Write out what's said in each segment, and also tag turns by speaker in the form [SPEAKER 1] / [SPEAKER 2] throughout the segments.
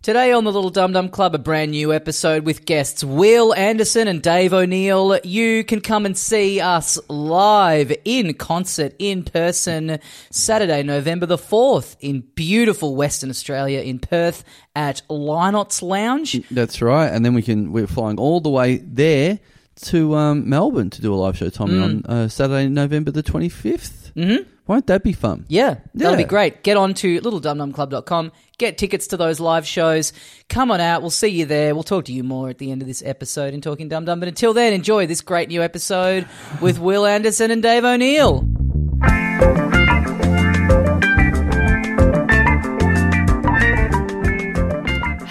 [SPEAKER 1] Today on the Little Dum Dum Club, a brand new episode with guests Will Anderson and Dave O'Neill. You can come and see us live in concert in person Saturday, November the 4th in beautiful Western Australia in Perth at Linots Lounge.
[SPEAKER 2] That's right. And then we can we're flying all the way there to um, Melbourne to do a live show, Tommy, on uh, Saturday, November the twenty Mm-hmm. Won't that be fun?
[SPEAKER 1] Yeah, that'll be
[SPEAKER 2] Yeah.
[SPEAKER 1] great. Get on to littledumdumclub.com, get tickets to those live shows. Come on out, we'll see you there. We'll talk to you more at the end of this episode in Talking Dum Dum. But until then, enjoy this great new episode with Will Anderson and Dave O'Neill.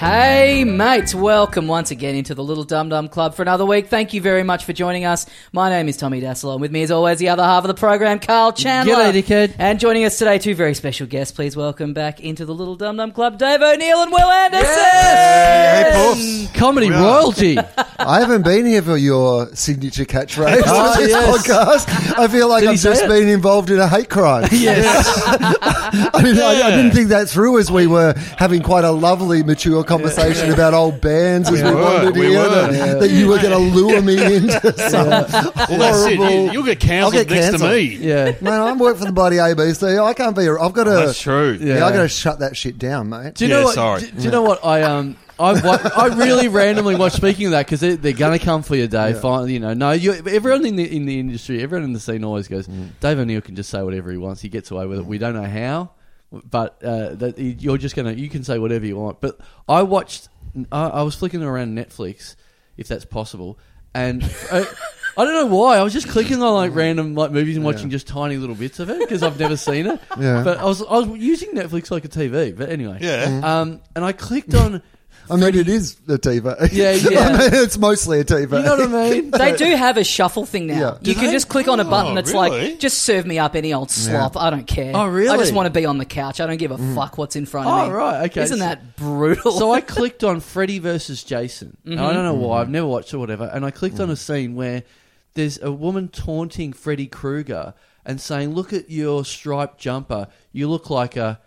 [SPEAKER 1] Hey, mates, welcome once again into the Little Dum Dum Club for another week. Thank you very much for joining us. My name is Tommy Dassler, and with me, as always, the other half of the program, Carl Chandler.
[SPEAKER 2] G'day, dickhead.
[SPEAKER 1] And joining us today, two very special guests. Please welcome back into the Little Dum Dum Club, Dave O'Neill and Will Anderson.
[SPEAKER 3] Hey, puffs.
[SPEAKER 2] Comedy
[SPEAKER 3] We are.
[SPEAKER 2] royalty.
[SPEAKER 3] I haven't been here for your signature catchphrase
[SPEAKER 2] Oh,
[SPEAKER 3] on this
[SPEAKER 2] yes.
[SPEAKER 3] podcast. I feel like
[SPEAKER 2] Did he
[SPEAKER 3] I've
[SPEAKER 2] say
[SPEAKER 3] just
[SPEAKER 2] it?
[SPEAKER 3] been involved in a hate crime.
[SPEAKER 2] yes.
[SPEAKER 3] I, didn't, I, I
[SPEAKER 2] Yeah.
[SPEAKER 3] didn't think that through as we were having quite a lovely, mature conversation about old bands as we
[SPEAKER 4] were,
[SPEAKER 3] wandered
[SPEAKER 4] we
[SPEAKER 3] in.
[SPEAKER 4] were.
[SPEAKER 3] and That you were going to lure me into some
[SPEAKER 4] Well, that's it.
[SPEAKER 3] horrible.
[SPEAKER 4] You, will get
[SPEAKER 3] I'll
[SPEAKER 4] cancelled
[SPEAKER 3] get
[SPEAKER 4] next
[SPEAKER 3] cancelled.
[SPEAKER 4] to me.
[SPEAKER 2] yeah.
[SPEAKER 3] Man, I'm working for the bloody ABC. I can't be. I've got to.
[SPEAKER 4] That's true.
[SPEAKER 3] Yeah,
[SPEAKER 2] Yeah.
[SPEAKER 3] I've got to shut that shit down, mate.
[SPEAKER 2] Do you
[SPEAKER 4] Yeah,
[SPEAKER 2] know what?
[SPEAKER 4] sorry.
[SPEAKER 2] Do, do you know what? I um. I, wa- I really randomly watch speaking of that because they, they're gonna come for your day. Finally, you know, no, you, everyone in the in the industry, everyone in the scene always goes. Dave O'Neill can just say whatever he wants. He gets away with it. We don't know how, but uh, that he- you're just gonna you can say whatever you want. But I watched. I, I was flicking around Netflix, if that's possible, and. I, I don't know why. I was just clicking on like random like movies and watching just tiny little bits of it because I've never seen it.
[SPEAKER 3] Yeah.
[SPEAKER 2] But I was I was using Netflix like a TV. But anyway,
[SPEAKER 4] Yeah. Mhm.
[SPEAKER 2] um, and I clicked on.
[SPEAKER 3] I mean, it is a TV.
[SPEAKER 2] Yeah, yeah.
[SPEAKER 3] I mean, it's mostly a TV.
[SPEAKER 2] You know what I mean?
[SPEAKER 1] They do have a shuffle thing now.
[SPEAKER 3] Yeah.
[SPEAKER 1] You
[SPEAKER 3] Do
[SPEAKER 1] can
[SPEAKER 2] they?
[SPEAKER 1] just click on a button
[SPEAKER 4] Oh,
[SPEAKER 1] that's
[SPEAKER 4] really?
[SPEAKER 1] like, just serve me up any old slop. I don't care.
[SPEAKER 2] Oh, really?
[SPEAKER 1] I just want to be on the couch. I don't give a fuck what's in front of
[SPEAKER 2] Oh,
[SPEAKER 1] me.
[SPEAKER 2] right, okay.
[SPEAKER 1] Isn't
[SPEAKER 2] So-
[SPEAKER 1] that brutal?
[SPEAKER 2] so I clicked on Freddy versus Jason. And I don't know why. I've never watched it or whatever. And I clicked on a scene where there's a woman taunting Freddy Krueger and saying, "Look at your striped jumper. You look like a."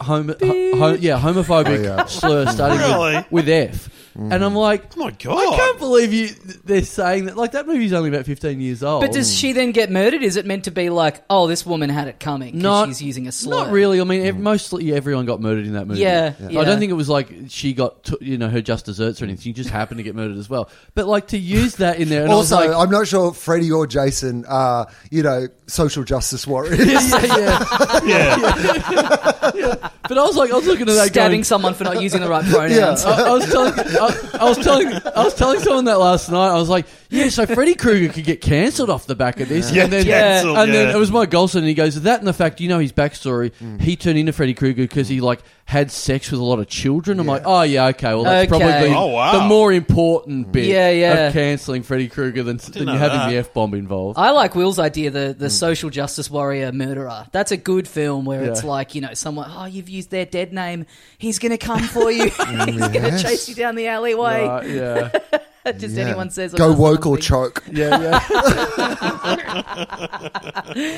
[SPEAKER 2] Homo- ho- ho- yeah, homophobic
[SPEAKER 3] Oh, yeah.
[SPEAKER 2] slur starting
[SPEAKER 4] Really?
[SPEAKER 2] with, with F, and I'm like,
[SPEAKER 4] Oh my god!
[SPEAKER 2] I can't believe you. They're saying that like that movie's only about 15 years old.
[SPEAKER 1] But does she then get murdered? Is it meant to be like, oh, this woman had it coming? 'cause
[SPEAKER 2] Not-
[SPEAKER 1] she's using a slur.
[SPEAKER 2] Not really. I mean, ev- mostly everyone got murdered in that movie.
[SPEAKER 1] Yeah, Yeah.
[SPEAKER 2] I
[SPEAKER 1] yeah.
[SPEAKER 2] don't think it was like she got t- you know her just desserts or anything. She just happened to get murdered as well. But like to use that in there, and
[SPEAKER 3] also,
[SPEAKER 2] I was like,
[SPEAKER 3] I'm not sure if Freddie or Jason are, you know, social justice warriors.
[SPEAKER 2] yeah, yeah, yeah. But I was like, I was looking at that
[SPEAKER 1] Stabbing
[SPEAKER 2] going,
[SPEAKER 1] someone for not using the right pronouns.
[SPEAKER 3] Yeah.
[SPEAKER 2] I, I was telling, I, I was telling, I was telling someone that last night. I was like, "Yeah, so Freddy Krueger could get cancelled off the back of this."
[SPEAKER 4] Yeah,
[SPEAKER 2] and then,
[SPEAKER 4] cancelled,
[SPEAKER 2] and then
[SPEAKER 4] yeah. Mm.
[SPEAKER 2] it was my Golson, and he goes, "That and the fact, you know, his backstory. He turned into Freddy Krueger because he like had sex with a lot of children." I'm like, "Oh yeah, okay. Well, that's
[SPEAKER 1] Okay.
[SPEAKER 2] probably
[SPEAKER 4] Oh, wow.
[SPEAKER 2] the more important bit
[SPEAKER 1] Yeah, yeah.
[SPEAKER 2] of cancelling Freddy Krueger than, than
[SPEAKER 4] know
[SPEAKER 2] you having
[SPEAKER 4] that.
[SPEAKER 2] the f bomb involved."
[SPEAKER 1] I like Will's idea, the,
[SPEAKER 3] Mm.
[SPEAKER 1] the social justice warrior murderer. That's a good film where it's
[SPEAKER 2] Yeah.
[SPEAKER 1] like, you know, someone, oh, you've used their dead name. He's going to come for you. He's going to
[SPEAKER 3] Mm, yes.
[SPEAKER 1] chase you down the alleyway.
[SPEAKER 2] Right, yeah,
[SPEAKER 1] Just
[SPEAKER 3] Yeah.
[SPEAKER 1] anyone says.
[SPEAKER 3] Go
[SPEAKER 1] about
[SPEAKER 3] woke or
[SPEAKER 1] something.
[SPEAKER 3] choke.
[SPEAKER 2] yeah, yeah.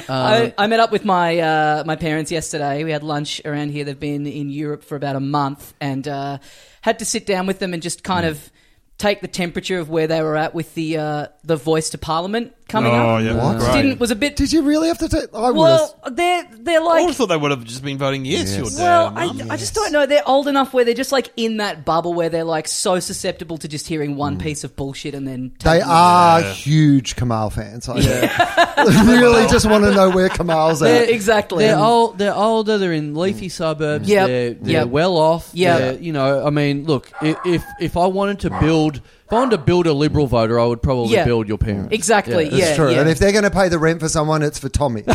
[SPEAKER 1] I, I met up with my uh, my parents yesterday. We had lunch around here. They've been in Europe for about a month, and uh, had to sit down with them and just
[SPEAKER 3] Mm.
[SPEAKER 1] kind of take the temperature of where they were at with the uh, the voice to Parliament coming
[SPEAKER 4] Oh
[SPEAKER 1] up.
[SPEAKER 4] yeah,
[SPEAKER 3] What?
[SPEAKER 4] great.
[SPEAKER 1] Didn't was a bit.
[SPEAKER 3] Did you really have to take? I
[SPEAKER 1] well, they're they're
[SPEAKER 4] I
[SPEAKER 1] like
[SPEAKER 4] would have thought they would have just been voting yes. Your
[SPEAKER 3] Yes.
[SPEAKER 4] dad.
[SPEAKER 1] Well,
[SPEAKER 4] and
[SPEAKER 1] I,
[SPEAKER 4] mum.
[SPEAKER 1] I just don't know. They're old enough where they're just like in that bubble where they're like so susceptible to just hearing
[SPEAKER 4] Mm.
[SPEAKER 1] one piece of bullshit and then
[SPEAKER 3] would have. They
[SPEAKER 1] taking it.
[SPEAKER 3] are huge Kamal fans. I think. they really just want to know where Kamal's
[SPEAKER 1] Yeah,
[SPEAKER 3] at.
[SPEAKER 1] exactly.
[SPEAKER 2] They're old. They're older. They're in leafy suburbs.
[SPEAKER 1] Mm. Yep.
[SPEAKER 2] They're, they're
[SPEAKER 1] Yep.
[SPEAKER 2] well off.
[SPEAKER 1] Yep.
[SPEAKER 2] They're, you know, I mean, look, i- if if I wanted to build, if I wanted to build a liberal voter, I would probably
[SPEAKER 1] Yeah.
[SPEAKER 2] build your parents.
[SPEAKER 1] Exactly.
[SPEAKER 2] Yeah.
[SPEAKER 3] It's
[SPEAKER 1] Yeah,
[SPEAKER 3] true.
[SPEAKER 1] yeah.
[SPEAKER 3] And if they're going to pay the rent for someone, it's for Tommy.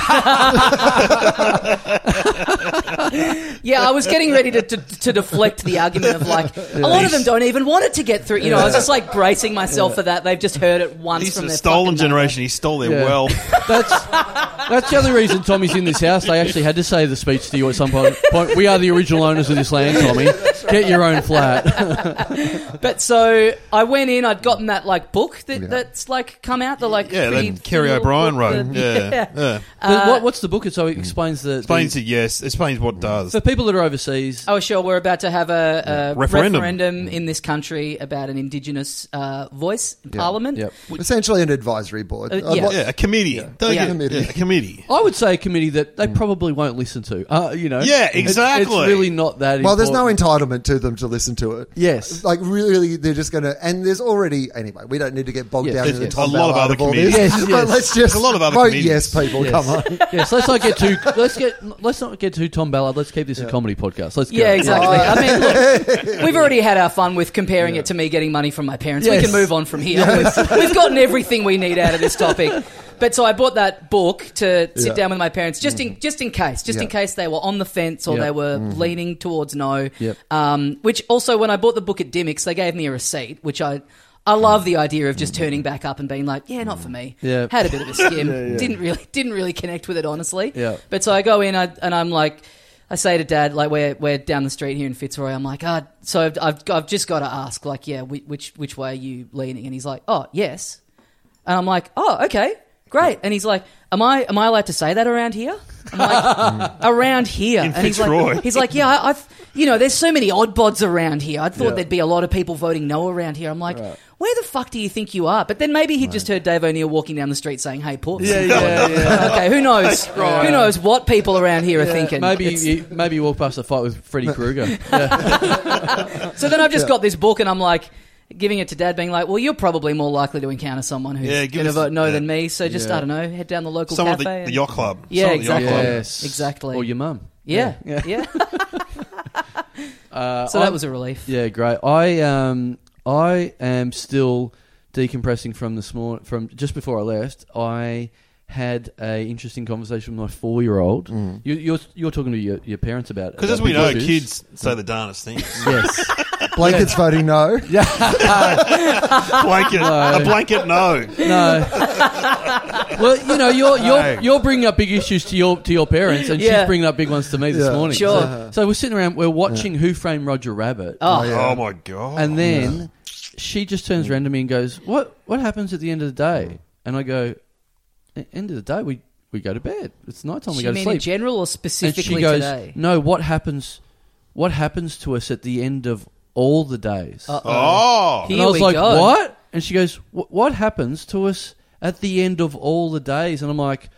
[SPEAKER 1] Yeah, I was getting ready to, to, to deflect the argument of like a lot of them don't even want it to get through. You know, I was just like bracing myself for that. They've just heard it once
[SPEAKER 4] He's
[SPEAKER 1] from
[SPEAKER 4] the
[SPEAKER 1] their
[SPEAKER 4] stolen
[SPEAKER 1] fucking
[SPEAKER 4] generation. He stole their
[SPEAKER 2] Yeah.
[SPEAKER 4] wealth.
[SPEAKER 2] That's that's the only reason Tommy's in this house. They actually had to say the speech to you at some point. point we are the original owners of this land, Tommy. Get your own
[SPEAKER 1] Uh,
[SPEAKER 2] flat.
[SPEAKER 1] But so I went in. I'd gotten that like book that,
[SPEAKER 3] Yeah.
[SPEAKER 1] that's like come out. The like
[SPEAKER 4] Yeah,
[SPEAKER 1] pretty
[SPEAKER 4] that Kerry
[SPEAKER 1] thin little
[SPEAKER 4] O'Brien
[SPEAKER 1] book
[SPEAKER 4] wrote.
[SPEAKER 1] that-
[SPEAKER 4] Yeah. yeah.
[SPEAKER 2] But what, what's the book? It so it explains the
[SPEAKER 4] Explains
[SPEAKER 2] the,
[SPEAKER 4] it, yes. Explains what does.
[SPEAKER 2] for people that are overseas.
[SPEAKER 1] Oh, sure. We're about to have a, a referendum.
[SPEAKER 4] Referendum.
[SPEAKER 1] in this country about an Indigenous uh, voice in Parliament.
[SPEAKER 2] Yep.
[SPEAKER 3] Essentially, an advisory board.
[SPEAKER 1] Uh,
[SPEAKER 3] I'd
[SPEAKER 1] yeah.
[SPEAKER 3] like-
[SPEAKER 4] Yeah, a committee. Don't
[SPEAKER 1] Yeah.
[SPEAKER 4] you-
[SPEAKER 3] Committee.
[SPEAKER 4] yeah, a committee.
[SPEAKER 2] I would say a committee that
[SPEAKER 1] Mm.
[SPEAKER 2] they probably won't listen to. Uh, you know,
[SPEAKER 4] Yeah,
[SPEAKER 2] It's- It's,
[SPEAKER 4] exactly.
[SPEAKER 2] really not that.
[SPEAKER 3] Well, there's no
[SPEAKER 2] important.
[SPEAKER 3] entitlement to them to listen to it.
[SPEAKER 2] Yes.
[SPEAKER 3] Like, really, they're just going to. And there's already. Anyway, we don't need to get bogged
[SPEAKER 2] Yeah.
[SPEAKER 3] down
[SPEAKER 2] There's
[SPEAKER 3] in the
[SPEAKER 4] a
[SPEAKER 3] Tom
[SPEAKER 4] lot of
[SPEAKER 3] Ballard
[SPEAKER 4] other
[SPEAKER 3] all
[SPEAKER 4] comedians.
[SPEAKER 3] this.
[SPEAKER 2] Yes, yes.
[SPEAKER 3] But let's just
[SPEAKER 4] a lot of other
[SPEAKER 3] vote
[SPEAKER 4] comedians.
[SPEAKER 3] yes, people.
[SPEAKER 2] Yes.
[SPEAKER 3] Come on.
[SPEAKER 2] yes, let's not get too. Let's get. Let's not get too Tom Ballard. Let's keep this a comedy podcast. Let's.
[SPEAKER 1] Yeah,
[SPEAKER 2] go.
[SPEAKER 1] exactly. I mean, look, we've already had our fun with comparing it to me getting money from my parents. We
[SPEAKER 2] Yes.
[SPEAKER 1] can move on from here. We've, we've gotten everything we need out of this topic. But so I bought that book to sit
[SPEAKER 3] Yeah.
[SPEAKER 1] down with my parents, just in just in case, just in
[SPEAKER 3] Yeah.
[SPEAKER 1] case they were on the fence or
[SPEAKER 2] Mm-hmm. Yeah. Mm-hmm.
[SPEAKER 1] they were leaning towards no.
[SPEAKER 2] Yep.
[SPEAKER 1] Um, which also, when I bought the book at Dimmicks, they gave me a receipt, which I. I love the idea of just turning back up and being like, "Yeah, not for me."
[SPEAKER 2] Mm. Yeah.
[SPEAKER 1] had a bit of a skim. Didn't really, didn't really connect with it honestly.
[SPEAKER 2] Yeah.
[SPEAKER 1] But so I go in I, and I'm like, I say to Dad, like we're we're down the street here in Fitzroy. I'm like, ah, so I've I've, I've just got to ask, like, yeah, whi- which which way are you leaning? And he's like, oh, yes. And I'm like, oh, okay, great. And he's like, am I am I allowed to say that around here? I'm like, around here.
[SPEAKER 4] In
[SPEAKER 1] and he's
[SPEAKER 4] Fitzroy.
[SPEAKER 1] like, he's like, yeah, I, I've you know, there's so many odd bods around here. I thought
[SPEAKER 2] Yeah.
[SPEAKER 1] there'd be a lot of people voting no around here. I'm like, where the fuck do you think you are? But then maybe he just heard Dave O'Neill walking down the street saying, hey, Port.
[SPEAKER 2] Yeah, yeah, yeah.
[SPEAKER 1] okay, who knows? Who knows what people around here are thinking?
[SPEAKER 2] Maybe
[SPEAKER 1] It's-
[SPEAKER 2] you, maybe you walk past a fight with Freddy Krueger.
[SPEAKER 1] so then I've just got this book and I'm like giving it to dad, being like, well, you're probably more likely to encounter someone who's
[SPEAKER 4] Yeah, give
[SPEAKER 1] going to
[SPEAKER 4] us-
[SPEAKER 1] vote no
[SPEAKER 4] yeah.
[SPEAKER 1] than me. So just,
[SPEAKER 2] Yeah.
[SPEAKER 1] I don't know, head down the local
[SPEAKER 4] Some of
[SPEAKER 1] cafe.
[SPEAKER 4] the, the
[SPEAKER 1] and-
[SPEAKER 4] yacht club.
[SPEAKER 1] Yeah,
[SPEAKER 4] Some of the yacht
[SPEAKER 1] exactly.
[SPEAKER 4] club.
[SPEAKER 2] Yes,
[SPEAKER 1] Exactly.
[SPEAKER 2] Or your mum.
[SPEAKER 1] yeah, yeah.
[SPEAKER 2] Uh,
[SPEAKER 1] so that
[SPEAKER 2] I'm-
[SPEAKER 1] was a relief.
[SPEAKER 2] Yeah, great. I um I am still decompressing from this morning. From just before I left, I had a interesting conversation with my four year old. You, you're you're talking to your, your parents about
[SPEAKER 4] Mm. Because as
[SPEAKER 2] about
[SPEAKER 4] we
[SPEAKER 2] big
[SPEAKER 4] know,
[SPEAKER 2] issues.
[SPEAKER 4] kids say the darndest things.
[SPEAKER 2] Yes.
[SPEAKER 3] Blanket's voting no.
[SPEAKER 4] blanket, a blanket no.
[SPEAKER 2] No. well, you know, you're you're
[SPEAKER 4] Hey.
[SPEAKER 2] you're bringing up big issues to your to your parents, and
[SPEAKER 1] Yeah.
[SPEAKER 2] she's bringing up big ones to me this
[SPEAKER 3] Yeah.
[SPEAKER 2] morning.
[SPEAKER 1] Sure.
[SPEAKER 2] So, so we're sitting around, we're watching Who Framed Roger Rabbit.
[SPEAKER 1] Oh,
[SPEAKER 3] yeah.
[SPEAKER 4] Oh my god!
[SPEAKER 2] And then she just turns around to me and goes, "What what happens at the end of the day?" And I go, "At the "End of the day, we we go to bed. It's nighttime.
[SPEAKER 1] you
[SPEAKER 2] We go to
[SPEAKER 1] mean in
[SPEAKER 2] sleep."
[SPEAKER 1] general or
[SPEAKER 2] And
[SPEAKER 1] specifically
[SPEAKER 2] she goes,
[SPEAKER 1] today?
[SPEAKER 2] "No, what happens? What happens to us at the end of all the days?"
[SPEAKER 4] oh,
[SPEAKER 1] He-
[SPEAKER 2] and I
[SPEAKER 1] Here
[SPEAKER 2] was
[SPEAKER 1] we
[SPEAKER 2] like,
[SPEAKER 1] go.
[SPEAKER 2] "What?" And she goes, "Wh- "What happens to us at the end of all the days?" And I'm like.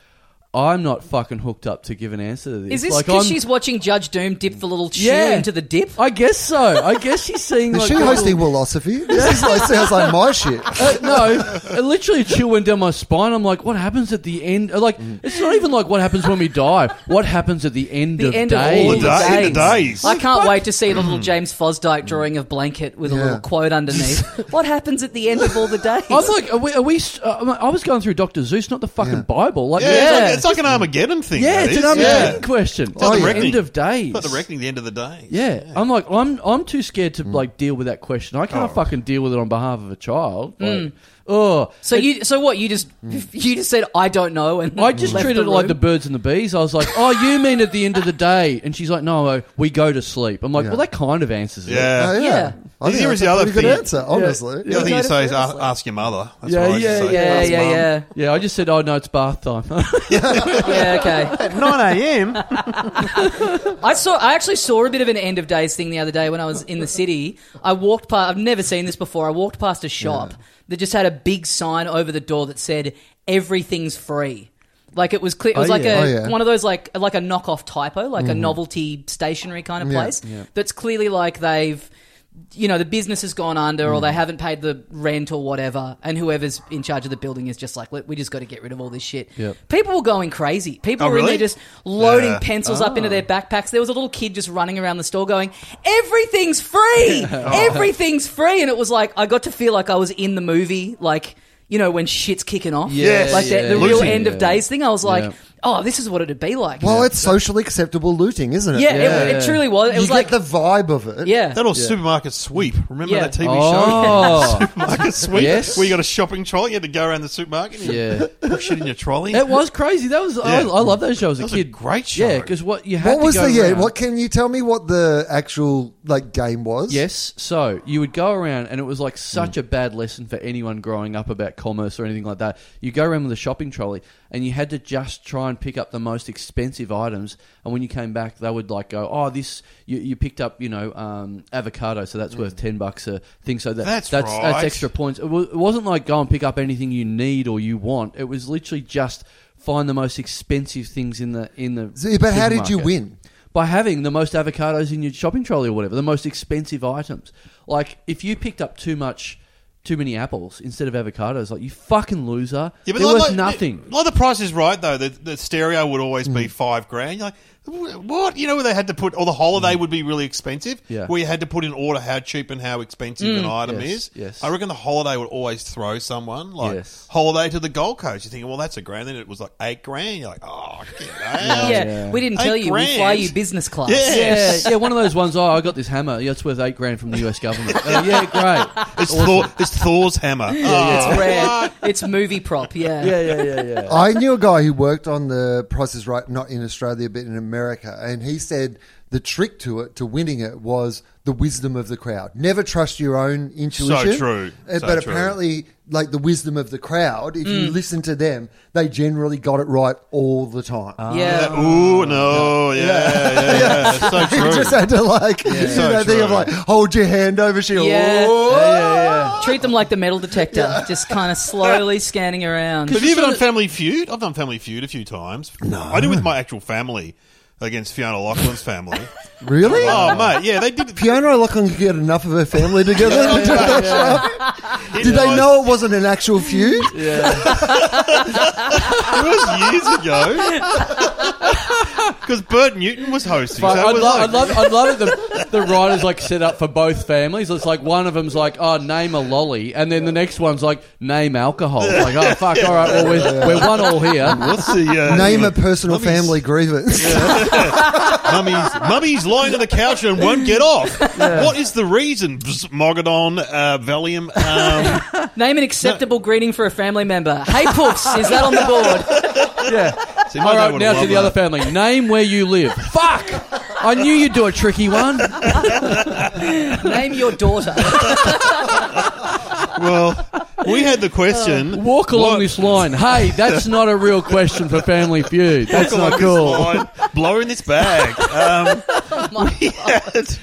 [SPEAKER 2] I'm not fucking hooked up to give an answer to this.
[SPEAKER 1] Is this
[SPEAKER 2] Like,
[SPEAKER 1] because
[SPEAKER 2] I'm-
[SPEAKER 1] she's watching Judge Doom dip the little shoe
[SPEAKER 2] Yeah.
[SPEAKER 1] into the dip?
[SPEAKER 2] I guess so. I guess she's seeing.
[SPEAKER 3] Is
[SPEAKER 2] like,
[SPEAKER 3] she
[SPEAKER 2] little-
[SPEAKER 3] hosting philosophy? This is like, sounds like my shit.
[SPEAKER 2] Uh, no, it literally a chill went down my spine. I'm like, what happens at the end? Uh, Like,
[SPEAKER 3] Mm.
[SPEAKER 2] it's not even like what happens when we die. What happens at the end
[SPEAKER 1] The
[SPEAKER 2] of
[SPEAKER 1] end
[SPEAKER 2] days? Mm.
[SPEAKER 1] of all the
[SPEAKER 4] All the
[SPEAKER 1] days.
[SPEAKER 4] day- the days.
[SPEAKER 1] I can't wait to see the little James Fosdyke drawing of blanket with a
[SPEAKER 3] Yeah.
[SPEAKER 1] little quote underneath. what happens at the end of all the days?
[SPEAKER 2] I'm like, are we? Are we st- uh, I'm like, I was going through Doctor Zeus, not the fucking
[SPEAKER 3] Yeah.
[SPEAKER 2] Bible. Like,
[SPEAKER 4] yeah,
[SPEAKER 2] yeah,
[SPEAKER 4] It's, like, it's like an Armageddon thing.
[SPEAKER 2] Yeah,
[SPEAKER 4] that
[SPEAKER 2] it's
[SPEAKER 4] is.
[SPEAKER 2] an Armageddon
[SPEAKER 4] Yeah.
[SPEAKER 2] question.
[SPEAKER 4] not
[SPEAKER 3] the
[SPEAKER 2] the
[SPEAKER 4] reckoning.
[SPEAKER 2] end of days.
[SPEAKER 4] It's like the reckoning, the end of the day.
[SPEAKER 2] Yeah. I'm like, I'm I'm too scared
[SPEAKER 4] Mm.
[SPEAKER 2] to like deal with that question. I can't
[SPEAKER 4] Oh.
[SPEAKER 2] fucking deal with it on behalf of a child. Like,
[SPEAKER 1] Mm.
[SPEAKER 2] Oh,
[SPEAKER 1] so you, so what? You just, you just said I don't know, and
[SPEAKER 2] Mm. I just
[SPEAKER 1] Mm. left
[SPEAKER 2] treated
[SPEAKER 1] the
[SPEAKER 2] it like the
[SPEAKER 1] room?
[SPEAKER 2] birds and the bees. I was like, "Oh, you mean at the end of the day?" And she's like, "No, uh, we go to sleep." I'm like,
[SPEAKER 3] Yeah.
[SPEAKER 2] "Well, that kind of answers it."
[SPEAKER 3] Oh,
[SPEAKER 4] Yeah.
[SPEAKER 3] yeah.
[SPEAKER 1] Yeah.
[SPEAKER 3] I think
[SPEAKER 4] Here
[SPEAKER 3] that's
[SPEAKER 4] is the
[SPEAKER 3] a
[SPEAKER 4] other
[SPEAKER 3] pretty good
[SPEAKER 4] thing.
[SPEAKER 3] answer, honestly.
[SPEAKER 4] The other thing
[SPEAKER 1] Yeah.
[SPEAKER 4] you say is uh, ask your mother. That's
[SPEAKER 2] Yeah,
[SPEAKER 4] what I used to
[SPEAKER 2] yeah,
[SPEAKER 4] say.
[SPEAKER 1] yeah,
[SPEAKER 4] Ask
[SPEAKER 1] yeah,
[SPEAKER 4] mum.
[SPEAKER 1] yeah,
[SPEAKER 2] Yeah, I just said, "Oh no, it's bath time."
[SPEAKER 1] yeah. Okay.
[SPEAKER 4] At 9 a.m.
[SPEAKER 1] I saw. I actually saw a bit of an end of days thing the other day when I was in the city. I walked past. I've never seen this before. I walked past a shop that just had a big sign over the door that said "Everything's free." Like it was clear. It was
[SPEAKER 2] Oh,
[SPEAKER 1] like
[SPEAKER 2] yeah.
[SPEAKER 1] a
[SPEAKER 3] Oh, yeah. Mm-hmm.
[SPEAKER 1] one of those like like a knockoff typo, like a novelty stationery kind of
[SPEAKER 3] Yeah.
[SPEAKER 1] place. That's clearly like they've. You know, the business has gone under or
[SPEAKER 3] Mm.
[SPEAKER 1] they haven't paid the rent or whatever, and whoever's in charge of the building is just like, "Look, we just got to get rid of all this shit.
[SPEAKER 2] Yep.
[SPEAKER 1] People were going crazy. People
[SPEAKER 4] Oh,
[SPEAKER 1] were in
[SPEAKER 4] really?
[SPEAKER 1] there just loading
[SPEAKER 4] Yeah.
[SPEAKER 1] pencils up into their backpacks. There was a little kid just running around the store going, "Everything's free! Everything's free!" And it was like I got to feel like I was in the movie, like you know when shit's kicking off.
[SPEAKER 2] Yes,
[SPEAKER 1] like
[SPEAKER 2] yeah.
[SPEAKER 1] the, the real
[SPEAKER 4] Losing.
[SPEAKER 1] end of
[SPEAKER 2] Yeah.
[SPEAKER 1] days thing. I was like,
[SPEAKER 2] Yeah.
[SPEAKER 1] oh, this is what it'd be like.
[SPEAKER 3] Well, it's socially acceptable looting, isn't it?
[SPEAKER 1] yeah, It,
[SPEAKER 2] Yeah.
[SPEAKER 1] it truly was. It
[SPEAKER 3] you
[SPEAKER 1] was
[SPEAKER 3] get
[SPEAKER 1] like
[SPEAKER 3] the vibe of it.
[SPEAKER 1] yeah,
[SPEAKER 4] That or supermarket sweep. Remember
[SPEAKER 1] Yeah.
[SPEAKER 4] that TV
[SPEAKER 2] Oh,
[SPEAKER 4] show, supermarket sweep,
[SPEAKER 2] Yes.
[SPEAKER 4] where you got a shopping trolley, you had to go around the supermarket, and
[SPEAKER 2] yeah.
[SPEAKER 4] you push it in your trolley.
[SPEAKER 2] It was crazy. That was I,
[SPEAKER 4] Yeah.
[SPEAKER 2] I love that show as
[SPEAKER 4] That
[SPEAKER 2] a
[SPEAKER 4] was a
[SPEAKER 2] kid.
[SPEAKER 4] great
[SPEAKER 2] Yeah,
[SPEAKER 4] show.
[SPEAKER 2] because what you had
[SPEAKER 3] What
[SPEAKER 2] to
[SPEAKER 3] was
[SPEAKER 2] go
[SPEAKER 3] the yeah?
[SPEAKER 2] around-
[SPEAKER 3] What can you tell me what the actual like game was?
[SPEAKER 2] Yes, so you would go around, and it was like such a bad lesson for anyone growing up about commerce or anything like that. You go around with a shopping trolley, and you had to just try and pick up the most expensive items. And when you came back, they would like go, "Oh, this you, you picked up, you know, um, avocado, so that's worth ten bucks a thing." So that,
[SPEAKER 4] That's
[SPEAKER 2] that's
[SPEAKER 4] right.
[SPEAKER 2] that's extra points. It, wa- it wasn't like go and pick up anything you need or you want. It was literally just find the most expensive things in the in the.
[SPEAKER 3] So- but how did you
[SPEAKER 2] supermarket
[SPEAKER 3] win?
[SPEAKER 2] by having the most avocados in your shopping trolley or whatever, the most expensive items. Like if you picked up too much, too many apples instead of avocados, like you fucking loser.
[SPEAKER 4] Yeah, but
[SPEAKER 2] They're
[SPEAKER 4] like,
[SPEAKER 2] worth
[SPEAKER 4] like-
[SPEAKER 2] nothing.
[SPEAKER 4] Like the price is right though. The, the stereo would always be five grand. You're like, "Wh- what? You know, where they had to put, or the holiday would be really expensive.
[SPEAKER 2] Yeah.
[SPEAKER 4] Where you had to put in order how cheap and how expensive an item
[SPEAKER 2] Yes,
[SPEAKER 4] is.
[SPEAKER 2] yes.
[SPEAKER 4] I reckon the holiday would always throw someone like
[SPEAKER 2] Yes.
[SPEAKER 4] holiday to the Gold Coast. You're thinking, well, that's a grand. Then it was like eight grand. You're like, oh, get
[SPEAKER 1] yeah.
[SPEAKER 4] out.
[SPEAKER 1] We didn't tell
[SPEAKER 4] Eight
[SPEAKER 1] you. We fly
[SPEAKER 4] grand.
[SPEAKER 1] you business class.
[SPEAKER 4] Yeah.
[SPEAKER 2] Yeah,
[SPEAKER 4] Yes.
[SPEAKER 2] yeah, one of those ones. Oh, I got this hammer. Yeah, it's worth eight grand from the U.S. government. Uh, yeah, great.
[SPEAKER 4] It's, Thor, it's Thor's hammer.
[SPEAKER 1] It's
[SPEAKER 4] Oh,
[SPEAKER 1] rare. it's movie prop. Yeah.
[SPEAKER 2] Yeah, yeah, yeah, yeah.
[SPEAKER 3] I knew a guy who worked on the Price is Right, not in Australia, but in America, and he said the trick to it, to winning it, was the wisdom of the crowd. Never trust your own intuition.
[SPEAKER 4] true.
[SPEAKER 3] Uh,
[SPEAKER 4] So
[SPEAKER 3] but
[SPEAKER 4] true.
[SPEAKER 3] apparently, like the wisdom of the crowd, if
[SPEAKER 1] Mm.
[SPEAKER 3] you listen to them, they generally got it right all the time.
[SPEAKER 1] Yeah.
[SPEAKER 4] Oh, that- Ooh, no. Yeah, yeah, yeah. It's so
[SPEAKER 3] you
[SPEAKER 4] true.
[SPEAKER 3] just had to like, you
[SPEAKER 4] So
[SPEAKER 3] know, think of
[SPEAKER 4] true.
[SPEAKER 3] like, hold your hand over shield.
[SPEAKER 1] Yeah.
[SPEAKER 3] Oh.
[SPEAKER 1] Treat them like the metal detector, just kind of slowly scanning around.
[SPEAKER 4] Have you ever done Family Feud? I've done Family Feud a few times. No. I did with my actual family against Fiona Loughlin's family.
[SPEAKER 3] Really?
[SPEAKER 4] oh, mate. Yeah, they did.
[SPEAKER 3] Fiona O'Loughlin could get enough of her family together. to do that show.
[SPEAKER 4] it
[SPEAKER 3] Did they
[SPEAKER 4] was-
[SPEAKER 3] know it wasn't an actual feud?
[SPEAKER 4] It was years ago. Because Bert Newton was hosting.
[SPEAKER 2] But
[SPEAKER 4] so it
[SPEAKER 2] I'd,
[SPEAKER 4] was
[SPEAKER 2] lo-
[SPEAKER 4] like-
[SPEAKER 2] I'd love, I'd love it. The, the writers like set up for both families. It's like one of them's like, "Oh, name a lolly," and then the next one's like, "Name alcohol." Like, "Oh, fuck! All right, well, we're, we're one all here."
[SPEAKER 4] What's the uh,
[SPEAKER 3] Name a personal
[SPEAKER 4] Mummy's-
[SPEAKER 3] family grievance.
[SPEAKER 4] Mummy's, mummy's lying on the couch and won't get off. What is the reason? Bzz, Mogadon, uh, Valium. Um,
[SPEAKER 1] Name an acceptable greeting for a family member. Hey, poofs, is that on the board?
[SPEAKER 2] Yeah.
[SPEAKER 4] so you might
[SPEAKER 2] All
[SPEAKER 4] know
[SPEAKER 2] right,
[SPEAKER 4] what
[SPEAKER 2] now
[SPEAKER 4] it
[SPEAKER 2] to
[SPEAKER 4] was,
[SPEAKER 2] the other
[SPEAKER 4] though.
[SPEAKER 2] family. Name where you live. Fuck! I knew you'd do a tricky one.
[SPEAKER 1] Name your daughter.
[SPEAKER 4] Well, we had the question.
[SPEAKER 2] Walk along
[SPEAKER 4] what-
[SPEAKER 2] this line. Hey, that's not a real question for Family Feud. That's
[SPEAKER 4] Walk
[SPEAKER 2] not
[SPEAKER 4] along
[SPEAKER 2] cool.
[SPEAKER 4] this line, blow in this bag. Um, we, had,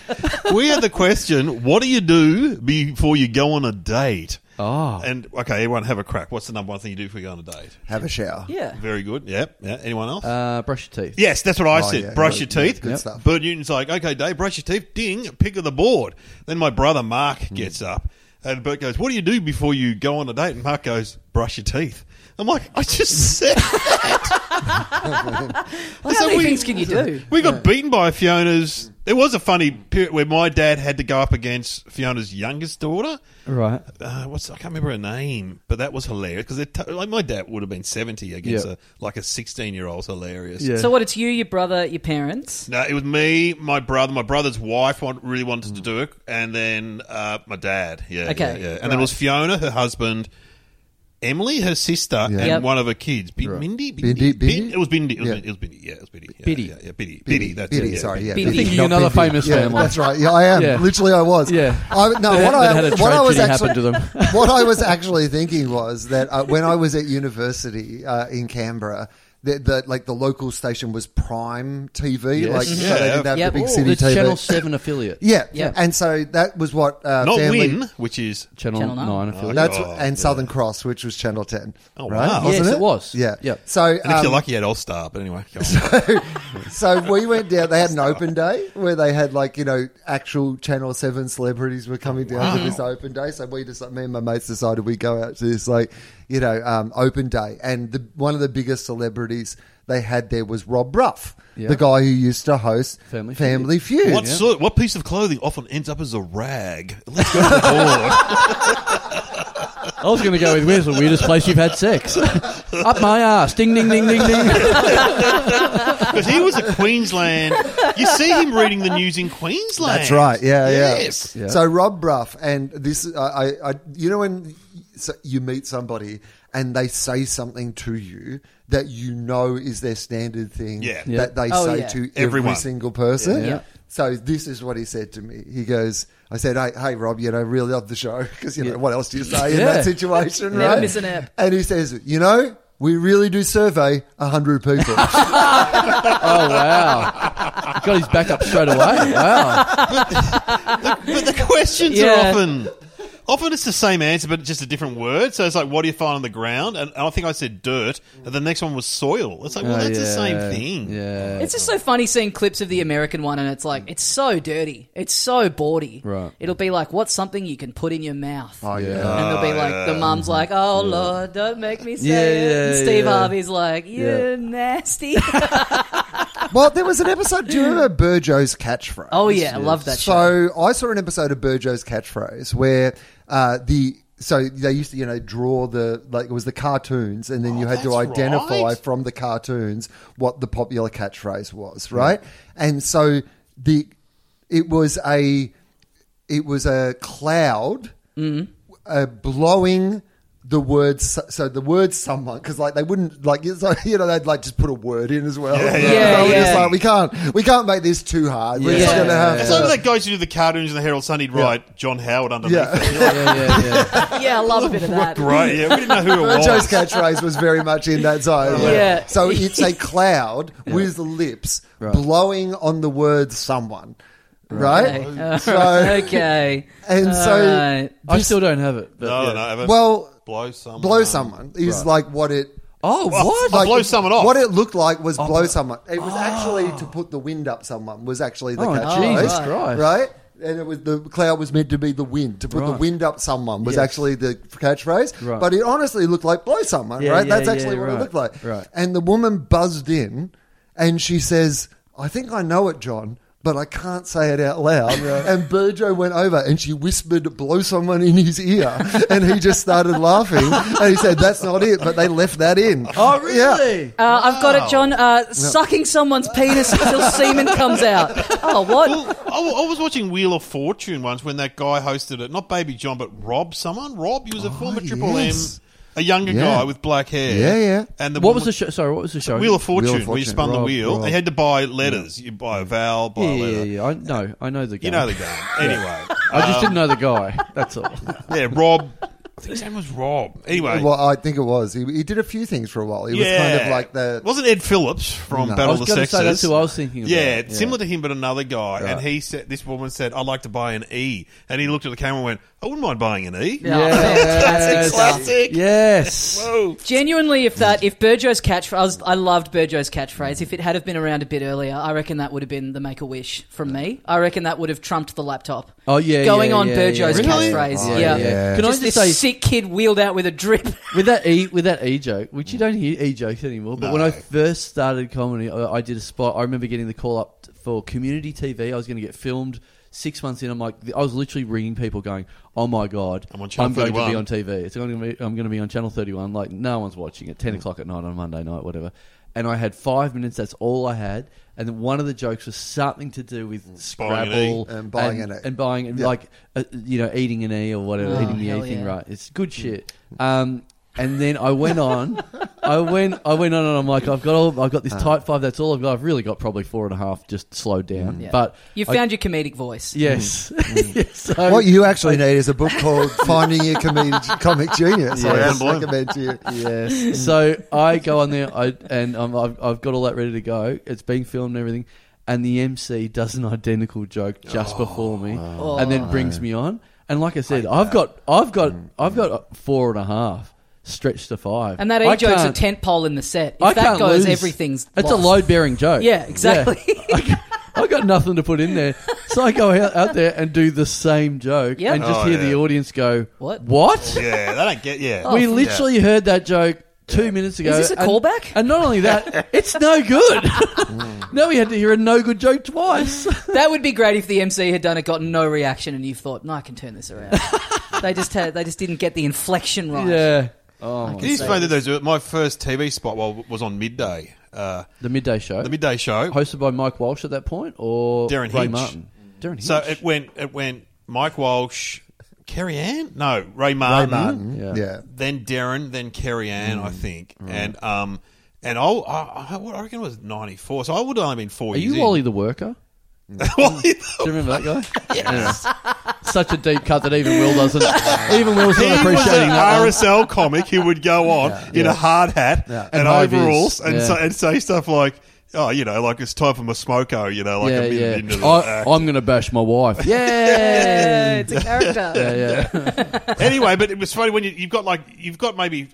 [SPEAKER 4] we had the question: What do you do before you go on a date?
[SPEAKER 3] Ah.
[SPEAKER 2] Oh.
[SPEAKER 4] And okay, everyone have a crack. What's the number one thing you do before you go on a date?
[SPEAKER 3] Have a shower.
[SPEAKER 1] Yeah.
[SPEAKER 4] Very good. Yeah. Yeah. Anyone else?
[SPEAKER 2] Uh, brush your teeth.
[SPEAKER 4] Yes, that's what I
[SPEAKER 3] Oh,
[SPEAKER 4] said.
[SPEAKER 3] yeah,
[SPEAKER 4] brush
[SPEAKER 3] yeah,
[SPEAKER 4] your teeth.
[SPEAKER 3] good Yep. stuff.
[SPEAKER 4] Bert Newton's like, okay, Dave, brush your teeth. Ding, pick of the board. Then my brother Mark
[SPEAKER 3] Hmm.
[SPEAKER 4] gets up, and Bert goes, "What do you do before you go on a date?" And Mark goes, "Brush your teeth." I'm like, I just said.
[SPEAKER 1] Well, how
[SPEAKER 4] So
[SPEAKER 1] many
[SPEAKER 4] we-
[SPEAKER 1] things can you do?
[SPEAKER 4] We got beaten by Fiona's. It was a funny period where my dad had to go up against Fiona's youngest daughter.
[SPEAKER 2] Right.
[SPEAKER 4] Uh, what's I can't remember her name, but that was hilarious because t- like my dad would have been seventy against
[SPEAKER 2] Yep.
[SPEAKER 4] a like a sixteen year old. Hilarious.
[SPEAKER 2] Yeah.
[SPEAKER 1] So what? It's you, your brother, your parents.
[SPEAKER 4] No, it was me, my brother, my brother's wife want, really wanted to do it, and then uh, my dad. Yeah.
[SPEAKER 1] Okay,
[SPEAKER 4] Yeah, yeah. And then
[SPEAKER 1] right.
[SPEAKER 4] it was Fiona, her husband, Emily, her sister, and
[SPEAKER 1] Yep.
[SPEAKER 4] one of her kids. Bid Mindy?
[SPEAKER 3] Bindi- Bindi?
[SPEAKER 4] Bin- It was Bindi. It was,
[SPEAKER 3] Yeah.
[SPEAKER 4] Bindi. It was Bindi. Yeah, it was Bindi. Yeah,
[SPEAKER 2] Biddy.
[SPEAKER 4] Yeah, yeah, Biddy. Biddy. That's
[SPEAKER 3] Biddy,
[SPEAKER 4] it. Yeah,
[SPEAKER 3] sorry, yeah.
[SPEAKER 1] Biddy.
[SPEAKER 3] Biddy,
[SPEAKER 1] Thinking
[SPEAKER 3] not
[SPEAKER 2] another
[SPEAKER 3] Biddy.
[SPEAKER 2] famous
[SPEAKER 3] yeah,
[SPEAKER 2] family.
[SPEAKER 3] That's right. Yeah, I am.
[SPEAKER 2] Yeah.
[SPEAKER 3] Literally, I was.
[SPEAKER 2] Yeah.
[SPEAKER 3] I, no,
[SPEAKER 2] That-
[SPEAKER 3] what I,
[SPEAKER 2] that had a
[SPEAKER 3] what I was
[SPEAKER 2] tragedy
[SPEAKER 3] actually
[SPEAKER 2] happen to them.
[SPEAKER 3] what I was actually thinking was that uh, when I was at university uh, in Canberra. The, the, like the local station was Prime TV,
[SPEAKER 2] Yes.
[SPEAKER 3] like so they
[SPEAKER 4] Yeah.
[SPEAKER 3] didn't have
[SPEAKER 1] Yep.
[SPEAKER 3] the big
[SPEAKER 1] Ooh,
[SPEAKER 3] city
[SPEAKER 2] The
[SPEAKER 3] TV.
[SPEAKER 2] Channel 7 affiliate.
[SPEAKER 3] yeah.
[SPEAKER 1] Yeah.
[SPEAKER 3] and so that was what uh,
[SPEAKER 4] Not
[SPEAKER 3] family.
[SPEAKER 4] Win, which is.
[SPEAKER 2] Channel,
[SPEAKER 1] Channel
[SPEAKER 2] 9,
[SPEAKER 1] nine.
[SPEAKER 2] affiliate.
[SPEAKER 3] That's
[SPEAKER 4] Oh,
[SPEAKER 3] and Southern Cross, which was Channel Ten.
[SPEAKER 4] Oh,
[SPEAKER 3] right?
[SPEAKER 4] wow.
[SPEAKER 3] Wasn't
[SPEAKER 2] Yes,
[SPEAKER 3] it?
[SPEAKER 2] it was.
[SPEAKER 3] Yeah,
[SPEAKER 2] Yep.
[SPEAKER 3] So,
[SPEAKER 4] And if
[SPEAKER 3] um,
[SPEAKER 4] you're lucky, you had All Star, but anyway. go on.
[SPEAKER 3] so we went down. They had an open day where they had like you know actual Channel Seven celebrities were coming down to this open day. So we just me and my mates decided we would go out to this like you know um, open day, and the, one of the biggest celebrities they had there was Rob Ruff,
[SPEAKER 2] Yeah.
[SPEAKER 3] the guy who used to host
[SPEAKER 2] Family
[SPEAKER 3] Family,
[SPEAKER 2] Feud.
[SPEAKER 3] Feud.
[SPEAKER 4] What sort? What piece of clothing often ends up as a rag? Let's go to the board.
[SPEAKER 2] I was going to go with where's the weirdest place you've had sex? Up my ass. Ding, ding, ding, ding, ding.
[SPEAKER 4] Because he was a Queensland. You see him reading the news in Queensland.
[SPEAKER 3] That's right. Yeah,
[SPEAKER 4] Yes.
[SPEAKER 3] yeah.
[SPEAKER 2] Yeah.
[SPEAKER 3] So Rob Bruff and this, I, I, I you know, when so you meet somebody and they say something to you that you know is their standard thing
[SPEAKER 4] Yeah.
[SPEAKER 2] Yeah.
[SPEAKER 3] that they
[SPEAKER 1] Oh,
[SPEAKER 3] say
[SPEAKER 1] yeah.
[SPEAKER 3] to
[SPEAKER 4] Everyone.
[SPEAKER 3] every single person.
[SPEAKER 2] Yeah. Yeah.
[SPEAKER 3] So this is what he said to me. He goes, I said, hey, hey Rob, you know, really love the show because, you know, what else do you say in
[SPEAKER 2] Yeah.
[SPEAKER 3] that situation,
[SPEAKER 1] Never
[SPEAKER 3] right?
[SPEAKER 1] miss an app.
[SPEAKER 3] And he says, you know, we really do survey 100 people.
[SPEAKER 2] Oh, wow. Got his back up straight away. Wow.
[SPEAKER 4] But the questions
[SPEAKER 1] Yeah.
[SPEAKER 4] are often. Often it's the same answer, but just a different word. So it's like, what do you find on the ground? And I think I said dirt, and the next one was soil. It's like, well,
[SPEAKER 2] Oh,
[SPEAKER 4] that's the
[SPEAKER 2] yeah.
[SPEAKER 4] same thing.
[SPEAKER 2] Yeah.
[SPEAKER 1] It's just so funny seeing clips of the American one, and it's like it's so dirty, it's so bawdy.
[SPEAKER 2] Right.
[SPEAKER 1] It'll be like, what's something you can put in your mouth?
[SPEAKER 3] oh, yeah.
[SPEAKER 2] Yeah.
[SPEAKER 1] and they'll be
[SPEAKER 4] Oh,
[SPEAKER 1] like,
[SPEAKER 4] yeah.
[SPEAKER 1] the mum's like, "Oh Lord, don't make me say
[SPEAKER 2] Yeah,
[SPEAKER 1] it."
[SPEAKER 2] yeah,
[SPEAKER 1] And Steve
[SPEAKER 2] yeah.
[SPEAKER 1] Harvey's like, "You
[SPEAKER 2] Yeah.
[SPEAKER 1] nasty."
[SPEAKER 3] Well, there was an episode. Do you remember Burjo's catchphrase?
[SPEAKER 1] oh yeah, I love that. show.
[SPEAKER 3] so I saw an episode of Burjo's catchphrase where uh, the so they used to you know draw the like it was the cartoons and then you had to
[SPEAKER 4] Oh, that's
[SPEAKER 3] identify
[SPEAKER 4] right.
[SPEAKER 3] from the cartoons what the popular catchphrase was right and so the it was a it was a cloud
[SPEAKER 1] Mm.
[SPEAKER 3] uh, blowing the words so, so the word someone because like they wouldn't like it's like, you know they'd like just put a word in as well
[SPEAKER 1] yeah.
[SPEAKER 3] So we're
[SPEAKER 1] Yeah,
[SPEAKER 3] just
[SPEAKER 1] yeah.
[SPEAKER 3] like we can't we can't make this too hard we're just
[SPEAKER 1] Yeah.
[SPEAKER 3] gonna have
[SPEAKER 4] It's
[SPEAKER 3] to-
[SPEAKER 4] like that guy used to do the cartoons in the Herald Sun. He'd write John Howard underneath
[SPEAKER 3] Yeah.
[SPEAKER 4] it. You're like,
[SPEAKER 2] yeah, yeah, yeah.
[SPEAKER 1] yeah, I love a bit of that.
[SPEAKER 4] Great. Yeah, we didn't know who it was.
[SPEAKER 3] Joe's catchphrase was very much in that zone.
[SPEAKER 1] Yeah.
[SPEAKER 3] So it's a cloud with lips
[SPEAKER 2] Right.
[SPEAKER 3] blowing on the word someone. Right?
[SPEAKER 1] Okay.
[SPEAKER 3] So,
[SPEAKER 1] Uh, okay.
[SPEAKER 3] and so,
[SPEAKER 1] Alright.
[SPEAKER 2] I still don't have it. But
[SPEAKER 4] No,
[SPEAKER 2] yeah.
[SPEAKER 4] no, have a-
[SPEAKER 3] well,
[SPEAKER 4] blow someone.
[SPEAKER 3] blow someone is like what it.
[SPEAKER 2] Oh, what?
[SPEAKER 4] Well, blow someone off.
[SPEAKER 3] What it looked like
[SPEAKER 2] Oh
[SPEAKER 3] was blow someone. It was actually to put the wind up someone was actually the
[SPEAKER 2] Ah. Oh,
[SPEAKER 3] catchphrase.
[SPEAKER 2] Jesus Christ.
[SPEAKER 3] Right? And it was the cloud was meant to be the wind. To put the
[SPEAKER 2] Right.
[SPEAKER 3] wind up someone was
[SPEAKER 2] Yes.
[SPEAKER 3] actually the catchphrase.
[SPEAKER 2] Right.
[SPEAKER 3] But it honestly looked like blow someone,
[SPEAKER 2] Yeah,
[SPEAKER 3] right?
[SPEAKER 2] yeah,
[SPEAKER 3] That's actually
[SPEAKER 2] yeah,
[SPEAKER 3] what
[SPEAKER 2] right,
[SPEAKER 3] it looked like.
[SPEAKER 2] right.
[SPEAKER 3] And the woman buzzed in and she says, I think I know it, John. But I can't say it out loud. And Burjo went over and she whispered, blow someone in his ear. And he just started laughing. And he said, that's not it. But they left that in.
[SPEAKER 2] Oh,
[SPEAKER 3] Yeah.
[SPEAKER 2] really?
[SPEAKER 1] Uh, I've got it, John. Uh, Sucking someone's penis until semen comes out. Oh, what?
[SPEAKER 4] Well, I, wa- I was watching Wheel of Fortune once when that guy hosted it. Not Baby John, but Rob someone. Rob, he was a former Triple
[SPEAKER 3] Oh, yes.
[SPEAKER 4] M, a younger
[SPEAKER 3] Yeah.
[SPEAKER 4] guy with black hair.
[SPEAKER 3] Yeah, yeah.
[SPEAKER 4] And the
[SPEAKER 2] What
[SPEAKER 4] woman-
[SPEAKER 2] was the show? Sorry, what was the show?
[SPEAKER 4] Wheel of Fortune,
[SPEAKER 3] Wheel of
[SPEAKER 4] where you
[SPEAKER 3] Fortune.
[SPEAKER 4] spun the
[SPEAKER 2] Rob,
[SPEAKER 4] wheel.
[SPEAKER 2] Rob.
[SPEAKER 4] They had to buy letters. You buy a vowel, buy
[SPEAKER 2] Yeah,
[SPEAKER 4] a
[SPEAKER 2] yeah,
[SPEAKER 4] letter.
[SPEAKER 2] yeah, yeah. I know. I know the guy.
[SPEAKER 4] You know the game. Anyway.
[SPEAKER 2] I just didn't know the guy. That's all.
[SPEAKER 4] yeah, Rob. I think his name was Rob. Anyway.
[SPEAKER 3] Well, I think it was. He, he did a few things for a while. He
[SPEAKER 4] yeah.
[SPEAKER 3] was kind of like the.
[SPEAKER 4] Wasn't Ed Phillips from
[SPEAKER 3] No.
[SPEAKER 2] I
[SPEAKER 4] Battle
[SPEAKER 2] was
[SPEAKER 4] of the
[SPEAKER 2] going to
[SPEAKER 4] Sexes?
[SPEAKER 2] say that's who I was thinking. About.
[SPEAKER 4] Yeah, similar to him, but another guy. And
[SPEAKER 2] Right.
[SPEAKER 4] he said, "This woman said, I'd like to buy an E." And he looked at the camera and went, "I wouldn't mind buying an E."
[SPEAKER 1] Yeah.
[SPEAKER 2] Yes.
[SPEAKER 4] Classic.
[SPEAKER 2] Yes.
[SPEAKER 4] Whoa.
[SPEAKER 1] Genuinely, if that, if Burjo's catchphrase, I, was, I loved Burjo's catchphrase. If it had have been around a bit earlier, I reckon that would have been the Make a Wish from me. I reckon that would have trumped the laptop.
[SPEAKER 2] Oh yeah.
[SPEAKER 1] Going
[SPEAKER 2] yeah,
[SPEAKER 1] on
[SPEAKER 2] yeah,
[SPEAKER 1] Burjo's
[SPEAKER 2] yeah.
[SPEAKER 4] Really?
[SPEAKER 1] catchphrase.
[SPEAKER 2] Oh,
[SPEAKER 1] yeah.
[SPEAKER 3] yeah.
[SPEAKER 2] Can
[SPEAKER 1] Just
[SPEAKER 2] I just
[SPEAKER 1] this
[SPEAKER 2] say
[SPEAKER 1] sick kid wheeled out with a drip.
[SPEAKER 2] with that e with that e joke, which you don't hear e jokes anymore. But when
[SPEAKER 4] No.
[SPEAKER 2] I first started comedy, I, I did a spot. I remember getting the call up t- for community TV. I was going to get filmed. Six months in, I'm like, I was literally ringing people, going, "Oh my god,
[SPEAKER 4] I'm on channel
[SPEAKER 2] going to
[SPEAKER 4] 31.
[SPEAKER 2] be on TV. It's going to be, I'm going to be on channel 31. Like no one's watching at 10
[SPEAKER 4] Mm.
[SPEAKER 2] o'clock at night on Monday night, whatever." And I had five minutes. That's all I had. And then one of the jokes was something to do with
[SPEAKER 4] Buying an
[SPEAKER 2] Scrabble
[SPEAKER 3] E. And buying an E.
[SPEAKER 2] and buying and
[SPEAKER 3] Yeah. Ah,
[SPEAKER 2] like uh, you know eating an e or whatever,
[SPEAKER 1] Oh,
[SPEAKER 2] eating the
[SPEAKER 1] hell
[SPEAKER 2] e thing
[SPEAKER 1] yeah.
[SPEAKER 2] right. It's good shit. Um, and then I went on, I went, I went on, and I'm like, I've got all, I've got
[SPEAKER 3] Uh.
[SPEAKER 2] this type five. That's all I've got. I've really got probably four and a half just slowed
[SPEAKER 3] Mm.
[SPEAKER 2] down.
[SPEAKER 1] Yeah.
[SPEAKER 2] But
[SPEAKER 1] You
[SPEAKER 2] I-
[SPEAKER 1] found your comedic voice.
[SPEAKER 2] yes, Yes, so-
[SPEAKER 3] What you actually need is a book called Finding Your Comed- Comic Genius. I
[SPEAKER 2] Yes.
[SPEAKER 3] would recommend to you.
[SPEAKER 2] yes. So I go on there, I and I'm, I've, I've got all that ready to go. It's being filmed and everything, and the MC does an identical joke just before me,
[SPEAKER 1] Oh.
[SPEAKER 2] and then
[SPEAKER 3] Oh.
[SPEAKER 2] brings me on. And like I said, I've got, I've got,
[SPEAKER 3] Mm.
[SPEAKER 2] I've got four and a half stretched to five,
[SPEAKER 1] And that
[SPEAKER 2] I
[SPEAKER 1] E joke's a
[SPEAKER 2] can't-
[SPEAKER 1] tent pole in the set. If
[SPEAKER 2] I
[SPEAKER 1] that
[SPEAKER 2] can't
[SPEAKER 1] goes,
[SPEAKER 2] lose.
[SPEAKER 1] everything's.
[SPEAKER 2] It's
[SPEAKER 1] lost.
[SPEAKER 2] a load bearing joke.
[SPEAKER 1] Yeah, exactly.
[SPEAKER 2] I, I got nothing to put in there, so I go out, out there and do the same joke,
[SPEAKER 1] Yep.
[SPEAKER 2] and just
[SPEAKER 4] Oh,
[SPEAKER 2] hear the
[SPEAKER 4] yeah.
[SPEAKER 2] audience go,
[SPEAKER 1] What? Oh.
[SPEAKER 2] "What?" Oh,
[SPEAKER 4] Yeah, they don't get. Yeah,
[SPEAKER 2] we literally heard that joke two minutes ago.
[SPEAKER 1] Is this a
[SPEAKER 2] and-
[SPEAKER 1] callback?
[SPEAKER 2] And not only that, it's no good.
[SPEAKER 4] Hmm.
[SPEAKER 2] now we had to hear a no good joke twice.
[SPEAKER 1] That would be great if the MC had done it, got no reaction, and you thought, "No, I can turn this around." they just had, they just didn't get the inflection right.
[SPEAKER 2] Yeah. Oh, my.
[SPEAKER 4] It is funny that those were- my first TV spot well, was on midday, uh,
[SPEAKER 2] the midday show,
[SPEAKER 4] the midday show.
[SPEAKER 2] hosted by Mike Walsh at that point, or
[SPEAKER 4] Darren
[SPEAKER 2] Ray
[SPEAKER 4] Hinch.
[SPEAKER 2] Martin. Darren Hinch.
[SPEAKER 4] So it went it went Mike Walsh, Kerry Ann, no Ray Martin,
[SPEAKER 2] Yeah.
[SPEAKER 3] Yeah.
[SPEAKER 4] then Darren, then Kerry Ann, I think, and um and I, I, I what I reckon it was ninety four, so I would have only been four
[SPEAKER 2] Are
[SPEAKER 4] years.
[SPEAKER 2] you Wally the Worker?
[SPEAKER 4] in. Wally the-
[SPEAKER 2] Do you remember that guy? yes. Such a deep cut that even Will doesn't. even Will's
[SPEAKER 4] He
[SPEAKER 2] not
[SPEAKER 4] was
[SPEAKER 2] appreciating
[SPEAKER 4] an
[SPEAKER 2] that. one.
[SPEAKER 4] RSL comic who would go on in a hard hat
[SPEAKER 3] Yeah.
[SPEAKER 4] and,
[SPEAKER 2] And movies.
[SPEAKER 4] overalls and,
[SPEAKER 2] Yeah.
[SPEAKER 4] say, and say stuff like, oh, you know, like it's time for my smoko, you know, like
[SPEAKER 2] yeah,
[SPEAKER 4] a minute
[SPEAKER 2] yeah.
[SPEAKER 4] into the
[SPEAKER 2] I,
[SPEAKER 4] act.
[SPEAKER 2] I'm going to bash my wife.
[SPEAKER 1] Yeah,
[SPEAKER 2] Yeah.
[SPEAKER 1] it's a character.
[SPEAKER 2] yeah, yeah.
[SPEAKER 4] anyway, but it was funny when you, you've got like you've got maybe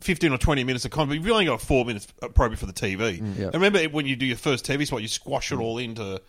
[SPEAKER 4] fifteen or twenty minutes of content. but You've only got four minutes appropriate for the TV.
[SPEAKER 2] Mm, Yeah. Mm.
[SPEAKER 4] And remember when you do your first TV spot, you squash it all into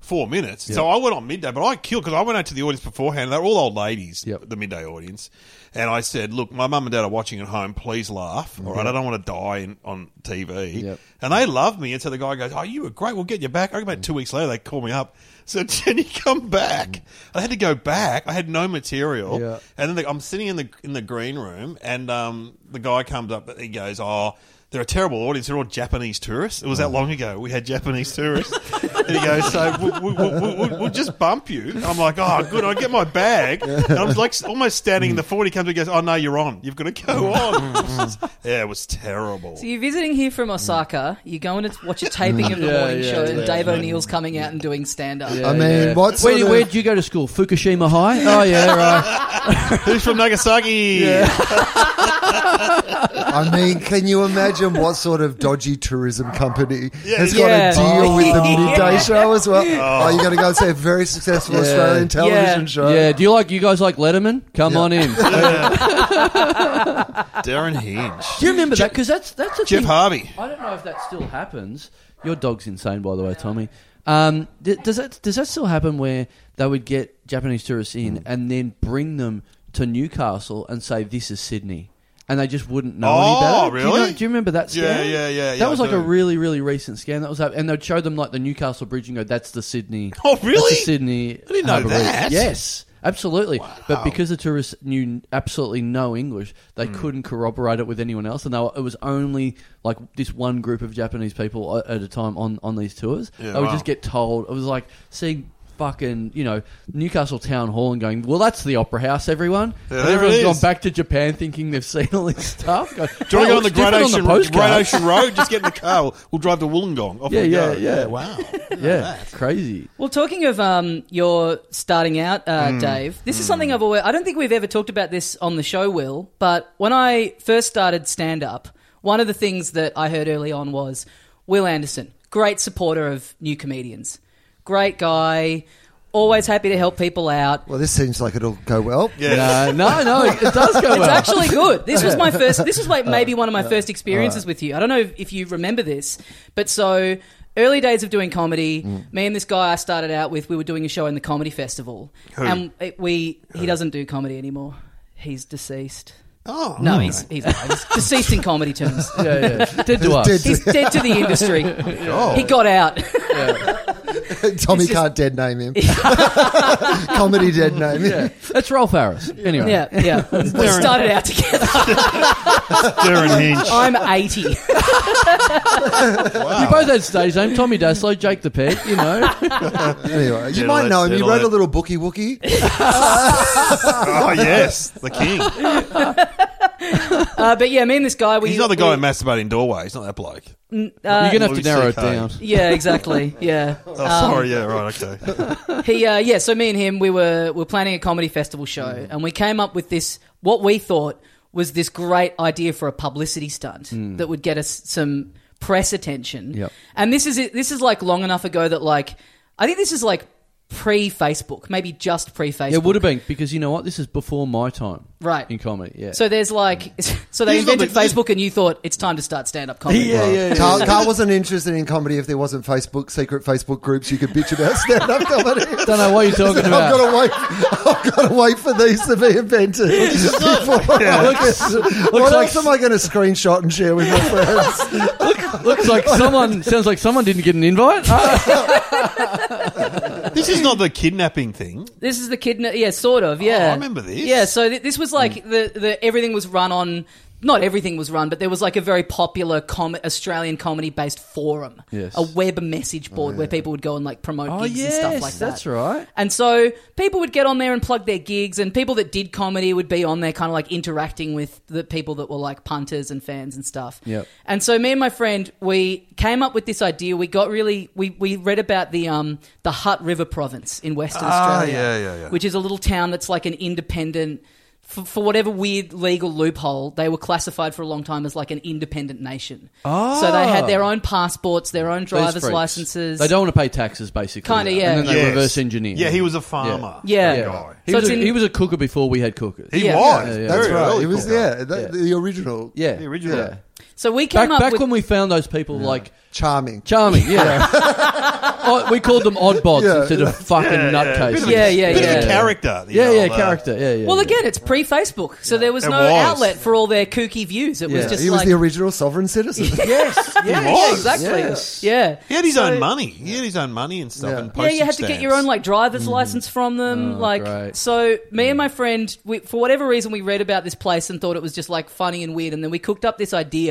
[SPEAKER 4] four minutes. So I went on midday, but I killed because I went out to the audience beforehand. and They're all old ladies,
[SPEAKER 2] Yep.
[SPEAKER 4] the midday audience, and I said, "Look, my mum and dad are watching at home. Please laugh. All right, I don't want to die in, on TV."
[SPEAKER 2] Yep.
[SPEAKER 4] And they love me. And so the guy goes, Oh, you were great. We'll get you back. I reckon about two weeks later, they call me up. So, Jenny, come back. I had to go back. I had no material.
[SPEAKER 2] Yeah.
[SPEAKER 4] And then the, I'm sitting in the in the green room, and um, the guy comes up. He goes, Oh, they're a terrible audience. They're all Japanese tourists. It was
[SPEAKER 2] Mm.
[SPEAKER 4] that long ago. We had Japanese tourists. and he goes, So we'll, we'll, we'll, we'll, we'll just bump you. And I'm like, Oh, good. I get my bag. And I'm like almost standing
[SPEAKER 2] Mm.
[SPEAKER 4] in the 40 comes and goes, Oh, no, you're on. You've got to go on.
[SPEAKER 2] Mm.
[SPEAKER 4] yeah, it was terrible.
[SPEAKER 1] So you're visiting here from Osaka. You're going to watch a taping of the
[SPEAKER 2] Yeah,
[SPEAKER 1] morning
[SPEAKER 2] yeah,
[SPEAKER 1] show, and
[SPEAKER 2] yeah.
[SPEAKER 1] Dave O'Neill's coming out and doing stand up.
[SPEAKER 2] Yeah,
[SPEAKER 3] I mean,
[SPEAKER 2] yeah.
[SPEAKER 3] what
[SPEAKER 2] Where,
[SPEAKER 3] sort of-
[SPEAKER 2] where'd you go to school? Fukushima High? Oh, yeah, right.
[SPEAKER 4] Who's from Nagasaki?
[SPEAKER 3] I mean, can you imagine what sort of dodgy tourism company
[SPEAKER 4] Yeah,
[SPEAKER 3] has
[SPEAKER 1] yeah.
[SPEAKER 3] got to deal with the
[SPEAKER 1] Oh.
[SPEAKER 3] midday
[SPEAKER 1] Yeah.
[SPEAKER 3] show as well? Oh, you got to go and see a very successful
[SPEAKER 2] Yeah.
[SPEAKER 3] Australian television
[SPEAKER 1] Yeah.
[SPEAKER 3] show.
[SPEAKER 2] Yeah, do you like, you guys like Letterman? Come
[SPEAKER 3] Yeah.
[SPEAKER 2] on in.
[SPEAKER 4] Darren Hinch.
[SPEAKER 2] Do you remember that? 'Cause that? Because that's, that's a
[SPEAKER 4] Jeff
[SPEAKER 2] thing.
[SPEAKER 4] Harvey.
[SPEAKER 2] I don't know if that still happens. Your dog's insane, by the way, Tommy. Um, d- does that does that still happen where they would get Japanese tourists
[SPEAKER 4] Hmm.
[SPEAKER 2] in and then bring them to Newcastle and say this is Sydney, and they just wouldn't know
[SPEAKER 4] Oh,
[SPEAKER 2] any better? Do you, know-
[SPEAKER 4] really?
[SPEAKER 2] do you remember that? Scam?
[SPEAKER 4] Yeah, yeah, yeah,
[SPEAKER 2] That
[SPEAKER 4] yeah,
[SPEAKER 2] was
[SPEAKER 4] I
[SPEAKER 2] like
[SPEAKER 4] do.
[SPEAKER 2] a really really recent scam that was up, and they'd show them like the Newcastle Bridge and go, "That's the Sydney."
[SPEAKER 4] Oh,
[SPEAKER 2] that's the
[SPEAKER 4] really?
[SPEAKER 2] Sydney. I
[SPEAKER 4] didn't know that.
[SPEAKER 2] Yes. Absolutely, but because the tourists knew absolutely no English,
[SPEAKER 4] Hmm.
[SPEAKER 2] they couldn't corroborate it with anyone else, and they were, it was only like this one group of Japanese people a- at a time on, on these tours.
[SPEAKER 4] Yeah,
[SPEAKER 2] they would
[SPEAKER 4] wow.
[SPEAKER 2] just get told. It was like seeing fucking you know Newcastle Town Hall and going, "Well, that's the Opera House, everyone."
[SPEAKER 4] Yeah,
[SPEAKER 2] and
[SPEAKER 4] there it
[SPEAKER 2] everyone's
[SPEAKER 4] is.
[SPEAKER 2] gone back to Japan thinking they've seen all this stuff. Go,
[SPEAKER 4] Do you want to
[SPEAKER 2] "Well,
[SPEAKER 4] go on the
[SPEAKER 2] it looks different
[SPEAKER 4] Great Ocean,
[SPEAKER 2] postcard."
[SPEAKER 4] Great Ocean Road? Just get in the car. We'll, we'll drive to Wollongong. Off
[SPEAKER 2] Yeah,
[SPEAKER 4] we
[SPEAKER 2] yeah,
[SPEAKER 4] go.
[SPEAKER 2] yeah.
[SPEAKER 4] Wow.
[SPEAKER 2] Yeah, crazy.
[SPEAKER 1] Well, talking of um, your starting out, uh, Dave, this is something I've always, I don't think we've ever talked about this on the show, Will, but when I first started stand up, one of the things that I heard early on was Will Anderson, great supporter of new comedians, great guy, always happy to help people out.
[SPEAKER 3] Well, this seems like it'll go well.
[SPEAKER 4] Yeah.
[SPEAKER 2] no, no, no, it it does go well.
[SPEAKER 1] It's actually good. This was my first. This was like
[SPEAKER 4] Oh,
[SPEAKER 1] maybe one of my first experiences with you. I don't know if, if you remember this, but so early days of doing comedy,
[SPEAKER 4] Mm.
[SPEAKER 1] me and this guy I started out with, we were doing a show in the comedy festival,
[SPEAKER 4] Who?
[SPEAKER 1] and it, we he doesn't do comedy anymore. He's deceased.
[SPEAKER 4] Oh.
[SPEAKER 1] No, he's he's, alive. he's deceased in comedy terms.
[SPEAKER 2] yeah, yeah. Dead to us.
[SPEAKER 3] Dead
[SPEAKER 1] He's dead to the industry. He got out.
[SPEAKER 3] Tommy can't dead name him. Comedy dead name him.
[SPEAKER 2] Yeah. That's Rolf Harris. Anyway.
[SPEAKER 1] yeah, yeah. We started out together.
[SPEAKER 4] Darren Hinch.
[SPEAKER 1] I'm 80.
[SPEAKER 2] You both had stage name Tommy Daslow, Jake the Peg, you know.
[SPEAKER 3] Anyway, you
[SPEAKER 4] Dead
[SPEAKER 3] might
[SPEAKER 4] on it,
[SPEAKER 3] know him. He
[SPEAKER 4] dead on
[SPEAKER 3] wrote a
[SPEAKER 4] it.
[SPEAKER 3] little bookie wookie.
[SPEAKER 4] Oh, yes. The king.
[SPEAKER 1] Uh, but yeah, me and this guy, we
[SPEAKER 4] He's not the guy
[SPEAKER 1] we- uh,
[SPEAKER 4] who masturbated in doorway. He's not that bloke.
[SPEAKER 2] You're going to have to
[SPEAKER 4] Louis
[SPEAKER 2] narrow it
[SPEAKER 4] CK.
[SPEAKER 2] down.
[SPEAKER 1] Yeah, exactly. Yeah.
[SPEAKER 4] Oh, sorry. Yeah, right. Okay.
[SPEAKER 1] he uh, yeah so me and him we were we were planning a comedy festival show and we came up with this what we thought was this great idea for a publicity stunt that would get us some press attention
[SPEAKER 2] Yep.
[SPEAKER 1] and this is it this is like long enough ago that like i think this is like pre Facebook, maybe just pre Facebook.
[SPEAKER 2] It would have been because you know what? This is before my time,
[SPEAKER 1] Right.
[SPEAKER 2] In comedy, yeah.
[SPEAKER 1] So there's like, so they
[SPEAKER 4] He's got
[SPEAKER 1] invented
[SPEAKER 4] the-
[SPEAKER 1] Facebook, and you thought it's time to start stand up comedy.
[SPEAKER 2] Yeah, yeah, yeah.
[SPEAKER 3] Carl, Carl wasn't interested in comedy if there wasn't Facebook secret Facebook groups you could bitch about stand up comedy.
[SPEAKER 2] don't know what you're talking
[SPEAKER 3] I've
[SPEAKER 2] about.
[SPEAKER 3] got to wait. I've got to wait for these to be invented. Before I can- what
[SPEAKER 2] like-
[SPEAKER 3] else am I going to screenshot and share with my friends?
[SPEAKER 2] Looks like someone sounds like someone didn't get an invite. Ah,
[SPEAKER 4] This is not the kidnapping thing.
[SPEAKER 1] This is the kid. Yeah, sort of.
[SPEAKER 2] Oh,
[SPEAKER 1] Yeah,
[SPEAKER 4] I remember this.
[SPEAKER 1] Yeah, so th- this was like
[SPEAKER 2] Hmm.
[SPEAKER 1] the the everything was run on. Not everything was run, but there was like a very popular com- Australian comedy based forum,
[SPEAKER 2] Yes.
[SPEAKER 1] a web message board where people would go and like promote
[SPEAKER 2] Oh,
[SPEAKER 1] gigs and stuff
[SPEAKER 2] yes,
[SPEAKER 1] like that.
[SPEAKER 2] that's right.
[SPEAKER 1] And so people would get on there and plug their gigs, and people that did comedy would be on there, kind of like interacting with the people that were like punters and fans and stuff.
[SPEAKER 2] Yep.
[SPEAKER 1] And so me and my friend, we came up with this idea. We got really we, we read about the um the Hutt River Province in Western
[SPEAKER 4] Ah,
[SPEAKER 1] Australia,
[SPEAKER 4] yeah, yeah, yeah.
[SPEAKER 1] which is a little town that's like an independent. For, for whatever weird legal loophole, they were classified for a long time as like an independent nation.
[SPEAKER 2] Ah.
[SPEAKER 1] So they had their own passports, their own
[SPEAKER 2] Those
[SPEAKER 1] driver's
[SPEAKER 2] freaks.
[SPEAKER 1] licenses.
[SPEAKER 2] They don't want to pay taxes, basically.
[SPEAKER 1] Kinda, yeah.
[SPEAKER 2] And then they
[SPEAKER 4] Yes.
[SPEAKER 2] reverse engineer.
[SPEAKER 4] Yeah, he was a farmer.
[SPEAKER 1] Yeah.
[SPEAKER 4] that
[SPEAKER 1] Yeah.
[SPEAKER 4] guy.
[SPEAKER 2] He,
[SPEAKER 1] So
[SPEAKER 2] was a,
[SPEAKER 1] it's in-
[SPEAKER 2] he was a cooker before we had cookers.
[SPEAKER 4] He
[SPEAKER 1] Yeah.
[SPEAKER 4] was.
[SPEAKER 1] Yeah,
[SPEAKER 2] yeah.
[SPEAKER 3] That's
[SPEAKER 4] very
[SPEAKER 3] right.
[SPEAKER 4] early
[SPEAKER 3] It was
[SPEAKER 4] cooker.
[SPEAKER 3] yeah, the, the original.
[SPEAKER 2] yeah.
[SPEAKER 4] The original.
[SPEAKER 2] Yeah.
[SPEAKER 1] So we came
[SPEAKER 2] Back,
[SPEAKER 1] up
[SPEAKER 2] back
[SPEAKER 1] with
[SPEAKER 2] when we found those people like
[SPEAKER 3] charming.
[SPEAKER 2] charming, yeah. oh, we called them odd bods
[SPEAKER 3] Yeah.
[SPEAKER 2] instead of fucking
[SPEAKER 4] Bit
[SPEAKER 2] nutcases.
[SPEAKER 4] of a-
[SPEAKER 1] Yeah, yeah,
[SPEAKER 4] bit of
[SPEAKER 1] yeah.
[SPEAKER 4] a character. the
[SPEAKER 2] Yeah, yeah,
[SPEAKER 4] old, uh,
[SPEAKER 2] character. Yeah, yeah.
[SPEAKER 1] Well,
[SPEAKER 2] yeah.
[SPEAKER 1] again, it's pre Facebook, so there was
[SPEAKER 4] It
[SPEAKER 1] no
[SPEAKER 4] was.
[SPEAKER 1] outlet for all their kooky views. It was
[SPEAKER 2] Yeah.
[SPEAKER 1] just
[SPEAKER 3] he was
[SPEAKER 1] like,
[SPEAKER 3] the original sovereign citizen.
[SPEAKER 2] yes,
[SPEAKER 1] yeah,
[SPEAKER 4] He
[SPEAKER 1] yeah,
[SPEAKER 4] was.
[SPEAKER 1] exactly,
[SPEAKER 2] Yes.
[SPEAKER 1] yeah.
[SPEAKER 4] He had his
[SPEAKER 1] So-
[SPEAKER 4] own money. He had his own money and stuff.
[SPEAKER 3] Yeah.
[SPEAKER 4] And
[SPEAKER 1] Yeah, you had to
[SPEAKER 4] postage
[SPEAKER 1] get your own
[SPEAKER 4] stamps.
[SPEAKER 1] like driver's license from them.
[SPEAKER 2] Mm. Oh,
[SPEAKER 1] like,
[SPEAKER 2] great.
[SPEAKER 1] so me and my friend, we, for whatever reason, we read about this place and thought it was just like funny and weird. And then we cooked up this idea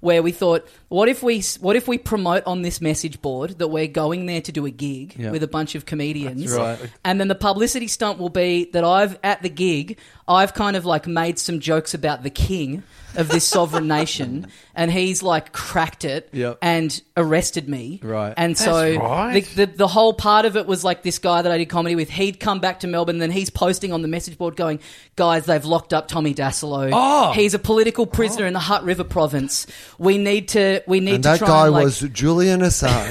[SPEAKER 1] where we thought, what if we, what if we promote on this message board that we're going there to do a gig
[SPEAKER 2] Yeah.
[SPEAKER 1] with a bunch of comedians,
[SPEAKER 2] That's right.
[SPEAKER 1] and then the publicity stunt will be that I've at the gig, I've kind of like made some jokes about the king of this sovereign nation, and he's like cracked it
[SPEAKER 2] Yep.
[SPEAKER 1] and arrested me,
[SPEAKER 2] Right.
[SPEAKER 1] And so
[SPEAKER 4] right.
[SPEAKER 1] the, the, the whole part of it was like this guy that I did comedy with. He'd come back to Melbourne, then he's posting on the message board going, "Guys, they've locked up Tommy Dasilo.
[SPEAKER 2] Oh.
[SPEAKER 1] He's a political prisoner in the Hutt River province. We need to we need
[SPEAKER 3] and
[SPEAKER 1] to
[SPEAKER 3] that
[SPEAKER 1] try
[SPEAKER 3] guy
[SPEAKER 1] and like,
[SPEAKER 3] was Julian Assange.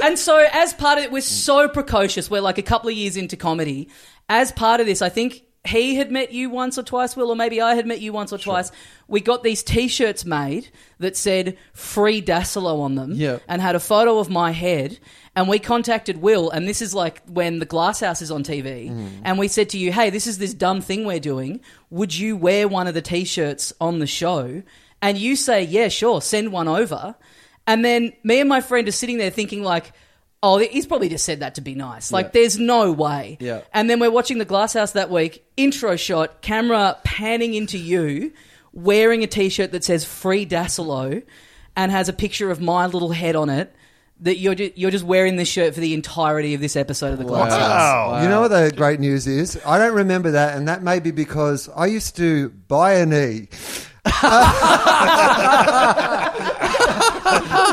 [SPEAKER 1] And so, as part of it, we're so precocious. We're like a couple of years into comedy. As part of this, I think he had met you once or twice, Will, or maybe I had met you once or twice. We got these T-shirts made that said "Free Dasilo" on them,
[SPEAKER 2] Yeah.
[SPEAKER 1] and had a photo of my head. And we contacted Will, and this is like when the Glass House is on TV,
[SPEAKER 2] Mm.
[SPEAKER 1] and we said to you, "Hey, this is this dumb thing we're doing. Would you wear one of the T-shirts on the show?" And you say, "Yeah, sure, send one over." And then me and my friend are sitting there thinking like, oh, he's probably just said that to be nice. Like,
[SPEAKER 2] Yeah.
[SPEAKER 1] there's no way.
[SPEAKER 2] Yeah.
[SPEAKER 1] And then we're watching The Glass House that week. Intro shot, camera panning into you, wearing a t-shirt that says "Free Dasilo," and has a picture of my little head on it. That you're ju- you're just wearing this shirt for the entirety of this episode of The Glass House.
[SPEAKER 4] Wow.
[SPEAKER 3] You know what the great news is? I don't remember that, and that may be because I used to buy an E.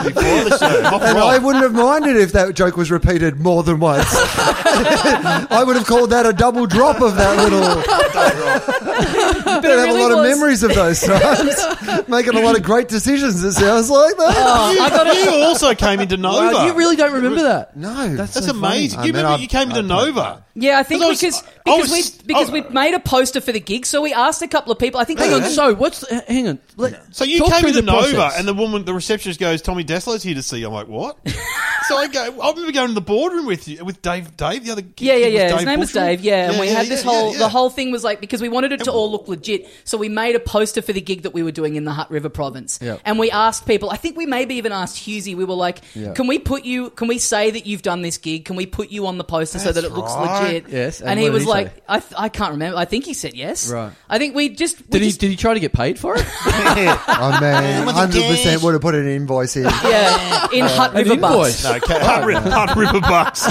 [SPEAKER 4] Before the show. Off
[SPEAKER 3] And
[SPEAKER 4] rock.
[SPEAKER 3] I wouldn't have minded if that joke was repeated more than once. I would have called that a double drop of that little.
[SPEAKER 1] But it
[SPEAKER 3] I have
[SPEAKER 1] really
[SPEAKER 3] a lot
[SPEAKER 1] was-
[SPEAKER 3] of memories of those times, making a lot of great decisions. It sounds like that.
[SPEAKER 1] Oh.
[SPEAKER 4] you, you also came into Nova.
[SPEAKER 2] Wow, you really don't remember that?
[SPEAKER 3] no,
[SPEAKER 4] That's amazing.
[SPEAKER 3] I
[SPEAKER 4] You
[SPEAKER 3] mean,
[SPEAKER 4] remember
[SPEAKER 3] I've-
[SPEAKER 4] you came into
[SPEAKER 3] I've-
[SPEAKER 4] Nova.
[SPEAKER 1] Yeah, I think
[SPEAKER 4] 'Cause I was-
[SPEAKER 1] because
[SPEAKER 4] I
[SPEAKER 1] because
[SPEAKER 4] was-
[SPEAKER 1] we because
[SPEAKER 4] I-
[SPEAKER 1] we made a poster for the gig, so we asked a couple of people. I think they
[SPEAKER 2] Hang on.
[SPEAKER 1] got
[SPEAKER 2] So what's? h- Hang on. Let,
[SPEAKER 4] So you
[SPEAKER 2] talk
[SPEAKER 4] came
[SPEAKER 2] through
[SPEAKER 4] into
[SPEAKER 2] the
[SPEAKER 4] Nova,
[SPEAKER 2] process.
[SPEAKER 4] and the woman, the receptionist goes, "Tommy Deslo's here to see." you." I'm like, "What?" so I go. I remember going to the boardroom with you, with Dave. Dave, the other kid,
[SPEAKER 1] Yeah, yeah,
[SPEAKER 4] was
[SPEAKER 1] yeah.
[SPEAKER 4] Dave
[SPEAKER 1] His name was
[SPEAKER 4] Bushman.
[SPEAKER 1] Dave. Yeah, and we had this
[SPEAKER 4] yeah,
[SPEAKER 1] whole
[SPEAKER 4] yeah.
[SPEAKER 1] the whole thing was like because we wanted it to all look legit, so we made a poster for the gig that we were doing in the Hutt River Province,
[SPEAKER 2] Yep.
[SPEAKER 1] and we asked people. I think we maybe even asked Husey. We were like,
[SPEAKER 2] Yeah.
[SPEAKER 1] "Can we put you? Can we say that you've done this gig? Can we put you on the poster so that it looks
[SPEAKER 4] right.
[SPEAKER 1] legit?"
[SPEAKER 2] Yes,
[SPEAKER 1] and,
[SPEAKER 2] and
[SPEAKER 1] he
[SPEAKER 2] what did
[SPEAKER 1] was
[SPEAKER 2] he
[SPEAKER 1] like,
[SPEAKER 2] say?
[SPEAKER 1] I, th- "I can't remember. I think he said yes."
[SPEAKER 2] Right.
[SPEAKER 1] I think we just we
[SPEAKER 2] did he
[SPEAKER 1] just-
[SPEAKER 2] did he try to get paid for it?
[SPEAKER 3] I mean, Oh, hundred percent would have put an invoice in.
[SPEAKER 1] yeah in Hutt
[SPEAKER 2] An
[SPEAKER 1] River Bus.
[SPEAKER 2] invoice.
[SPEAKER 4] No, okay. Hunt River, Hunt River Bucks.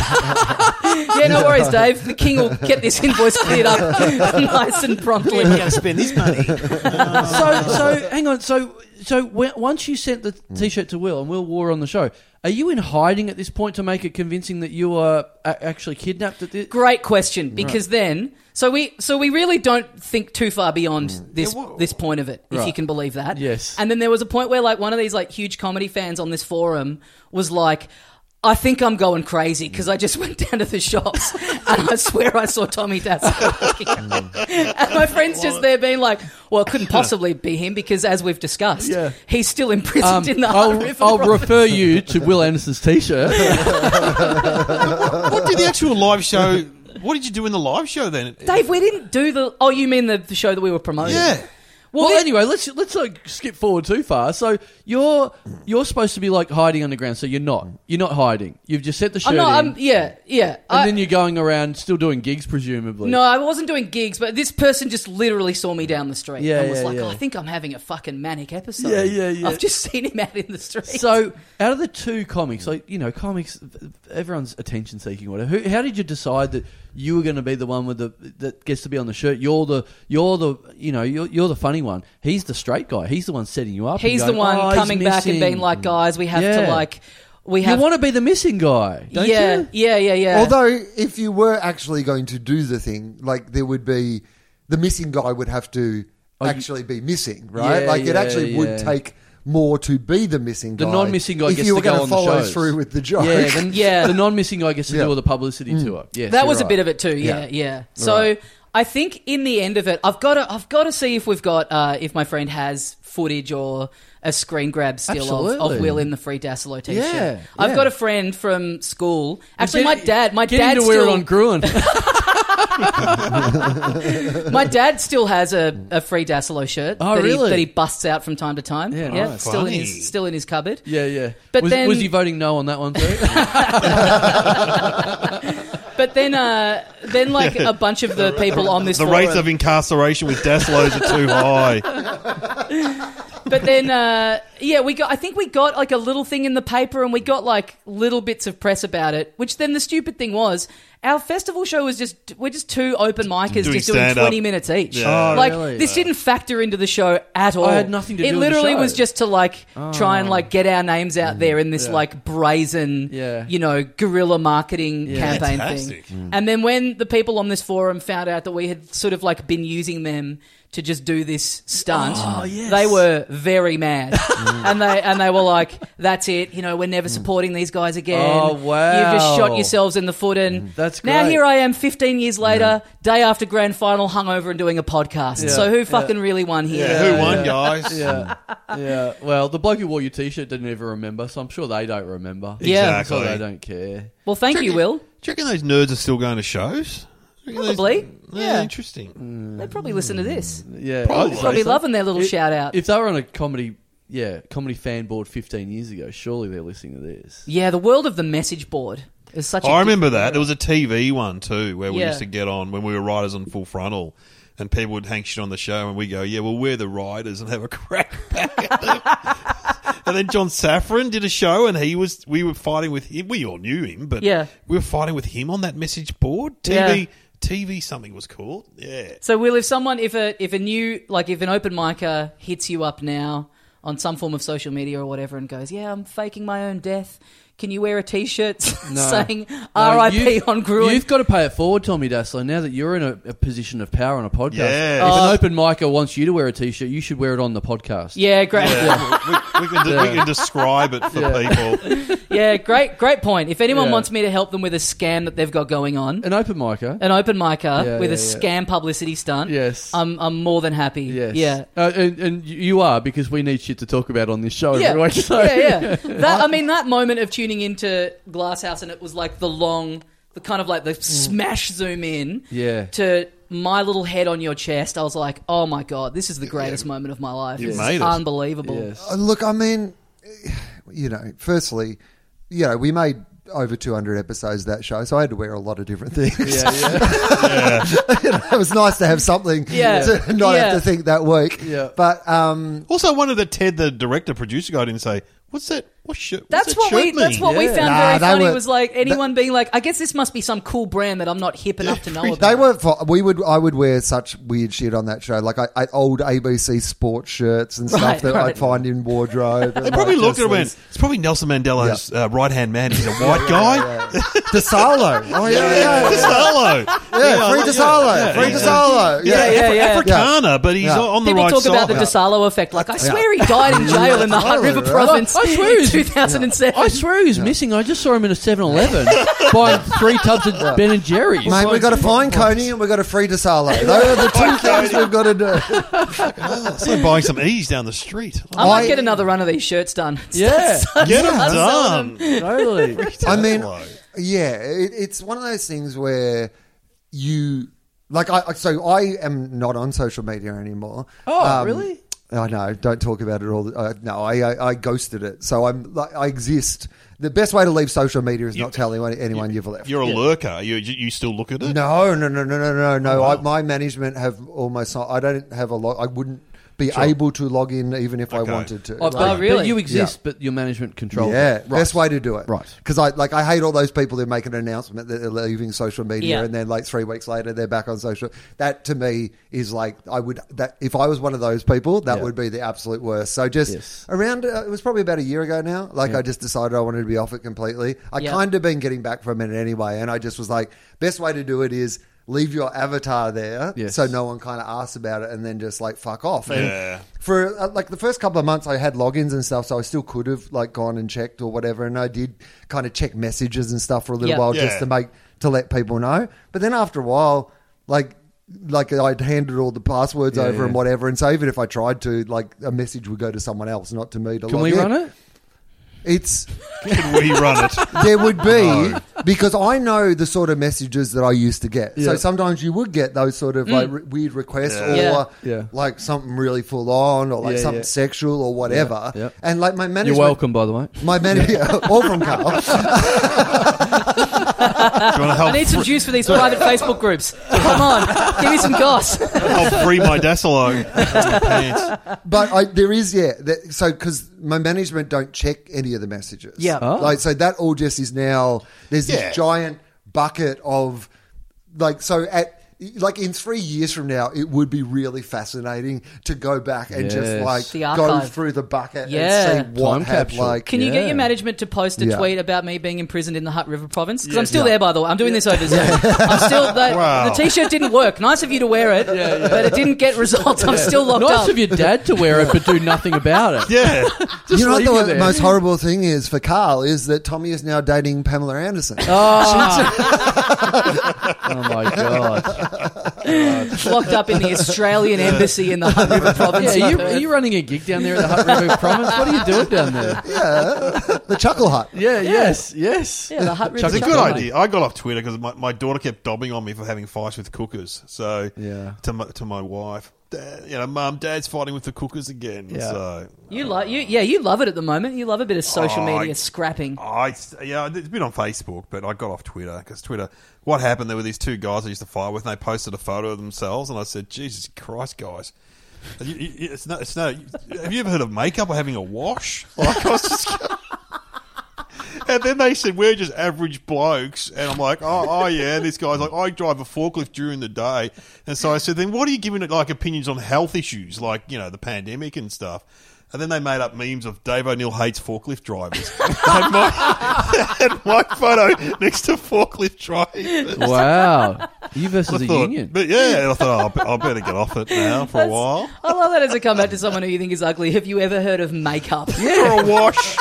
[SPEAKER 1] Yeah, no worries, Dave. The king will get this invoice cleared up nice and promptly.
[SPEAKER 4] We're going to spend this money.
[SPEAKER 2] so so hang on. So so when, once you sent the
[SPEAKER 4] Mm.
[SPEAKER 2] t-shirt to Will and Will wore on the show, are you in hiding at this point to make it convincing that you are a- actually kidnapped at this?
[SPEAKER 1] Great question because then so we so we really don't think too far beyond this
[SPEAKER 4] Yeah, wha-
[SPEAKER 1] this point of it if you
[SPEAKER 2] Mm. Right.
[SPEAKER 1] can believe that.
[SPEAKER 2] Yes.
[SPEAKER 1] And then there was a point where like one of these like huge comedy fans on this forum was like I think I'm going crazy because I just went down to the shops and I swear I saw Tommy Dassler. walking out. and my friend's just there being like, well, it couldn't possibly be him because, as we've discussed,
[SPEAKER 2] Yeah.
[SPEAKER 1] he's still imprisoned in the Hull
[SPEAKER 2] Um, I'll,
[SPEAKER 1] River.
[SPEAKER 2] I'll
[SPEAKER 1] Rock.
[SPEAKER 2] refer you to Will Anderson's T-shirt.
[SPEAKER 4] What did the actual live show? What did you do in the live show then?
[SPEAKER 1] Dave, we didn't do the. Oh, you mean the, the show that we were promoting?
[SPEAKER 4] Yeah.
[SPEAKER 1] Well,
[SPEAKER 2] Well,
[SPEAKER 1] it-
[SPEAKER 2] anyway, let's let's not skip forward too far. So you're you're supposed to be like hiding underground, so you're not. You're not hiding. You've just set the shirt
[SPEAKER 1] I'm not.
[SPEAKER 2] in,
[SPEAKER 1] I'm, yeah, yeah.
[SPEAKER 2] and
[SPEAKER 1] I-
[SPEAKER 2] then you're going around still doing gigs, presumably.
[SPEAKER 1] No, I wasn't doing gigs, but this person just literally saw me down the street
[SPEAKER 2] Yeah,
[SPEAKER 1] and was
[SPEAKER 2] yeah,
[SPEAKER 1] like, "Oh,
[SPEAKER 2] yeah.
[SPEAKER 1] "I think I'm having a fucking manic episode."
[SPEAKER 2] Yeah, yeah, yeah.
[SPEAKER 1] I've just seen him out in the street.
[SPEAKER 2] So out of the two comics, like you know, comics, everyone's attention seeking, whatever. Who, how did you decide that you were going to be the one with the that gets to be on the shirt? You're the you're the you know you're, you're the funny one. He's the straight guy. He's the one setting you up.
[SPEAKER 1] he's
[SPEAKER 2] and
[SPEAKER 1] the
[SPEAKER 2] going,
[SPEAKER 1] one
[SPEAKER 2] "Oh, he's
[SPEAKER 1] coming back and
[SPEAKER 2] missing."
[SPEAKER 1] being like, "Guys, we have to
[SPEAKER 2] Yeah.
[SPEAKER 1] like, we
[SPEAKER 2] you
[SPEAKER 1] have."
[SPEAKER 2] want to be the missing guy, don't
[SPEAKER 1] yeah,
[SPEAKER 2] you?
[SPEAKER 1] yeah, yeah, yeah.
[SPEAKER 3] Although, if you were actually going to do the thing, like there would be the missing guy would have to
[SPEAKER 2] Oh, you-
[SPEAKER 3] actually be missing, right?
[SPEAKER 2] Yeah,
[SPEAKER 3] like it
[SPEAKER 2] yeah,
[SPEAKER 3] actually would
[SPEAKER 2] yeah.
[SPEAKER 3] take more to be the missing
[SPEAKER 2] The
[SPEAKER 3] guy.
[SPEAKER 2] non-missing guy
[SPEAKER 3] If
[SPEAKER 2] gets
[SPEAKER 3] you
[SPEAKER 2] to
[SPEAKER 3] were
[SPEAKER 2] go
[SPEAKER 3] gonna
[SPEAKER 2] on the
[SPEAKER 3] follow
[SPEAKER 2] shows.
[SPEAKER 3] through with the joke,
[SPEAKER 2] Yeah, then
[SPEAKER 1] Yeah.
[SPEAKER 2] the non-missing guy gets to
[SPEAKER 3] Yeah. Mm.
[SPEAKER 2] do all the publicity to it. Yes,
[SPEAKER 1] that
[SPEAKER 2] you're
[SPEAKER 1] was a
[SPEAKER 2] right.
[SPEAKER 1] bit of it too. Yeah, yeah.
[SPEAKER 3] Yeah.
[SPEAKER 1] So I think in the end of it, I've got to, I've got to see if we've got, uh, if my friend has footage or a screen grab still of,
[SPEAKER 2] Absolutely.
[SPEAKER 1] of Will in the Free Dassilo t-shirt.
[SPEAKER 2] Yeah,
[SPEAKER 1] I've
[SPEAKER 2] yeah.
[SPEAKER 1] got a friend from school. Actually,
[SPEAKER 2] Get-
[SPEAKER 1] my dad, my
[SPEAKER 2] get
[SPEAKER 1] dad
[SPEAKER 2] him to
[SPEAKER 1] still,
[SPEAKER 2] wear it on Gruen.
[SPEAKER 1] my dad still has a, a Free Dassilo shirt
[SPEAKER 2] Oh,
[SPEAKER 1] that, he,
[SPEAKER 2] really?
[SPEAKER 1] that he busts out from time to time.
[SPEAKER 2] Yeah, nice.
[SPEAKER 1] still in
[SPEAKER 4] Funny.
[SPEAKER 1] his, still in his cupboard.
[SPEAKER 2] yeah, yeah.
[SPEAKER 1] But
[SPEAKER 2] was,
[SPEAKER 1] then-
[SPEAKER 2] was he voting no on that one too?
[SPEAKER 1] But then, uh, then like a bunch of the people on this
[SPEAKER 4] The
[SPEAKER 1] forum,
[SPEAKER 4] rates of incarceration with Daslows are too high.
[SPEAKER 1] but then uh, yeah we got i think we got like a little thing in the paper and we got like little bits of press about it which then the stupid thing was our festival show was just we're just two open micers
[SPEAKER 4] Doing
[SPEAKER 1] just doing
[SPEAKER 4] stand-up.
[SPEAKER 1] 20 minutes each
[SPEAKER 4] Yeah.
[SPEAKER 2] Oh,
[SPEAKER 1] like
[SPEAKER 2] really?
[SPEAKER 1] this didn't factor into the show at all
[SPEAKER 2] had nothing to
[SPEAKER 1] it
[SPEAKER 2] do with the
[SPEAKER 1] literally
[SPEAKER 2] show. Oh. Mm.
[SPEAKER 1] was just to like try and like get our names out there in this
[SPEAKER 2] Yeah.
[SPEAKER 1] like brazen
[SPEAKER 2] Yeah.
[SPEAKER 1] you know guerrilla marketing
[SPEAKER 2] Yeah.
[SPEAKER 1] campaign
[SPEAKER 4] Fantastic.
[SPEAKER 2] Mm.
[SPEAKER 1] thing and then when the people on this forum found out that we had sort of like been using them to just do this stunt,
[SPEAKER 4] Oh,
[SPEAKER 2] yes.
[SPEAKER 1] they were very mad, and they and they were like, "That's it, you know, we're never supporting these guys again.
[SPEAKER 2] Mm. Oh, wow. Mm.
[SPEAKER 1] You've just shot yourselves in the foot." And
[SPEAKER 2] That's
[SPEAKER 1] now
[SPEAKER 2] great.
[SPEAKER 1] here I am, fifteen years later, day after grand final, hungover and doing a podcast.
[SPEAKER 2] Yeah.
[SPEAKER 1] So who
[SPEAKER 2] Yeah.
[SPEAKER 1] fucking really won here?
[SPEAKER 2] Yeah.
[SPEAKER 4] Who won, guys?
[SPEAKER 2] yeah, yeah. Well, the bloke who wore your T-shirt didn't even remember, so I'm sure they don't remember.
[SPEAKER 1] Yeah.
[SPEAKER 2] so they
[SPEAKER 4] Exactly.
[SPEAKER 2] don't care.
[SPEAKER 1] Well, thank you, Will.
[SPEAKER 4] Do you reckon those nerds are still going to shows? Do you reckon
[SPEAKER 1] Probably.
[SPEAKER 4] Those,
[SPEAKER 1] Yeah.
[SPEAKER 4] Interesting.
[SPEAKER 1] They probably listen to this.
[SPEAKER 2] Yeah,
[SPEAKER 4] Probably.
[SPEAKER 2] I'd say
[SPEAKER 1] Probably
[SPEAKER 2] so.
[SPEAKER 1] loving their little
[SPEAKER 2] If-
[SPEAKER 1] shout out.
[SPEAKER 2] If they were on a comedy, yeah, comedy fan board 15 years ago, surely they're listening to this.
[SPEAKER 1] yeah, the world of the message board is such. a
[SPEAKER 4] Oh, I remember that. There was a TV one too where we
[SPEAKER 1] Yeah.
[SPEAKER 4] used to get on when we were writers on Full Frontal. And people would hang shit on the show, and we go, "Yeah, well, we're the writers," and have a crack back at them. and then John Safran did a show, and he was we were fighting with him. We all knew him, but
[SPEAKER 1] Yeah.
[SPEAKER 4] we were fighting with him on that message board. TV, TV, something was called. Yeah,
[SPEAKER 1] So, Will, if someone, if a if a new, like if an open micer hits you up now on some form of social media or whatever, and goes, "Yeah, I'm faking my own death," can you wear a T-shirt saying
[SPEAKER 2] No,
[SPEAKER 1] "R.I.P.
[SPEAKER 2] you've-
[SPEAKER 1] on Gruen"?
[SPEAKER 2] You've got to pay it forward, Tommy Dassler. Now that you're in a, a position of power on a podcast,
[SPEAKER 4] Yes.
[SPEAKER 2] if
[SPEAKER 1] Oh.
[SPEAKER 2] an open micer wants you to wear a T-shirt, you should wear it on the podcast.
[SPEAKER 1] yeah, great. Yeah.
[SPEAKER 4] we, we can, we can describe it for people.
[SPEAKER 1] great, great point. If anyone
[SPEAKER 2] Yeah.
[SPEAKER 1] wants me to help them with a scam that they've got going on,
[SPEAKER 2] An open micer.
[SPEAKER 1] an open micer
[SPEAKER 2] Yeah,
[SPEAKER 1] with a
[SPEAKER 2] yeah, yeah.
[SPEAKER 1] scam publicity stunt,
[SPEAKER 2] Yes.
[SPEAKER 1] I'm I'm more than happy.
[SPEAKER 2] Yes.
[SPEAKER 1] um, Yeah.
[SPEAKER 2] Uh, and, and you are because we need shit to talk about on this show.
[SPEAKER 1] Yeah,
[SPEAKER 2] every week, so-
[SPEAKER 1] yeah, yeah. That, I mean, that moment of tuning into Glasshouse and it was like the long, the kind of like the smash zoom in
[SPEAKER 2] Yeah.
[SPEAKER 1] to my little head on your chest. I was like, oh my god, this is the greatest moment of my life.
[SPEAKER 4] You've
[SPEAKER 1] This
[SPEAKER 4] made
[SPEAKER 1] is
[SPEAKER 4] it.
[SPEAKER 1] unbelievable.
[SPEAKER 2] Yes.
[SPEAKER 3] Uh, Look, I mean, you know, firstly, you know, we made over 200 episodes of that show, so I had to wear a lot of different things.
[SPEAKER 2] Yeah, yeah.
[SPEAKER 3] You know, it was nice to have something
[SPEAKER 1] Yeah.
[SPEAKER 3] to not
[SPEAKER 1] Yeah.
[SPEAKER 3] have to think that week.
[SPEAKER 2] Yeah.
[SPEAKER 3] But um,
[SPEAKER 4] Also, I wondered that Ted, the director producer guy, didn't say, "What's that? What shirt? what's
[SPEAKER 1] That's
[SPEAKER 4] that
[SPEAKER 1] what
[SPEAKER 4] shirt
[SPEAKER 1] we.
[SPEAKER 4] mean?"
[SPEAKER 1] That's what we
[SPEAKER 2] Yeah.
[SPEAKER 1] found
[SPEAKER 3] Nah,
[SPEAKER 1] very
[SPEAKER 3] they
[SPEAKER 1] funny.
[SPEAKER 3] were-
[SPEAKER 1] was like anyone being like, "I guess this must be some cool brand that I'm not hip enough to know about."
[SPEAKER 3] they were not we would I would wear such weird shit on that show, like I, I, old ABC sports shirts and stuff
[SPEAKER 1] Right,
[SPEAKER 3] that
[SPEAKER 1] right.
[SPEAKER 3] I'd find in wardrobe.
[SPEAKER 4] They probably looked at it and went, it's probably Nelson Mandela's uh, right hand man. He's a white guy.
[SPEAKER 3] DeSalo. Oh yeah, yeah. yeah.
[SPEAKER 4] Hello. Salo.
[SPEAKER 3] Yeah, free DeSalo. free DeSalo.
[SPEAKER 1] Yeah,
[SPEAKER 3] Yeah.
[SPEAKER 1] yeah, yeah.
[SPEAKER 4] Africana, but he's
[SPEAKER 3] Yeah.
[SPEAKER 4] on the
[SPEAKER 1] People
[SPEAKER 4] right
[SPEAKER 1] talk
[SPEAKER 4] side.
[SPEAKER 1] about the DeSalo effect. Like, I swear he died in jail in the Hutt
[SPEAKER 3] totally,
[SPEAKER 1] River
[SPEAKER 3] right?
[SPEAKER 1] province
[SPEAKER 2] I swear
[SPEAKER 1] in
[SPEAKER 2] he's-
[SPEAKER 1] 2007.
[SPEAKER 2] I swear he was missing. I just saw him in a 7-Eleven buying three tubs of Ben and Jerry's.
[SPEAKER 3] Mate, we've got to find Coney and we've got to free DeSalo. Those are the two things we've got to do.
[SPEAKER 4] It's like Ah, buying some ease down the street.
[SPEAKER 1] I might
[SPEAKER 3] I-
[SPEAKER 1] get another run of these shirts done.
[SPEAKER 2] Yeah.
[SPEAKER 4] Get
[SPEAKER 3] Yeah.
[SPEAKER 4] it done.
[SPEAKER 2] totally.
[SPEAKER 3] I mean,
[SPEAKER 4] Hello.
[SPEAKER 3] yeah, it, it's one of those things where you like. I I- so I am not on social media anymore. Um,
[SPEAKER 2] Oh, really?
[SPEAKER 3] I know. Don't talk about it all. the- Uh, no, I, I I ghosted it. So I'm like I exist. The best way to leave social media is not tell anyone, anyone you've left.
[SPEAKER 4] You're a lurker. You, you you still look at it?
[SPEAKER 3] No, no, no, no, no, no, no. I, my management have almost. I don't have a lot. I wouldn't be able to log in even if
[SPEAKER 4] Okay.
[SPEAKER 3] I wanted to.
[SPEAKER 1] Oh,
[SPEAKER 3] Like,
[SPEAKER 1] but really?
[SPEAKER 2] But you exist, but your management controls.
[SPEAKER 3] yeah,
[SPEAKER 2] it.
[SPEAKER 3] best way to do it.
[SPEAKER 2] Right.
[SPEAKER 3] Because I like I hate all those people who make an announcement that they're leaving social media
[SPEAKER 1] Yeah.
[SPEAKER 3] and then like three weeks later they're back on social. That to me is like I would that if I was one of those people that
[SPEAKER 2] Yeah.
[SPEAKER 3] would be the absolute worst. So just
[SPEAKER 2] Yes.
[SPEAKER 3] around uh, it was probably about a year ago now. Like I just decided I wanted to be off it completely. I
[SPEAKER 1] Yeah.
[SPEAKER 3] kind of been getting back from it anyway, and I just was like, best way to do it is. Leave your avatar there,
[SPEAKER 2] Yes.
[SPEAKER 3] so no one kind of asks about it, and then just like fuck off. And
[SPEAKER 4] Yeah.
[SPEAKER 3] for uh, like the first couple of months I had logins and stuff, so I still could have like gone and checked or whatever, and I did kind of check messages and stuff for a little
[SPEAKER 1] Yeah.
[SPEAKER 3] while
[SPEAKER 4] Yeah.
[SPEAKER 3] just to make to let people know. But then after a while, like like I'd handed all the passwords over and whatever, and so even if I tried to, like a message would go to someone else, not to me. To
[SPEAKER 2] Can
[SPEAKER 3] log
[SPEAKER 2] we
[SPEAKER 3] in.
[SPEAKER 2] run it?
[SPEAKER 3] It's
[SPEAKER 4] Can we run it?
[SPEAKER 3] there would be because I know the sort of messages that I used to get. So
[SPEAKER 2] Yeah. Mm.
[SPEAKER 3] sometimes you would get those sort of like re- weird requests
[SPEAKER 4] Yeah.
[SPEAKER 3] or
[SPEAKER 1] Yeah.
[SPEAKER 2] Yeah.
[SPEAKER 3] like something really full on or like
[SPEAKER 2] Yeah,
[SPEAKER 3] something
[SPEAKER 2] yeah.
[SPEAKER 3] sexual or whatever.
[SPEAKER 2] Yeah.
[SPEAKER 3] And like my manager,
[SPEAKER 2] You're welcome, by the way.
[SPEAKER 3] My manager, all from Carl.
[SPEAKER 4] Do you want to
[SPEAKER 1] I
[SPEAKER 4] help,
[SPEAKER 1] need some
[SPEAKER 4] free,
[SPEAKER 1] juice for these private Facebook groups. Come on, give me some goss.
[SPEAKER 4] help free my Dasalo? My pants.
[SPEAKER 3] but I, there is yeah. That, so because my management don't check any of the messages.
[SPEAKER 1] Yeah.
[SPEAKER 2] Oh.
[SPEAKER 3] Like so that all just is now. There's
[SPEAKER 4] Yeah.
[SPEAKER 3] this giant bucket of like so at. Like in three years from now, it would be really fascinating to go back and just
[SPEAKER 2] Yes.
[SPEAKER 3] like
[SPEAKER 1] The
[SPEAKER 3] go
[SPEAKER 1] archive.
[SPEAKER 3] through the bucket
[SPEAKER 1] Yeah.
[SPEAKER 3] and see what
[SPEAKER 2] Time
[SPEAKER 3] had
[SPEAKER 2] capsule.
[SPEAKER 3] like.
[SPEAKER 1] Can you get
[SPEAKER 2] Yeah.
[SPEAKER 1] your management to post a
[SPEAKER 3] Yeah.
[SPEAKER 1] tweet about me being imprisoned in the Hutt River province? Because I'm
[SPEAKER 4] Yes.
[SPEAKER 1] still
[SPEAKER 4] Yeah.
[SPEAKER 1] there, by the way. I'm doing this over Zoom. I'm still, the,
[SPEAKER 4] Wow.
[SPEAKER 1] the t-shirt didn't work. Nice of you to wear it, but it didn't get results. I'm still locked
[SPEAKER 2] Nice
[SPEAKER 1] up.
[SPEAKER 2] of your dad to wear it, but do nothing about it.
[SPEAKER 4] Yeah.
[SPEAKER 2] Just
[SPEAKER 3] you know
[SPEAKER 2] leave it
[SPEAKER 3] what the
[SPEAKER 2] there.
[SPEAKER 3] most horrible thing is for Carl is that Tommy is now dating Pamela Anderson.
[SPEAKER 2] Oh. oh my god!
[SPEAKER 1] Locked up in the Australian embassy in the Hutt River province.
[SPEAKER 2] Yeah, are you,
[SPEAKER 1] Perth.
[SPEAKER 2] are you running a gig down there at the Hutt River Province? What are you doing down there?
[SPEAKER 3] The Chuckle Hut.
[SPEAKER 2] Yeah, yes, yes.
[SPEAKER 1] Yeah, the Hutt River
[SPEAKER 4] It's a
[SPEAKER 1] Chuck
[SPEAKER 4] good
[SPEAKER 1] it.
[SPEAKER 4] idea. I got off Twitter because my, my daughter kept dobbing on me for having fights with cookers. So
[SPEAKER 2] Yeah.
[SPEAKER 4] to my, to my wife, Dad, you know, mum, dad's fighting with the cookers again.
[SPEAKER 2] Yeah.
[SPEAKER 4] So
[SPEAKER 1] You like you, yeah, you love it at the moment. You love a bit of social
[SPEAKER 4] Oh,
[SPEAKER 1] media
[SPEAKER 4] I-
[SPEAKER 1] scrapping.
[SPEAKER 4] I yeah, it's been on Facebook, but I got off Twitter because Twitter. What happened? There were these two guys I used to fight with, and they posted a photo of themselves, and I said, "Jesus Christ, guys." You- you- It's no, it's no. Have you ever heard of makeup or having a wash? Like, I was just- and then they said we're just average blokes, and I'm like, oh, oh yeah. And this guy's like, I drive a forklift during the day, and so I said, then what are you giving it like opinions on health issues, like you know the pandemic and stuff? And then they made up memes of Dave O'Neill hates forklift drivers. and, my, and my photo next to forklift drivers.
[SPEAKER 2] Wow, you versus
[SPEAKER 4] I
[SPEAKER 2] a
[SPEAKER 4] thought,
[SPEAKER 2] union.
[SPEAKER 4] but yeah, and I thought oh, I better get off it now for a
[SPEAKER 1] That's-
[SPEAKER 4] while.
[SPEAKER 1] I love that as a comeback to someone who you think is ugly. Have you ever heard of makeup?
[SPEAKER 4] for a wash.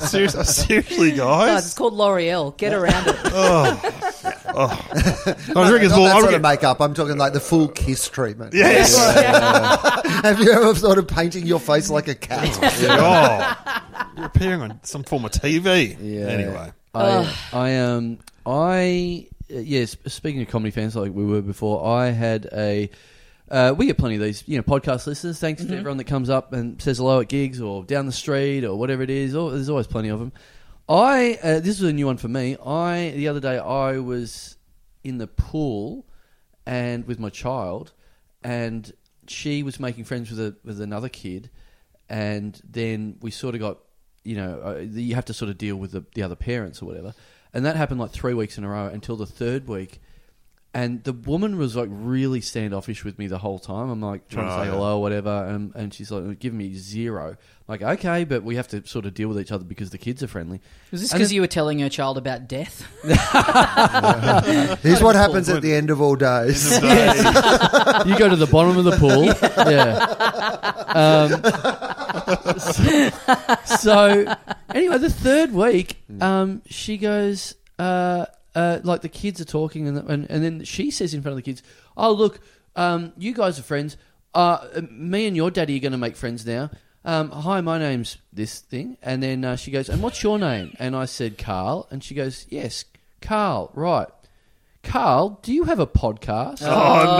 [SPEAKER 4] seriously, seriously,
[SPEAKER 1] Guys, Oh, it's
[SPEAKER 4] guys.
[SPEAKER 1] called L'Oreal. Get around it.
[SPEAKER 4] I was drinking more. I
[SPEAKER 3] Not that
[SPEAKER 4] was
[SPEAKER 3] sort of
[SPEAKER 4] drinking-
[SPEAKER 3] makeup. I'm talking like the full kiss treatment.
[SPEAKER 4] Yes.
[SPEAKER 3] Have you ever thought of painting your face like a cat?
[SPEAKER 4] Oh, you're appearing on some form of TV.
[SPEAKER 2] Yeah.
[SPEAKER 4] Anyway,
[SPEAKER 2] I, I um, I uh, yes. Speaking of comedy fans, like we were before, I had a. Uh, we get plenty of these, you know, podcast listeners. Thanks to everyone that comes up and says hello at gigs or down the street or whatever it is. Or, there's always plenty of them. I uh, this was a new one for me. I the other day I was in the pool and with my child, and she was making friends with a with another kid, and then we sort of got you know uh, you have to sort of deal with the, the other parents or whatever, and that happened like three weeks in a row until the third week. And the woman was like really standoffish with me the whole time. I'm like trying to
[SPEAKER 4] Right.
[SPEAKER 2] say hello or whatever, and, and she's like giving me zero. like okay, but we have to sort of deal with each other because the kids are friendly.
[SPEAKER 1] Was this
[SPEAKER 2] And
[SPEAKER 1] because
[SPEAKER 2] then-
[SPEAKER 1] you were telling your child about death?
[SPEAKER 3] Here's what happens at the end of all days.
[SPEAKER 4] End of day.
[SPEAKER 2] you go to the bottom of the pool. Yeah. Um, so, so anyway, the third week, um, she goes, uh, uh, like the kids are talking, and, and and then she says in front of the kids, "Oh look, um, you guys are friends. Uh, me and your daddy are going to make friends now." Um, hi, my name's this thing, and then uh, she goes, "And what's your name?" And I said, "Carl," and she goes, "Yes, Carl, right." Carl, do you have a podcast?
[SPEAKER 4] Oh,
[SPEAKER 1] Oh,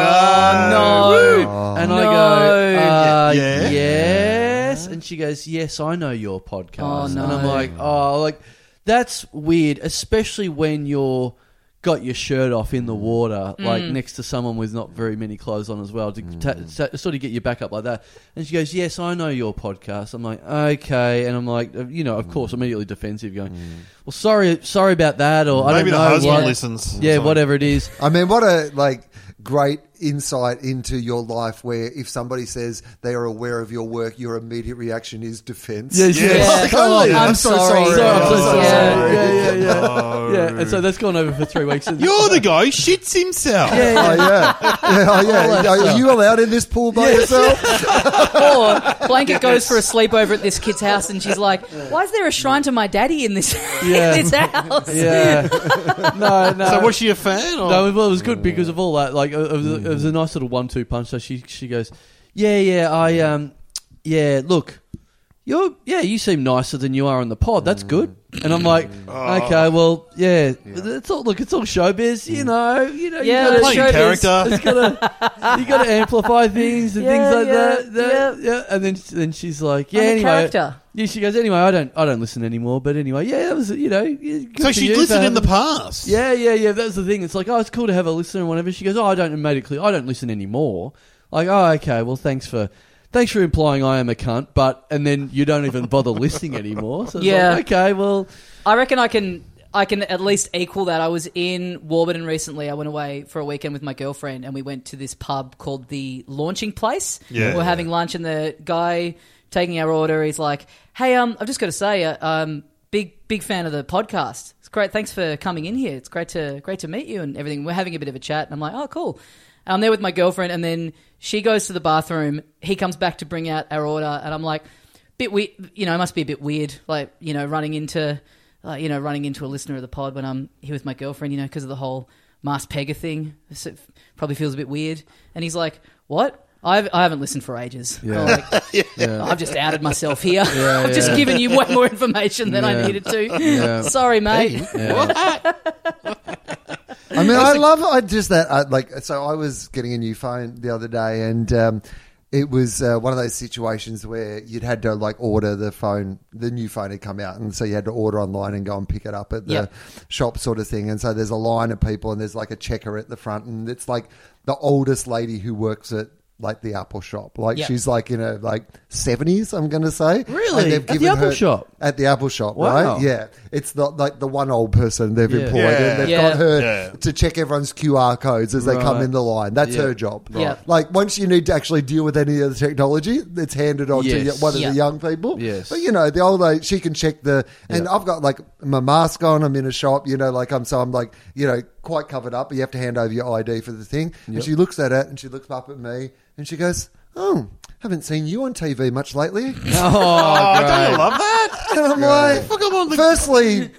[SPEAKER 1] no.
[SPEAKER 2] And
[SPEAKER 1] No.
[SPEAKER 2] I go, uh,
[SPEAKER 4] Yeah.
[SPEAKER 2] yes. And she goes, yes, I know your
[SPEAKER 1] Oh,
[SPEAKER 2] podcast.
[SPEAKER 1] no.
[SPEAKER 2] And I'm like, oh, like that's weird, especially when you're got your shirt off in the water,
[SPEAKER 1] Mm.
[SPEAKER 2] like next to someone with not very many clothes on as well, to ta-
[SPEAKER 4] Mm.
[SPEAKER 2] sa- sort of get your back up like that. And she goes, yes, I know your podcast. I'm like, okay. And I'm like, uh, you know, of
[SPEAKER 4] Mm.
[SPEAKER 2] course, immediately defensive, going, well, sorry, sorry about that, or I
[SPEAKER 4] Maybe
[SPEAKER 2] don't
[SPEAKER 4] the
[SPEAKER 2] know.
[SPEAKER 4] husband
[SPEAKER 2] what-
[SPEAKER 4] listens.
[SPEAKER 2] Yeah,
[SPEAKER 4] Sorry.
[SPEAKER 2] whatever it is.
[SPEAKER 3] I mean, what a like great insight into your life where if somebody says they are aware of your work, your immediate reaction is defense.
[SPEAKER 2] Yes,
[SPEAKER 4] Yeah.
[SPEAKER 2] yes.
[SPEAKER 1] Yeah. Come on, I'm
[SPEAKER 3] so
[SPEAKER 1] sorry.
[SPEAKER 3] sorry.
[SPEAKER 2] Sorry, I'm so
[SPEAKER 4] Oh,
[SPEAKER 1] yeah.
[SPEAKER 2] sorry. Yeah, yeah, yeah.
[SPEAKER 4] No.
[SPEAKER 2] Yeah, and so that's gone over for three weeks. And
[SPEAKER 4] You're the guy who shits himself.
[SPEAKER 2] yeah, yeah.
[SPEAKER 3] Oh yeah, yeah, oh, yeah. Are, you allowed in this pool by yourself?
[SPEAKER 1] Or Blanket goes for a sleepover at this kid's house, and she's like, "Why is there a shrine to my daddy in this
[SPEAKER 2] Yeah.
[SPEAKER 1] in this house?"
[SPEAKER 2] yeah. no, no.
[SPEAKER 4] So was she a fan? Or?
[SPEAKER 2] no, well, it was good because of all that. Like, it was, it was a nice little one-two punch. So she she goes, yeah, yeah, I um, yeah, look, you're yeah, you seem nicer than you are on the pod. That's good. And I'm like, okay, well, Mm. yeah, Mm. it's all look, it's all showbiz, you know, you know,
[SPEAKER 1] Yeah,
[SPEAKER 2] you gotta,
[SPEAKER 4] Playing
[SPEAKER 1] showbiz.
[SPEAKER 4] character.
[SPEAKER 2] It's gotta, you gotta amplify things and
[SPEAKER 1] Yeah,
[SPEAKER 2] things like
[SPEAKER 1] yeah,
[SPEAKER 2] that. that yeah. and then then she's like, yeah,
[SPEAKER 1] I'm a
[SPEAKER 2] anyway.
[SPEAKER 1] character.
[SPEAKER 2] Yeah, she goes. Anyway, I don't, I don't listen anymore. But anyway, yeah, that was, you know. yeah, good
[SPEAKER 4] So
[SPEAKER 2] for
[SPEAKER 4] she
[SPEAKER 2] you
[SPEAKER 4] listened
[SPEAKER 2] for
[SPEAKER 4] in the
[SPEAKER 2] having-
[SPEAKER 4] past.
[SPEAKER 2] Yeah, yeah, yeah. That's the thing. It's like, oh, it's cool to have a listener and whatever. She goes, oh, I don't and made it clear. I don't listen anymore. Like, oh, okay. Well, thanks for, thanks for implying I am a cunt. But and then you don't even bother listening anymore. So it's
[SPEAKER 1] Yeah.
[SPEAKER 2] like, okay. Well,
[SPEAKER 1] I reckon I can I can at least equal that. I was in Warburton recently. I went away for a weekend with my girlfriend, and we went to this pub called the Launching Place.
[SPEAKER 4] Yeah.
[SPEAKER 1] we're having lunch, and the guy taking our order, he's like, "Hey, um, I've just got to say, uh, um, big big fan of the podcast. It's great. Thanks for coming in here. It's great to great to meet you and everything. We're having a bit of a chat, and I'm like, oh, cool. And I'm there with my girlfriend, and then she goes to the bathroom. He comes back to bring out our order, and I'm like, bit weird. You know, it must be a bit weird, like you know, running into, like you know, running into a listener of the pod when I'm here with my girlfriend. You know, because of the whole Mars Pegger thing, so it probably feels a bit weird. And he's like, "What? I've, I haven't listened for ages. I'm like, I've just outed myself here. I've just
[SPEAKER 2] yeah.
[SPEAKER 1] given you way more information than I
[SPEAKER 2] Yeah.
[SPEAKER 1] needed to.
[SPEAKER 2] Yeah.
[SPEAKER 1] Sorry, mate.
[SPEAKER 3] I mean, I love I just that. I, like, so I was getting a new phone the other day, and um, it was uh, one of those situations where you'd had to like order the phone. The new phone had come out, and so you had to order online and go and pick it up at the
[SPEAKER 1] Yeah.
[SPEAKER 3] shop, sort of thing. And so there's a line of people, and there's like a checker at the front, and it's like the oldest lady who works at. Like the Apple shop, like
[SPEAKER 1] Yeah.
[SPEAKER 3] she's like in her like seventies, I'm going to say.
[SPEAKER 2] Really?
[SPEAKER 3] And they've
[SPEAKER 2] At the
[SPEAKER 3] given
[SPEAKER 2] Apple
[SPEAKER 3] her-
[SPEAKER 2] shop?
[SPEAKER 3] At the Apple shop,
[SPEAKER 2] Wow.
[SPEAKER 3] right? Yeah, it's not like the one old person they've
[SPEAKER 2] Yeah.
[SPEAKER 3] employed,
[SPEAKER 4] Yeah.
[SPEAKER 3] and they've
[SPEAKER 1] Yeah.
[SPEAKER 3] got her
[SPEAKER 4] Yeah.
[SPEAKER 3] to check everyone's QR codes as they come
[SPEAKER 2] Right.
[SPEAKER 3] in the line. That's
[SPEAKER 2] Yeah.
[SPEAKER 3] her job.
[SPEAKER 1] Right. Yeah.
[SPEAKER 3] Like once you need to actually deal with any of the technology, it's handed on to
[SPEAKER 2] Yes.
[SPEAKER 3] y- one of
[SPEAKER 1] Yeah.
[SPEAKER 3] the young people.
[SPEAKER 2] Yes.
[SPEAKER 3] But you know, the old lady, she can check the. And
[SPEAKER 2] Yeah.
[SPEAKER 3] I've got like my mask on. I'm in a shop. You know, like I'm so I'm like you know quite covered up. But you have to hand over your ID for the thing. And she looks at it and she looks up at me and she goes, "Oh, haven't seen you on TV much lately."
[SPEAKER 4] Oh, don't you love that?
[SPEAKER 3] And I'm like,
[SPEAKER 4] Fuck, I'm on the
[SPEAKER 3] firstly,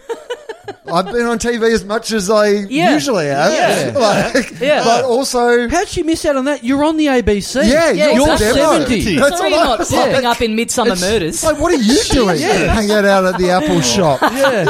[SPEAKER 3] I've been on TV as much as I
[SPEAKER 1] Yeah.
[SPEAKER 3] usually am.
[SPEAKER 2] Yeah.
[SPEAKER 3] Like,
[SPEAKER 1] Yeah.
[SPEAKER 3] But also,
[SPEAKER 2] how'd she miss out on that? You're on the ABC.
[SPEAKER 3] yeah,
[SPEAKER 1] Yeah,
[SPEAKER 3] you're
[SPEAKER 1] exactly.
[SPEAKER 2] seventy.
[SPEAKER 3] That's
[SPEAKER 1] Sorry,
[SPEAKER 3] what
[SPEAKER 1] you're
[SPEAKER 3] I
[SPEAKER 1] not
[SPEAKER 3] was
[SPEAKER 1] popping
[SPEAKER 3] like.
[SPEAKER 1] up in Midsummer Murders.
[SPEAKER 3] Like, what are you doing? Hanging out at the Apple shop.
[SPEAKER 2] Yeah.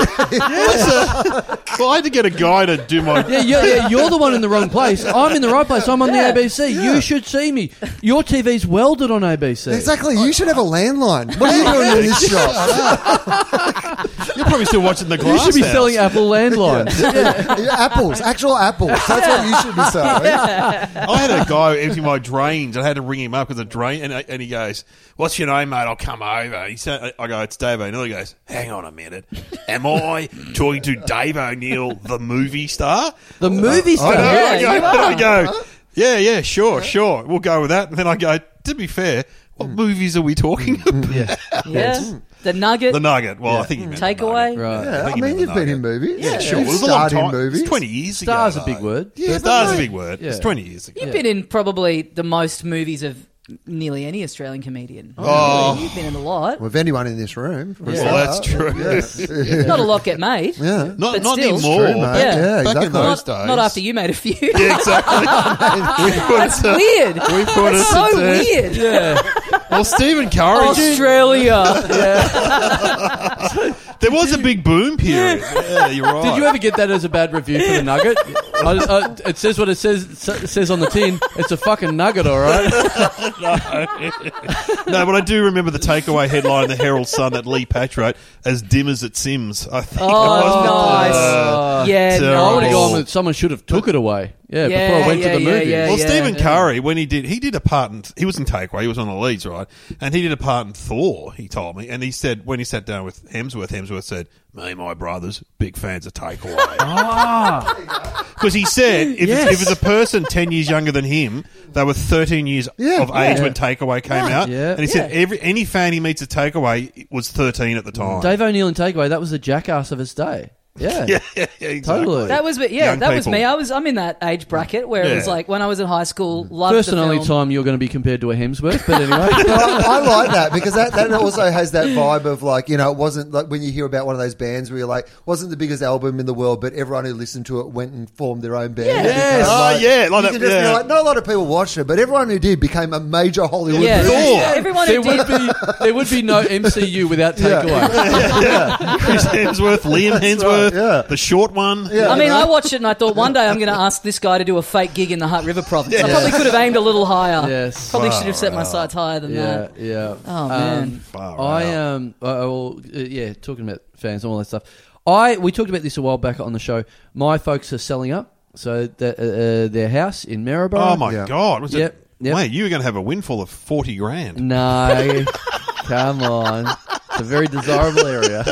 [SPEAKER 4] Well, I had to get a guy to do my.
[SPEAKER 2] Yeah, yeah, yeah, you're the one in the wrong place. I'm in the right place. I'm on
[SPEAKER 1] Yeah.
[SPEAKER 2] the ABC. You should see me. Your TV's welded on ABC.
[SPEAKER 3] Exactly. You should have a landline. What are you doing in this shop?
[SPEAKER 4] You're probably still watching the
[SPEAKER 2] You
[SPEAKER 4] glass.
[SPEAKER 2] should be
[SPEAKER 4] House.
[SPEAKER 2] selling Apple landlines.
[SPEAKER 3] Yeah, apples, actual apples. That's what you should be selling.
[SPEAKER 4] I had a guy empty my drains. and I had to ring him up because the drain, and, I, and he goes, "What's your name, mate? I'll come over." He said, "I go, it's Dave O'Neill." He goes, "Hang on a minute, am I talking to Dave O'Neill, the movie star?"
[SPEAKER 2] The movie
[SPEAKER 4] And
[SPEAKER 2] star.
[SPEAKER 1] yeah,
[SPEAKER 4] I go,
[SPEAKER 1] you
[SPEAKER 4] and I go, "Yeah, yeah, sure, sure, we'll go with that." And then I go, "To be fair, what movies are we talking about?"
[SPEAKER 2] Yeah.
[SPEAKER 1] yeah. The nugget.
[SPEAKER 4] The Nugget. Well, I think you meant the
[SPEAKER 1] Takeaway.
[SPEAKER 4] Nugget.
[SPEAKER 2] Right.
[SPEAKER 3] Yeah,
[SPEAKER 4] I
[SPEAKER 3] I
[SPEAKER 4] think you
[SPEAKER 3] mean,
[SPEAKER 4] meant
[SPEAKER 3] you've
[SPEAKER 4] the
[SPEAKER 3] been in
[SPEAKER 4] nugget.
[SPEAKER 3] movies.
[SPEAKER 4] Yeah, sure.
[SPEAKER 3] You've
[SPEAKER 4] It was a long
[SPEAKER 3] starred in
[SPEAKER 4] time.
[SPEAKER 3] movies.
[SPEAKER 4] It's twenty years ago.
[SPEAKER 2] Star's a
[SPEAKER 4] though.
[SPEAKER 2] big word.
[SPEAKER 3] Yeah,
[SPEAKER 4] Star's
[SPEAKER 3] but
[SPEAKER 4] a
[SPEAKER 3] mate,
[SPEAKER 4] big word.
[SPEAKER 2] Yeah.
[SPEAKER 4] It's twenty years ago.
[SPEAKER 1] You've been in probably the most movies of nearly any Australian comedian.
[SPEAKER 4] Oh.
[SPEAKER 1] You've been in a lot.
[SPEAKER 3] With anyone in this room. for
[SPEAKER 2] Yeah.
[SPEAKER 3] a
[SPEAKER 4] Well, that's
[SPEAKER 3] start.
[SPEAKER 4] true.
[SPEAKER 3] Yeah.
[SPEAKER 1] Not a lot get made.
[SPEAKER 3] Yeah.
[SPEAKER 4] Not,
[SPEAKER 1] But
[SPEAKER 4] not
[SPEAKER 1] still.
[SPEAKER 4] anymore.
[SPEAKER 3] True, mate.
[SPEAKER 4] Back,
[SPEAKER 1] Yeah.
[SPEAKER 3] Yeah,
[SPEAKER 4] back in
[SPEAKER 3] exactly.
[SPEAKER 4] those
[SPEAKER 1] Not,
[SPEAKER 4] days.
[SPEAKER 1] not after you made a few.
[SPEAKER 4] Yeah, exactly. uh, we put
[SPEAKER 1] That's
[SPEAKER 4] it to-
[SPEAKER 1] weird.
[SPEAKER 4] We put
[SPEAKER 1] That's
[SPEAKER 4] it
[SPEAKER 1] so
[SPEAKER 4] to death.
[SPEAKER 1] weird.
[SPEAKER 4] Well, Stephen
[SPEAKER 1] Oh,
[SPEAKER 4] Curry.
[SPEAKER 1] Australia.
[SPEAKER 4] There was a big boom period. Yeah, you're right.
[SPEAKER 2] Did you ever get that as a bad review for the nugget? I, I, it says what it says it says on the tin. It's a fucking nugget, all right.
[SPEAKER 4] no, but I do remember the takeaway headline in the Herald Sun that Lee Patch wrote, "As dim as it seems." I think.
[SPEAKER 1] Oh,
[SPEAKER 4] it was. Uh,
[SPEAKER 1] nice. yeah.
[SPEAKER 4] Oh, terrible.
[SPEAKER 2] I would have
[SPEAKER 1] nice.
[SPEAKER 2] gone with someone should have took it away. Yeah,
[SPEAKER 1] Oh. Yeah,
[SPEAKER 2] before I went
[SPEAKER 1] yeah,
[SPEAKER 2] to the
[SPEAKER 1] yeah,
[SPEAKER 2] movie.
[SPEAKER 1] yeah,
[SPEAKER 4] Well,
[SPEAKER 1] yeah.
[SPEAKER 4] Stephen Curry, when he did, he did a part in, he was in Takeaway, he was on the leads, right? And he did a part in Thor, he told me. And he said, when he sat down with Hemsworth, Hemsworth said, Me and my brothers, big fans of Takeaway. Because he said, if,
[SPEAKER 2] Yes.
[SPEAKER 4] it's, if it's a person 10 years younger than him, they were 13 years
[SPEAKER 3] Yeah,
[SPEAKER 4] of age
[SPEAKER 3] yeah.
[SPEAKER 4] when Takeaway came out.
[SPEAKER 2] Yeah.
[SPEAKER 4] And he said, every any fan he meets at Takeaway was 13 at the time.
[SPEAKER 2] Dave O'Neill and Takeaway. That was the jackass of his day. Yeah.
[SPEAKER 4] yeah, yeah, exactly.
[SPEAKER 2] Totally.
[SPEAKER 1] That was yeah,
[SPEAKER 4] Young
[SPEAKER 1] that was
[SPEAKER 4] people.
[SPEAKER 1] me. I was I'm in that age bracket where it was
[SPEAKER 4] Yeah.
[SPEAKER 1] like when I was in high school, loved
[SPEAKER 2] First
[SPEAKER 1] the
[SPEAKER 2] and only
[SPEAKER 1] film.
[SPEAKER 2] time you're going to be compared to a Hemsworth, but anyway.
[SPEAKER 3] I, I like that because that, that also has that vibe of like you know it wasn't like when you hear about one of those bands where you're like wasn't the biggest album in the world but everyone who listened to it went and formed their own band.
[SPEAKER 1] Yeah.
[SPEAKER 3] It
[SPEAKER 4] Yes.
[SPEAKER 3] became,
[SPEAKER 4] Oh, yeah, like
[SPEAKER 3] you
[SPEAKER 4] that-
[SPEAKER 3] can just be
[SPEAKER 4] yeah.
[SPEAKER 3] like, not a lot of people watched it, but everyone who did became a major Hollywood.
[SPEAKER 1] Yeah,
[SPEAKER 3] movie.
[SPEAKER 4] Thor.
[SPEAKER 1] everyone
[SPEAKER 2] there
[SPEAKER 1] who
[SPEAKER 2] would
[SPEAKER 1] did
[SPEAKER 2] be there would be no MCU without Takeaway.
[SPEAKER 4] Chris Hemsworth, Liam Hemsworth,
[SPEAKER 3] yeah.
[SPEAKER 4] the short one.
[SPEAKER 3] Yeah.
[SPEAKER 1] I mean, I watched it and I thought one day I'm going to ask this guy to do a fake gig in the Hutt River province. I probably could have aimed a little higher.
[SPEAKER 2] Yes.
[SPEAKER 1] Probably should have set my sights higher than
[SPEAKER 2] Yeah,
[SPEAKER 1] that.
[SPEAKER 2] yeah.
[SPEAKER 1] Oh, man.
[SPEAKER 4] Far
[SPEAKER 2] I um, I, I will- uh, yeah, talking about fans and all that stuff. I we talked about this a while back on the show. My folks are selling up, so that uh, uh, their house in Maryborough.
[SPEAKER 4] Oh my
[SPEAKER 3] Yeah.
[SPEAKER 4] god! Was
[SPEAKER 2] Yep,
[SPEAKER 4] it?
[SPEAKER 2] yep.
[SPEAKER 4] Wait, you were going to have a windfall of forty grand.
[SPEAKER 2] No, come on. It's a very desirable area.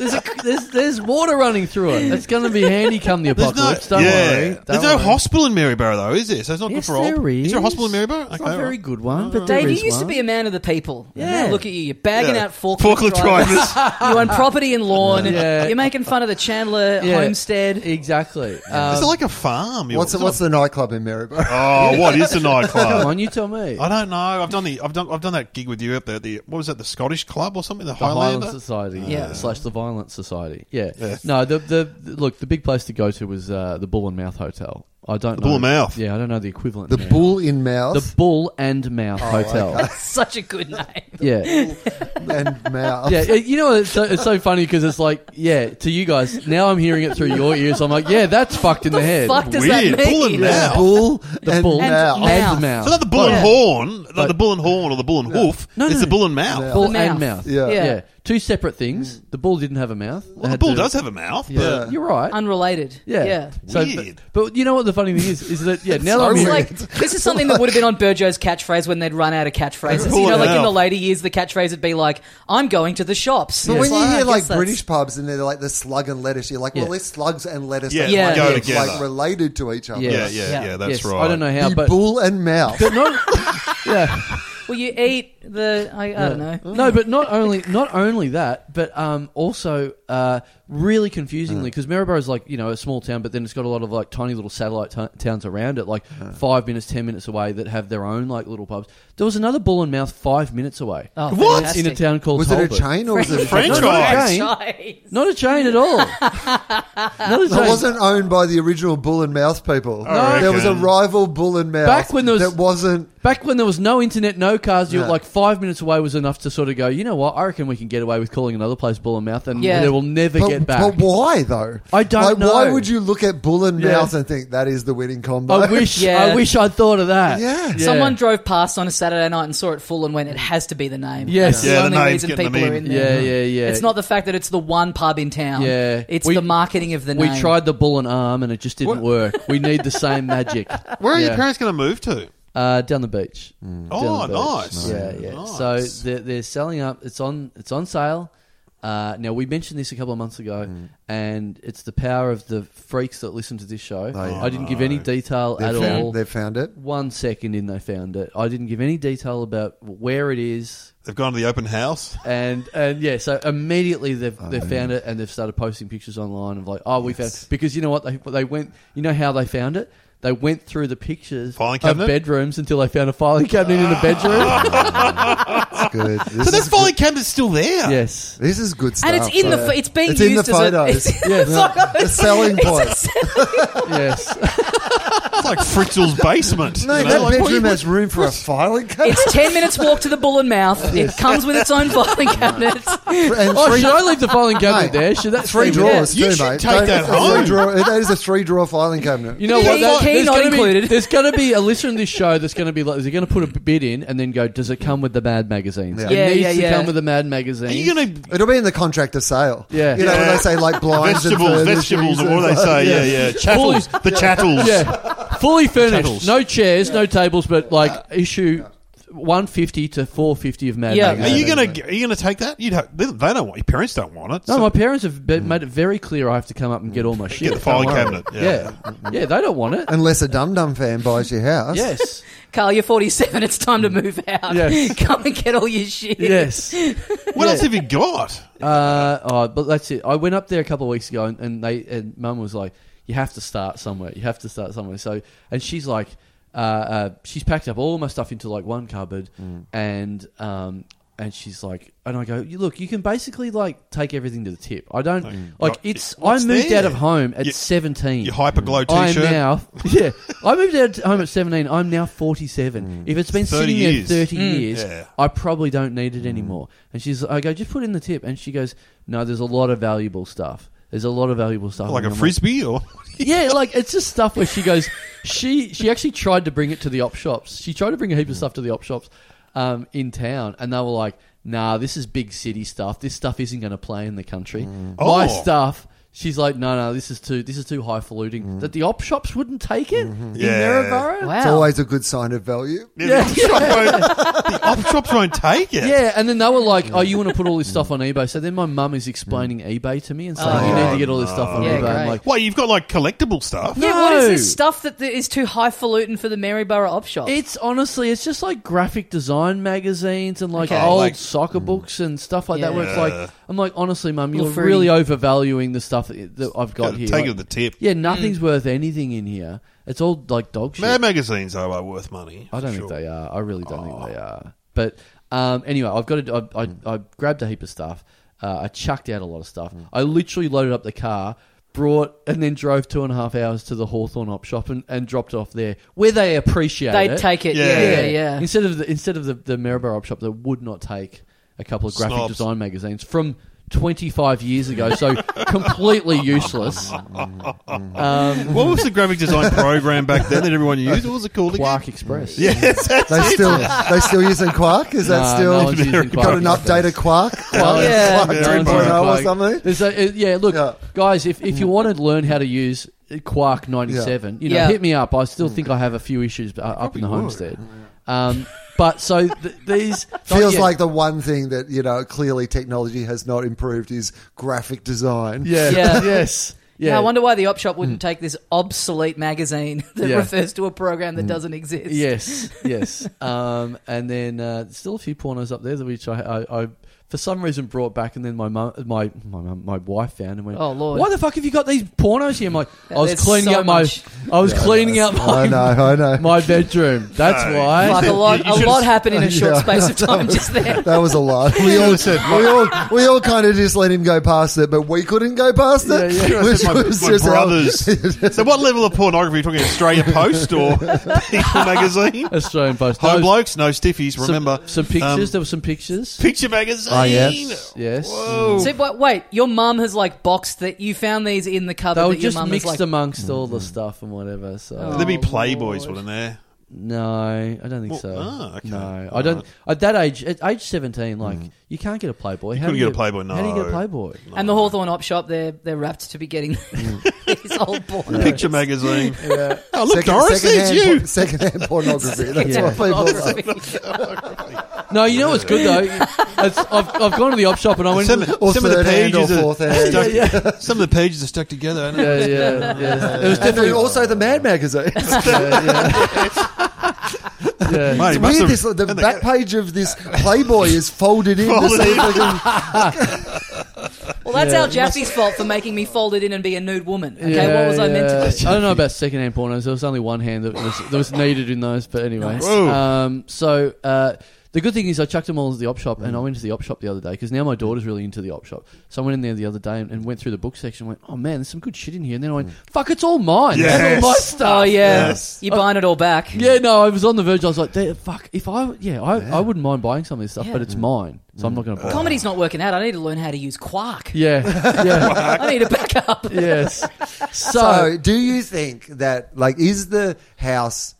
[SPEAKER 2] There's, a, there's there's water running through it. It's going to be handy come the apocalypse. don't worry. Don't
[SPEAKER 4] There's no
[SPEAKER 2] worry.
[SPEAKER 4] hospital in Maryborough though, is there? So it's not
[SPEAKER 2] Yes,
[SPEAKER 4] good for old.
[SPEAKER 2] there is.
[SPEAKER 4] there a hospital in Maryborough?
[SPEAKER 2] It's not a very
[SPEAKER 4] right.
[SPEAKER 2] good one, but
[SPEAKER 1] Dave,
[SPEAKER 2] there
[SPEAKER 1] you
[SPEAKER 2] is
[SPEAKER 1] used to
[SPEAKER 2] one.
[SPEAKER 1] be a man of the people.
[SPEAKER 2] Yeah.
[SPEAKER 1] Now look at you. You're bagging
[SPEAKER 4] Yeah.
[SPEAKER 1] out forklift,
[SPEAKER 4] Forklift
[SPEAKER 1] drivers. you own property and lawn.
[SPEAKER 2] Yeah.
[SPEAKER 1] You're making fun of the Chandler
[SPEAKER 2] Yeah.
[SPEAKER 1] homestead.
[SPEAKER 2] Exactly. Um,
[SPEAKER 4] Is it like a farm?
[SPEAKER 3] What's the,
[SPEAKER 4] Is it
[SPEAKER 3] what's
[SPEAKER 4] a-
[SPEAKER 3] the nightclub in Maryborough?
[SPEAKER 4] Oh, what is the
[SPEAKER 2] come
[SPEAKER 4] nightclub?
[SPEAKER 2] on, you tell me.
[SPEAKER 4] I don't know. I've done the I've done I've done that gig with you up there. at The what was that? The Scottish Club or something? The,
[SPEAKER 2] the Highland
[SPEAKER 4] Highlander.
[SPEAKER 2] Society,
[SPEAKER 1] Yeah.
[SPEAKER 2] slash the Violent Society. Yeah, no, the, the the- look, the big place to go to was uh, the Bull and Mouth Hotel. I don't the know,
[SPEAKER 4] Bull and Mouth.
[SPEAKER 2] Yeah, I don't know the equivalent.
[SPEAKER 3] The
[SPEAKER 2] now.
[SPEAKER 3] bull in mouth
[SPEAKER 2] the Bull and Mouth
[SPEAKER 4] Oh,
[SPEAKER 2] Hotel.
[SPEAKER 1] Such a good name.
[SPEAKER 2] Yeah,
[SPEAKER 3] and mouth.
[SPEAKER 2] yeah. You know, it's so, it's so funny because it's like, yeah, to you guys now, I'm hearing it through your ears. I'm like, yeah, that's fucked in the, head.
[SPEAKER 1] Fuck does
[SPEAKER 4] Weird.
[SPEAKER 1] that
[SPEAKER 4] Bull
[SPEAKER 1] mean?
[SPEAKER 4] and
[SPEAKER 3] The
[SPEAKER 4] Mouth.
[SPEAKER 3] bull
[SPEAKER 2] the
[SPEAKER 3] and
[SPEAKER 2] Bull
[SPEAKER 1] mouth.
[SPEAKER 2] and
[SPEAKER 1] Mouth.
[SPEAKER 2] Mouth.
[SPEAKER 4] So not the bull and
[SPEAKER 1] Yeah.
[SPEAKER 4] horn, not
[SPEAKER 2] Oh, But-
[SPEAKER 4] the bull and horn or the bull and hoof.
[SPEAKER 2] No,
[SPEAKER 4] it's
[SPEAKER 2] no.
[SPEAKER 4] the bull and mouth.
[SPEAKER 2] Bull
[SPEAKER 1] The
[SPEAKER 2] and
[SPEAKER 1] mouth.
[SPEAKER 2] mouth.
[SPEAKER 3] Yeah.
[SPEAKER 1] Yeah.
[SPEAKER 2] yeah, two separate things. The bull didn't have a mouth. It
[SPEAKER 4] Well, the
[SPEAKER 2] had
[SPEAKER 4] bull
[SPEAKER 2] to-
[SPEAKER 4] does have a mouth,
[SPEAKER 2] Yeah.
[SPEAKER 4] but
[SPEAKER 2] You're right.
[SPEAKER 1] Unrelated.
[SPEAKER 2] Yeah.
[SPEAKER 1] yeah.
[SPEAKER 2] So,
[SPEAKER 4] Weird.
[SPEAKER 2] But, but you know what the funny thing is? Is that, yeah, now
[SPEAKER 3] so
[SPEAKER 2] that I'm
[SPEAKER 3] weird.
[SPEAKER 1] It's
[SPEAKER 2] hearing
[SPEAKER 1] like this is something that would have been on Burjo's catchphrase when they'd run out of catchphrases.
[SPEAKER 4] Pull
[SPEAKER 1] You know,
[SPEAKER 4] it
[SPEAKER 1] like in
[SPEAKER 4] out.
[SPEAKER 1] the later years, the catchphrase would be like, "I'm going to the shops."
[SPEAKER 3] But
[SPEAKER 1] It's
[SPEAKER 3] when you
[SPEAKER 1] I
[SPEAKER 3] hear
[SPEAKER 1] guess
[SPEAKER 3] like
[SPEAKER 1] that's-
[SPEAKER 3] British pubs and they're like the slug and lettuce, you're like, well,
[SPEAKER 2] Yeah.
[SPEAKER 3] these slugs and lettuce
[SPEAKER 4] Yeah,
[SPEAKER 3] are
[SPEAKER 1] Yeah.
[SPEAKER 3] like,
[SPEAKER 1] go
[SPEAKER 3] it's,
[SPEAKER 4] together.
[SPEAKER 3] like, related to each other.
[SPEAKER 4] yeah, yeah,
[SPEAKER 2] Yes.
[SPEAKER 4] yeah,
[SPEAKER 1] Yeah.
[SPEAKER 4] that's
[SPEAKER 2] yes,
[SPEAKER 4] right.
[SPEAKER 2] I don't know how,
[SPEAKER 3] The
[SPEAKER 2] but.
[SPEAKER 3] bull and mouth.
[SPEAKER 2] but not, yeah,
[SPEAKER 1] well, you eat the I, I don't know.
[SPEAKER 2] no, but not only not only that, but um, also uh, really confusingly
[SPEAKER 3] Mm.
[SPEAKER 2] because Maryborough is like you know a small town, but then it's got a lot of like tiny little satellite to towns around it, like five minutes, ten minutes away, that have their own like little pubs. There was another Bull and Mouth five minutes away
[SPEAKER 1] Oh,
[SPEAKER 2] in a
[SPEAKER 1] fantastic.
[SPEAKER 2] town called
[SPEAKER 3] was it a
[SPEAKER 2] Talbot.
[SPEAKER 3] chain or was it a
[SPEAKER 4] Frank-
[SPEAKER 2] No, not a
[SPEAKER 4] Franchise.
[SPEAKER 2] chain.
[SPEAKER 1] Franchise.
[SPEAKER 2] Not a chain at all. Not a chain.
[SPEAKER 3] It wasn't owned by the original bull and mouth people.
[SPEAKER 4] I
[SPEAKER 3] There was a
[SPEAKER 4] reckon.
[SPEAKER 3] rival bull and mouth
[SPEAKER 2] Back when there was-
[SPEAKER 3] that wasn't.
[SPEAKER 2] Back when there was no internet, no cars, you were
[SPEAKER 3] No.
[SPEAKER 2] like five minutes away was enough to sort of go, you know what, I reckon we can get away with calling another place Bull and Mouth and
[SPEAKER 1] Yeah.
[SPEAKER 2] there will will never
[SPEAKER 3] But,
[SPEAKER 2] get back.
[SPEAKER 3] but why though?
[SPEAKER 2] I don't
[SPEAKER 3] like, Why
[SPEAKER 2] know.
[SPEAKER 3] would you look at bull and
[SPEAKER 2] Yeah.
[SPEAKER 3] mouse and think that is the winning combo?
[SPEAKER 2] I wish.
[SPEAKER 1] Yeah.
[SPEAKER 2] I wish I'd thought of that.
[SPEAKER 3] Yeah.
[SPEAKER 1] Someone drove past on a Saturday night and saw it full and went, "It has to be the name."
[SPEAKER 2] Yes.
[SPEAKER 1] That's
[SPEAKER 4] Yeah, the
[SPEAKER 1] the only
[SPEAKER 4] name's
[SPEAKER 1] reason
[SPEAKER 4] getting
[SPEAKER 1] people
[SPEAKER 4] them
[SPEAKER 1] are
[SPEAKER 4] in.
[SPEAKER 1] in
[SPEAKER 2] Yeah,
[SPEAKER 1] there.
[SPEAKER 2] yeah, yeah.
[SPEAKER 1] It's not the fact that it's the one pub in town.
[SPEAKER 2] Yeah.
[SPEAKER 1] it's
[SPEAKER 2] We-
[SPEAKER 1] the marketing of the
[SPEAKER 2] We
[SPEAKER 1] name.
[SPEAKER 2] tried the bull and arm, and it just didn't
[SPEAKER 4] What-
[SPEAKER 2] work. We need the same magic.
[SPEAKER 4] Where are
[SPEAKER 2] Yeah.
[SPEAKER 4] your parents going to move to?
[SPEAKER 2] Uh, down the beach.
[SPEAKER 4] Oh,
[SPEAKER 2] Down the beach.
[SPEAKER 4] nice.
[SPEAKER 2] Yeah, yeah.
[SPEAKER 4] Nice.
[SPEAKER 2] So they're, they're selling up. It's on. It's on sale. Uh, now we mentioned this a couple of months ago,
[SPEAKER 4] Mm.
[SPEAKER 2] and it's the power of the freaks that listen to this show. I didn't give any detail
[SPEAKER 3] They've
[SPEAKER 2] at
[SPEAKER 3] found,
[SPEAKER 2] all.
[SPEAKER 3] They've found it.
[SPEAKER 2] One second in, they found it. I didn't give any detail about where it is,
[SPEAKER 4] They've gone to the open house.
[SPEAKER 2] and and yeah. So immediately they've
[SPEAKER 1] Oh,
[SPEAKER 2] they found it, and they've started posting pictures online of like, oh, we found it. because you know what they they went. You know how they found it. They went through the pictures
[SPEAKER 4] Filing
[SPEAKER 2] of
[SPEAKER 4] cabinet?
[SPEAKER 2] bedrooms until they found a filing cabinet in a bedroom.
[SPEAKER 3] It's good. This
[SPEAKER 4] But
[SPEAKER 3] is
[SPEAKER 4] that filing cabinet's still there.
[SPEAKER 2] yes,
[SPEAKER 3] This is good stuff.
[SPEAKER 1] and it's in the
[SPEAKER 3] right?
[SPEAKER 1] pho- it's being
[SPEAKER 3] It's
[SPEAKER 1] used
[SPEAKER 3] in the photos.
[SPEAKER 1] as a, it's,
[SPEAKER 2] Yeah.
[SPEAKER 1] it's like a-
[SPEAKER 3] The selling
[SPEAKER 1] it's a
[SPEAKER 3] point.
[SPEAKER 2] yes.
[SPEAKER 4] It's like Fritzl's basement.
[SPEAKER 3] No,
[SPEAKER 4] you know?
[SPEAKER 3] that
[SPEAKER 4] Like, what do you-
[SPEAKER 3] bedroom has room for a filing cabinet
[SPEAKER 1] It's ten minutes walk to the Bull and Mouth. It comes with its own filing cabinet.
[SPEAKER 3] and
[SPEAKER 2] Oh,
[SPEAKER 3] three,
[SPEAKER 2] should I leave the filing cabinet
[SPEAKER 3] Mate,
[SPEAKER 2] there? Should that
[SPEAKER 3] three
[SPEAKER 2] stay
[SPEAKER 3] drawers
[SPEAKER 4] You
[SPEAKER 3] too,
[SPEAKER 4] should
[SPEAKER 3] mate.
[SPEAKER 4] take
[SPEAKER 3] Don't-
[SPEAKER 4] that
[SPEAKER 3] it's a three
[SPEAKER 4] home.
[SPEAKER 3] drawer- it is a three-drawer filing cabinet.
[SPEAKER 2] You know
[SPEAKER 1] Key-
[SPEAKER 2] what? That,
[SPEAKER 1] key
[SPEAKER 2] there's
[SPEAKER 1] not
[SPEAKER 2] gonna Be,
[SPEAKER 1] included.
[SPEAKER 2] there's going to be a listener in this show that's going to be like, they're going to put a bid in and then go, does it come with the Mad magazine?
[SPEAKER 3] Yeah.
[SPEAKER 2] It
[SPEAKER 1] Yeah,
[SPEAKER 2] needs
[SPEAKER 1] yeah,
[SPEAKER 2] to
[SPEAKER 1] yeah.
[SPEAKER 2] come with the Mad magazine.
[SPEAKER 4] Are you going to
[SPEAKER 3] It'll be in the contract of sale.
[SPEAKER 2] Yeah.
[SPEAKER 3] You know, when
[SPEAKER 4] Yeah.
[SPEAKER 3] they say like blinds
[SPEAKER 4] vegetables,
[SPEAKER 3] and furnishings
[SPEAKER 4] vegetables, or
[SPEAKER 3] and
[SPEAKER 4] what do they
[SPEAKER 3] like-
[SPEAKER 4] say? Yeah, yeah. Chattels, the chattels.
[SPEAKER 2] yeah, fully furnished,
[SPEAKER 4] Tables.
[SPEAKER 2] no chairs, no tables, but like issue one fifty to four fifty of Mad
[SPEAKER 1] Yeah.
[SPEAKER 4] Are
[SPEAKER 2] magazine.
[SPEAKER 4] you going to are you going to take that? You don't, they they don't want your parents don't want it.
[SPEAKER 2] no,
[SPEAKER 4] so
[SPEAKER 2] my parents have be- made it very clear I have to come up and get all my shit.
[SPEAKER 4] get the filing
[SPEAKER 3] Don't worry.
[SPEAKER 4] cabinet. Yeah.
[SPEAKER 2] yeah, yeah, they don't want it.
[SPEAKER 3] Unless a Dum Dum fan buys your house.
[SPEAKER 2] Yes,
[SPEAKER 1] Carl, you're 47. It's time to move out.
[SPEAKER 2] Yes.
[SPEAKER 1] Come and get all your shit.
[SPEAKER 2] yes.
[SPEAKER 4] What else have you got?
[SPEAKER 2] Uh, oh, but that's it. I went up there a couple of weeks ago, and, and they and Mum was like, "You have to start somewhere. You have to start somewhere." So, and she's like, uh, uh, she's packed up all my stuff into like one cupboard,
[SPEAKER 4] Mm.
[SPEAKER 2] and um, and she's like, and I go, "You- "Look, you can basically like take everything to the tip. I don't like
[SPEAKER 4] Like,
[SPEAKER 2] it's. I
[SPEAKER 4] what's
[SPEAKER 2] moved
[SPEAKER 4] there?
[SPEAKER 2] out of home at
[SPEAKER 4] Your-
[SPEAKER 2] seventeen.
[SPEAKER 4] Your hyperglow
[SPEAKER 2] I'm
[SPEAKER 4] T-shirt.
[SPEAKER 2] now, yeah. I moved out of home at 17. I'm now 47. If it's been
[SPEAKER 4] 30
[SPEAKER 2] sitting
[SPEAKER 4] Mm. years.
[SPEAKER 2] there 30 years,
[SPEAKER 4] Yeah. Mm.
[SPEAKER 2] I probably don't need it anymore. And she's, I go, just put in the tip. And she goes, no, there's a lot of valuable stuff. There's a lot of valuable stuff.
[SPEAKER 4] like
[SPEAKER 2] And
[SPEAKER 4] a
[SPEAKER 2] I'm
[SPEAKER 4] frisbee or
[SPEAKER 2] yeah, like it's just stuff where she goes. She she actually tried to bring it to the op shops. She tried to bring a heap of stuff to the op shops um, in town, and they were like, "Nah, this is big city stuff. This stuff isn't going to play in the country. My
[SPEAKER 4] Oh.
[SPEAKER 2] stuff." She's like, "No, no, this is too this is too highfalutin. That the op shops wouldn't take it in
[SPEAKER 4] Yeah.
[SPEAKER 2] Maryborough.
[SPEAKER 1] Wow.
[SPEAKER 3] It's always a good sign of value.
[SPEAKER 4] yeah. the, op shop won't, the op shops won't take it.
[SPEAKER 2] Yeah, and then they were like, "Oh, you want to put all this stuff on eBay?" So then my mum is explaining eBay to me and saying,
[SPEAKER 1] Oh,
[SPEAKER 2] "You need
[SPEAKER 1] yeah.
[SPEAKER 2] to get all this stuff on
[SPEAKER 1] Yeah,
[SPEAKER 2] eBay." I'm
[SPEAKER 1] great.
[SPEAKER 2] like,
[SPEAKER 4] Well, you've got like collectible stuff.
[SPEAKER 1] Yeah, what is
[SPEAKER 2] No.
[SPEAKER 1] this stuff that th- is too highfalutin for the Maryborough op shop?
[SPEAKER 2] It's honestly, it's just like graphic design magazines and like
[SPEAKER 1] Okay.
[SPEAKER 2] old
[SPEAKER 4] Like- mm.
[SPEAKER 2] soccer books and stuff like that. Where it's
[SPEAKER 4] Yeah.
[SPEAKER 2] like, I'm like, honestly, mum, you're
[SPEAKER 1] Little fruity.
[SPEAKER 2] really overvaluing the stuff that, that I've got
[SPEAKER 4] Gotta
[SPEAKER 2] here.
[SPEAKER 4] Take
[SPEAKER 2] Like,
[SPEAKER 4] it with the tip.
[SPEAKER 2] yeah, nothing's
[SPEAKER 1] Mm.
[SPEAKER 2] worth anything in here. It's all like dog shit.
[SPEAKER 4] Mad magazines though are worth money.
[SPEAKER 2] I don't
[SPEAKER 4] sure. Oh.
[SPEAKER 2] think they are. I really don't think they are. But um, anyway, I've got to, I,
[SPEAKER 4] Mm.
[SPEAKER 2] I, I grabbed a heap of stuff. Uh, I chucked out a lot of stuff.
[SPEAKER 4] Mm.
[SPEAKER 2] I literally loaded up the car, brought, and then drove two and a half hours to the Hawthorne op shop and, and dropped it off there, where they appreciate
[SPEAKER 1] They'd
[SPEAKER 2] it.
[SPEAKER 1] take it. Yeah,
[SPEAKER 4] Yeah.
[SPEAKER 1] yeah, yeah.
[SPEAKER 2] Instead of the, instead of the, the Maryborough op shop that would not take a couple of graphic
[SPEAKER 4] Snobs.
[SPEAKER 2] design magazines from 25 years ago, so completely useless.
[SPEAKER 3] Mm,
[SPEAKER 2] um,
[SPEAKER 4] What was the graphic design program back then that everyone used? What was it called again?
[SPEAKER 2] Quark Express.
[SPEAKER 4] Yes, that's
[SPEAKER 3] They still they still using Quark? Is that
[SPEAKER 2] Nah,
[SPEAKER 3] still
[SPEAKER 2] no one's using
[SPEAKER 4] Got
[SPEAKER 2] Quark
[SPEAKER 3] got an
[SPEAKER 2] Express. Oh,
[SPEAKER 3] updated Quark? Quark,
[SPEAKER 1] yeah.
[SPEAKER 3] Quark
[SPEAKER 4] Yeah,
[SPEAKER 3] 2.0 or
[SPEAKER 2] Quark.
[SPEAKER 3] something?
[SPEAKER 2] There's a- uh, yeah, look,
[SPEAKER 3] Yeah. Mm.
[SPEAKER 2] guys, if, if you want to learn how to use Quark 97, you know,
[SPEAKER 1] Yeah.
[SPEAKER 2] hit me up. I
[SPEAKER 3] Mm.
[SPEAKER 2] still think I have a few issues uh, up in the homestead. Um, but so th- these
[SPEAKER 3] Oh,
[SPEAKER 2] oh,
[SPEAKER 3] Feels
[SPEAKER 2] yeah.
[SPEAKER 3] like the one thing that you know clearly technology has not improved is graphic design.
[SPEAKER 2] yeah,
[SPEAKER 1] Yeah.
[SPEAKER 2] yes, yeah. Hmm.
[SPEAKER 1] Now, I wonder why the op shop wouldn't take this obsolete magazine that
[SPEAKER 2] Yeah. Hmm.
[SPEAKER 1] refers to a program that doesn't exist.
[SPEAKER 2] Yes, yes. um, and then uh, still a few pornos up there, that which I, I, I for some reason brought back, and then my mum, my my, mum- my wife found and went,
[SPEAKER 1] Oh, Lord.
[SPEAKER 2] why the fuck have you got these pornos here?" I'm like, "I was
[SPEAKER 1] There's
[SPEAKER 2] cleaning
[SPEAKER 1] so
[SPEAKER 2] up my,
[SPEAKER 1] much.
[SPEAKER 2] I was cleaning
[SPEAKER 3] yes.
[SPEAKER 2] up my,
[SPEAKER 3] Uh, I know, I know.
[SPEAKER 2] my bedroom. That's
[SPEAKER 4] No.
[SPEAKER 1] Like
[SPEAKER 2] why."
[SPEAKER 1] a lot,
[SPEAKER 4] You
[SPEAKER 1] a
[SPEAKER 4] should've-
[SPEAKER 1] lot happened in a short
[SPEAKER 3] Yeah.
[SPEAKER 1] space of time just there.
[SPEAKER 3] That was a lot. We all, we all, we all kind of just let him go past it, but we couldn't go past it.
[SPEAKER 2] Yeah, yeah.
[SPEAKER 3] which
[SPEAKER 4] my, my
[SPEAKER 3] was just how-
[SPEAKER 4] brothers. so, what level of pornography are you talking? Australia Post or People Magazine?
[SPEAKER 2] Australian Post.
[SPEAKER 4] High
[SPEAKER 2] Those-
[SPEAKER 4] blokes, no stiffies.
[SPEAKER 2] some-
[SPEAKER 4] Remember
[SPEAKER 2] some, pictures.
[SPEAKER 4] um,
[SPEAKER 2] there were some pictures.
[SPEAKER 4] picture magazine.
[SPEAKER 3] Ah, yes.
[SPEAKER 2] Yes.
[SPEAKER 4] Whoa.
[SPEAKER 1] So, but wait, your mum has like boxed that you found these in the cupboard
[SPEAKER 2] They were
[SPEAKER 1] that your
[SPEAKER 2] just
[SPEAKER 1] mum was
[SPEAKER 2] mixed
[SPEAKER 1] like.
[SPEAKER 2] amongst all the stuff and whatever. So
[SPEAKER 1] Oh.
[SPEAKER 4] There'd be playboys,
[SPEAKER 1] Lord.
[SPEAKER 4] wouldn't there?
[SPEAKER 2] no, I don't think
[SPEAKER 4] Well,
[SPEAKER 2] so.
[SPEAKER 4] ah, okay. Mm.
[SPEAKER 2] No, I don't. At that age, at age seventeen, like you can't get a Playboy. You how do
[SPEAKER 4] couldn't get a Playboy,
[SPEAKER 2] How do you get a
[SPEAKER 4] no.
[SPEAKER 2] Playboy?
[SPEAKER 1] and the Hawthorne op shop, they're they're wrapped to be getting these old porn.
[SPEAKER 4] Picture magazine. Oh, look,
[SPEAKER 3] Second-
[SPEAKER 4] Doris, it's
[SPEAKER 3] secondhand
[SPEAKER 4] you.
[SPEAKER 3] por- secondhand pornography. That's
[SPEAKER 2] Yeah.
[SPEAKER 3] what people say.
[SPEAKER 2] No, you know what's good though. It's, I've, I've gone to the op shop and I went.
[SPEAKER 4] Some,
[SPEAKER 3] Or
[SPEAKER 4] some of the
[SPEAKER 3] third hand or
[SPEAKER 4] pages are
[SPEAKER 3] fourth hand.
[SPEAKER 4] stuck, some of the pages are stuck together. aren't
[SPEAKER 2] yeah,
[SPEAKER 4] they?
[SPEAKER 2] yeah, yeah. It was
[SPEAKER 3] And
[SPEAKER 2] definitely
[SPEAKER 3] then also the Mad magazine.
[SPEAKER 2] yeah.
[SPEAKER 4] Mate,
[SPEAKER 3] It's
[SPEAKER 4] it must
[SPEAKER 3] weird.
[SPEAKER 4] have-
[SPEAKER 3] This, the
[SPEAKER 4] and they-
[SPEAKER 3] back page of this Playboy is folded in. to
[SPEAKER 4] Folded
[SPEAKER 3] see
[SPEAKER 4] in.
[SPEAKER 3] if I can-
[SPEAKER 1] Well, that's Al Jaffe's fault for making me fold it in and be a nude woman. Okay, what was I meant
[SPEAKER 2] yeah.
[SPEAKER 1] to do?
[SPEAKER 2] I don't know about secondhand pornos. There was only one hand that was, that was needed in those, but anyway.
[SPEAKER 1] Nice.
[SPEAKER 4] Whoa.
[SPEAKER 2] Um, so uh, the good thing is I chucked them all into the op shop, and I went to the op shop the other day because now my daughter's really into the op shop. So I went in there the other day and, and went through the book section. and Went, oh man, there's some good shit in here. And then I went, fuck, it's all mine.
[SPEAKER 4] Yes.
[SPEAKER 2] It's all my stuff.
[SPEAKER 1] Oh yeah,
[SPEAKER 4] Yes.
[SPEAKER 1] you're buying it all back.
[SPEAKER 2] Yeah, no, I was on the verge. I was like, "There- fuck, if I, yeah, Mm. I, I wouldn't mind buying some of this stuff,
[SPEAKER 1] Yeah.
[SPEAKER 2] but it's mine, so I'm not going to buy. it.
[SPEAKER 1] Comedy's not working out. I need to learn how to use Quark.
[SPEAKER 2] Yeah, yeah,
[SPEAKER 1] I need to back up.
[SPEAKER 2] yes.
[SPEAKER 3] So, do you think that like is the house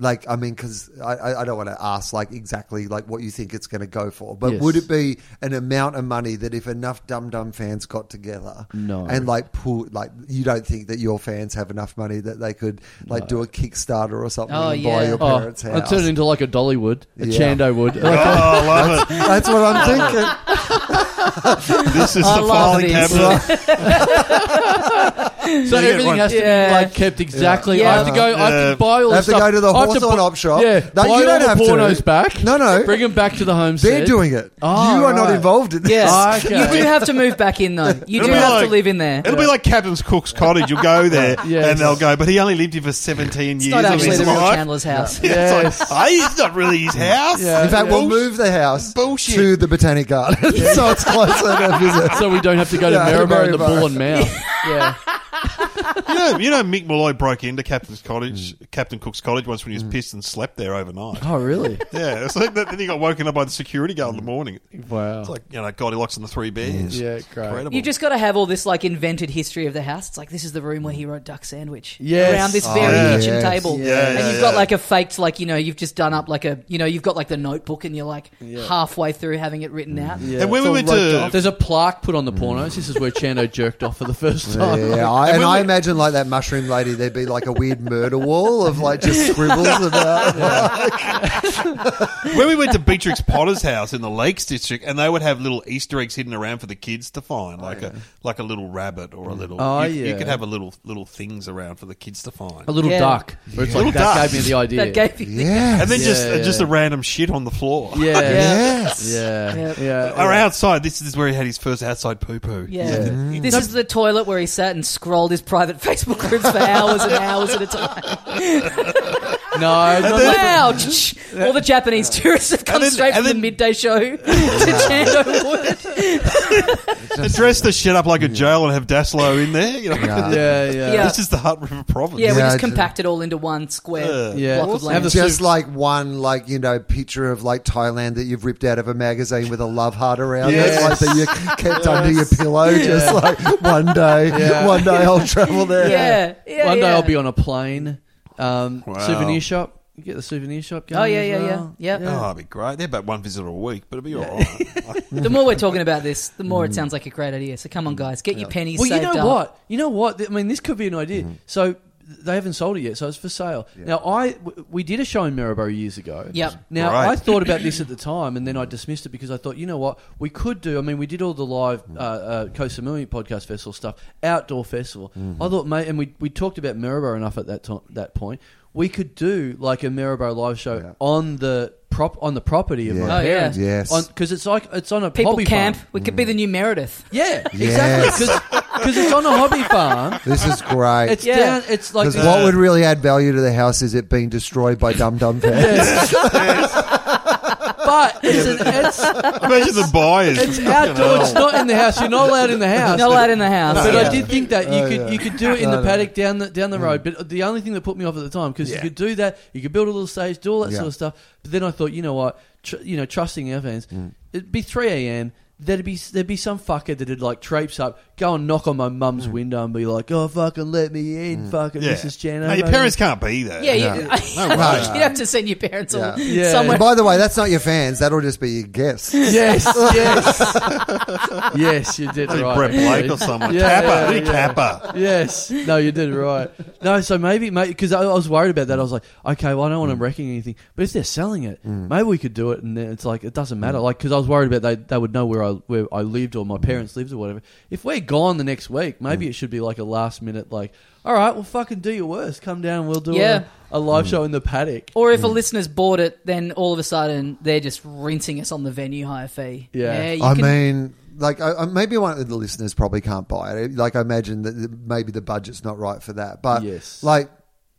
[SPEAKER 3] like? I mean, because I, I, I don't want to ask like exactly like what you think it's going to go for, but
[SPEAKER 2] Yes.
[SPEAKER 3] would it be an amount of money that if enough Dum Dum fans got together,
[SPEAKER 2] No.
[SPEAKER 3] and like pull like you don't think that your fans have enough money that they could like do a Kickstarter or something
[SPEAKER 1] Oh,
[SPEAKER 3] and
[SPEAKER 1] yeah.
[SPEAKER 3] buy your
[SPEAKER 2] Oh,
[SPEAKER 3] parents'
[SPEAKER 2] I
[SPEAKER 3] house?
[SPEAKER 2] turned into like a Dollywood, a
[SPEAKER 3] Yeah.
[SPEAKER 2] Chando would.
[SPEAKER 4] Oh, I love it.
[SPEAKER 3] That's what I'm thinking.
[SPEAKER 4] This is
[SPEAKER 1] I
[SPEAKER 4] the
[SPEAKER 1] love
[SPEAKER 4] filing
[SPEAKER 1] this.
[SPEAKER 4] cabinet.
[SPEAKER 2] So everything has to
[SPEAKER 1] Yeah.
[SPEAKER 2] be like kept exactly.
[SPEAKER 1] Yeah.
[SPEAKER 2] I have to go. I have
[SPEAKER 4] Yeah.
[SPEAKER 2] to buy all.
[SPEAKER 3] Have
[SPEAKER 2] the
[SPEAKER 3] to
[SPEAKER 2] stuff.
[SPEAKER 3] go to the
[SPEAKER 2] I have
[SPEAKER 3] Hawthorne
[SPEAKER 2] bu-
[SPEAKER 3] op shop.
[SPEAKER 2] Yeah, buy
[SPEAKER 3] No, you don't
[SPEAKER 2] all the
[SPEAKER 3] have to.
[SPEAKER 2] pornos back.
[SPEAKER 3] No, no.
[SPEAKER 2] bring them back to the homestead.
[SPEAKER 3] They're doing it.
[SPEAKER 2] Oh,
[SPEAKER 3] you are not
[SPEAKER 2] right.
[SPEAKER 3] involved in this.
[SPEAKER 1] Yes,
[SPEAKER 2] Okay.
[SPEAKER 1] you do have to move back in though. You do
[SPEAKER 4] It'll be
[SPEAKER 1] have to
[SPEAKER 4] like-
[SPEAKER 1] live in there.
[SPEAKER 4] It'll be like Captain's Cook's cottage. You'll go there,
[SPEAKER 2] Yes.
[SPEAKER 4] and they'll go. But he only lived here for seventeen
[SPEAKER 1] It's
[SPEAKER 4] years.
[SPEAKER 1] not
[SPEAKER 4] of
[SPEAKER 1] actually
[SPEAKER 4] his
[SPEAKER 1] the real
[SPEAKER 4] life."
[SPEAKER 1] Chandler's house.
[SPEAKER 4] Yeah,
[SPEAKER 2] Yes.
[SPEAKER 4] it's like, "Hey, it's not really his house.
[SPEAKER 2] Yeah.
[SPEAKER 3] In fact, we'll
[SPEAKER 4] Bullshit.
[SPEAKER 3] move the house
[SPEAKER 4] Bullshit.
[SPEAKER 3] to the Botanic Garden, so it's closer to visit.
[SPEAKER 2] so we don't have to go to
[SPEAKER 3] Yeah,
[SPEAKER 2] Maribor and the
[SPEAKER 3] Maribor.
[SPEAKER 2] Bull and Mount. Yeah,
[SPEAKER 4] You know, you know, Mick Malloy broke into Captain's cottage, Captain Cook's cottage once when he was pissed and slept there overnight.
[SPEAKER 2] Oh really?
[SPEAKER 4] Yeah, so then he got woken up by the security guard in the morning.
[SPEAKER 2] Wow.
[SPEAKER 4] It's like you know, Goldilocks and the Three Bears.
[SPEAKER 2] Yeah, great.
[SPEAKER 4] Incredible.
[SPEAKER 1] You just got to have all this like invented history of the house. It's like this is the room where he wrote duck sandwich
[SPEAKER 2] Yes.
[SPEAKER 1] around this
[SPEAKER 2] Oh,
[SPEAKER 1] very
[SPEAKER 4] yeah.
[SPEAKER 1] kitchen
[SPEAKER 3] Yes.
[SPEAKER 1] table,
[SPEAKER 3] Yeah,
[SPEAKER 4] yeah,
[SPEAKER 1] and
[SPEAKER 4] yeah,
[SPEAKER 1] you've got
[SPEAKER 4] yeah.
[SPEAKER 1] like a faked like you know you've just done up like a you know you've got like the notebook and you're like
[SPEAKER 2] Yeah.
[SPEAKER 1] halfway through having it written out.
[SPEAKER 2] Yeah.
[SPEAKER 4] and when we
[SPEAKER 3] all
[SPEAKER 4] went
[SPEAKER 3] roped
[SPEAKER 4] to
[SPEAKER 3] off.
[SPEAKER 2] There's a plaque put on the pornos. This is where Chando jerked off for the first time.
[SPEAKER 3] Yeah, I,
[SPEAKER 4] And
[SPEAKER 3] and
[SPEAKER 4] when
[SPEAKER 3] I
[SPEAKER 4] we-
[SPEAKER 3] imagine like that mushroom lady, there'd be like a weird murder wall of like just scribbles about.
[SPEAKER 4] when we went to Beatrix Potter's house in the Lakes District, and they would have little Easter eggs hidden around for the kids to find, like a like a little rabbit or a little.
[SPEAKER 2] Oh,
[SPEAKER 4] you, you
[SPEAKER 2] yeah.
[SPEAKER 4] could have a little little things around for the kids to find,
[SPEAKER 2] A little
[SPEAKER 1] Yeah.
[SPEAKER 2] duck. Where it's like
[SPEAKER 4] Little
[SPEAKER 2] that
[SPEAKER 4] duck.
[SPEAKER 2] gave me the idea.
[SPEAKER 1] That gave you the-
[SPEAKER 3] Yeah,
[SPEAKER 4] and then just
[SPEAKER 2] Yeah, yeah.
[SPEAKER 4] just a random shit on the floor.
[SPEAKER 2] yeah.
[SPEAKER 3] yes.
[SPEAKER 2] Yeah.
[SPEAKER 1] Yep.
[SPEAKER 2] Yeah.
[SPEAKER 4] Or outside. This is where he had his first outside poo poo.
[SPEAKER 1] Yeah. This is the toilet where he sat and scrolled his private Facebook groups for hours and hours at a time.
[SPEAKER 2] No, not
[SPEAKER 1] Wow! All the Japanese tourists have come
[SPEAKER 4] And then-
[SPEAKER 1] straight from
[SPEAKER 4] and
[SPEAKER 1] the
[SPEAKER 4] then-
[SPEAKER 1] midday show to Chando Wood.
[SPEAKER 4] Dress the shit up like a jail and have Daslo in there. You know?
[SPEAKER 3] Yeah.
[SPEAKER 2] yeah, yeah.
[SPEAKER 1] Yeah.
[SPEAKER 4] This is the Hutt River province.
[SPEAKER 1] Yeah, we
[SPEAKER 3] Yeah,
[SPEAKER 1] just
[SPEAKER 3] I-
[SPEAKER 1] compact it all into one square
[SPEAKER 4] Yeah.
[SPEAKER 2] Yeah.
[SPEAKER 1] block of
[SPEAKER 2] Awesome.
[SPEAKER 1] land.
[SPEAKER 2] Have the
[SPEAKER 3] Just
[SPEAKER 2] soup.
[SPEAKER 3] like one, like you know, picture of like Thailand that you've ripped out of a magazine with a love heart around
[SPEAKER 2] Yes.
[SPEAKER 3] it, like that you kept under your pillow. Just like one day,
[SPEAKER 2] Yeah.
[SPEAKER 3] one day I'll travel there.
[SPEAKER 1] yeah, yeah.
[SPEAKER 2] One day
[SPEAKER 1] yeah.
[SPEAKER 2] I'll be on a plane. Um,
[SPEAKER 4] Wow.
[SPEAKER 2] Souvenir shop. You get the souvenir shop going.
[SPEAKER 1] Oh, yeah,
[SPEAKER 2] as
[SPEAKER 1] yeah,
[SPEAKER 2] well.
[SPEAKER 1] yeah. Yep.
[SPEAKER 4] Oh, it'd be great. They're about one visitor a week, but it'd be all right.
[SPEAKER 1] The more we're talking about this, the more it sounds like a great idea. So come on, guys, get your pennies.
[SPEAKER 2] Well, you
[SPEAKER 1] saved
[SPEAKER 2] know
[SPEAKER 1] up.
[SPEAKER 2] what? You know what? I mean, this could be an idea.
[SPEAKER 3] Mm-hmm.
[SPEAKER 2] So they haven't sold it yet, so it's for sale. Now, I w- we did a show in Maribor years ago.
[SPEAKER 1] Yep.
[SPEAKER 2] Now
[SPEAKER 4] Right.
[SPEAKER 2] I thought about this at the time, and then I dismissed it because I thought, you know what, we could do. I mean, we did all the live
[SPEAKER 3] Mm.
[SPEAKER 2] uh, uh, Kosamui podcast festival stuff, outdoor festival.
[SPEAKER 3] Mm-hmm.
[SPEAKER 2] I thought, mate, and we we talked about Maribor enough at that time, that point. We could do like a Maribor live show
[SPEAKER 3] Yeah.
[SPEAKER 2] on the prop on the property of
[SPEAKER 3] Yeah.
[SPEAKER 2] my
[SPEAKER 1] Oh, yeah.
[SPEAKER 2] parents.
[SPEAKER 3] Yes.
[SPEAKER 2] because it's like it's on a
[SPEAKER 1] People
[SPEAKER 2] hobby
[SPEAKER 1] camp.
[SPEAKER 2] farm.
[SPEAKER 1] We could be the new Meredith.
[SPEAKER 2] Yeah,
[SPEAKER 3] Yes.
[SPEAKER 2] exactly. Because it's on a hobby farm.
[SPEAKER 3] This is great.
[SPEAKER 2] It's
[SPEAKER 1] Yeah.
[SPEAKER 2] down. It's like
[SPEAKER 3] Because what would really add value to the house is it being destroyed by dum dum fans.
[SPEAKER 2] but it's, an, it's,
[SPEAKER 4] Imagine the buyers.
[SPEAKER 2] it's outdoor. It's not in the house. You're not allowed in the house.
[SPEAKER 1] No light in the house.
[SPEAKER 2] But
[SPEAKER 1] Yeah.
[SPEAKER 2] I did think that you
[SPEAKER 3] Oh,
[SPEAKER 2] could
[SPEAKER 3] yeah. Mm.
[SPEAKER 2] you could do it in
[SPEAKER 3] No,
[SPEAKER 2] the
[SPEAKER 3] no.
[SPEAKER 2] paddock down the down the road. But the only thing that put me off at the time because
[SPEAKER 4] Yeah.
[SPEAKER 2] you could do that, you could build a little stage, do all that
[SPEAKER 3] Yeah. Mm.
[SPEAKER 2] sort of stuff. But then I thought, you know what, tr- you know, trusting our fans. it'd be three a.m. There'd be there'd be some fucker that'd like traipse up, go and knock on my mum's
[SPEAKER 3] Mm.
[SPEAKER 2] window and be like, "Oh fucking let me in, fucking
[SPEAKER 4] Yeah.
[SPEAKER 2] Mrs. Jan."
[SPEAKER 4] No, your parents can't be there.
[SPEAKER 1] Yeah, you,
[SPEAKER 3] No.
[SPEAKER 1] would have to send your parents all
[SPEAKER 3] Yeah.
[SPEAKER 2] Yeah.
[SPEAKER 1] somewhere.
[SPEAKER 3] And by the way, that's not your fans. That'll just be your guests.
[SPEAKER 2] Yes, yes, yes. You did
[SPEAKER 4] Bloody
[SPEAKER 2] right.
[SPEAKER 4] Brett Blake
[SPEAKER 2] actually.
[SPEAKER 4] or someone.
[SPEAKER 2] Yeah, yeah,
[SPEAKER 4] Capper,
[SPEAKER 2] yeah,
[SPEAKER 4] bloody
[SPEAKER 2] yeah.
[SPEAKER 4] Capper.
[SPEAKER 2] Yes. No, you did right. No, so maybe, because I, I was worried about that. I was like, okay, well, I don't want
[SPEAKER 4] Mm.
[SPEAKER 2] them wrecking anything. But if they're selling it, maybe we could do it. And then it's like, it doesn't
[SPEAKER 4] Mm.
[SPEAKER 2] matter. Like, because I was worried about they, they would know where I where I lived or my parents lived or whatever. If we're gone the next week, maybe
[SPEAKER 4] Mm.
[SPEAKER 2] it should be like a last minute, like, all right, well, fucking do your worst. Come down and we'll do
[SPEAKER 1] Yeah.
[SPEAKER 2] a, a live
[SPEAKER 4] Mm.
[SPEAKER 2] show in the paddock.
[SPEAKER 1] Or if a listener's bought it, then all of a sudden they're just rinsing us on the venue hire fee.
[SPEAKER 2] Yeah.
[SPEAKER 1] you
[SPEAKER 3] I
[SPEAKER 1] can-
[SPEAKER 3] mean, like I, I, maybe one of the listeners probably can't buy it. Like I imagine that the- maybe the budget's not right for that. But
[SPEAKER 2] Yes.
[SPEAKER 3] like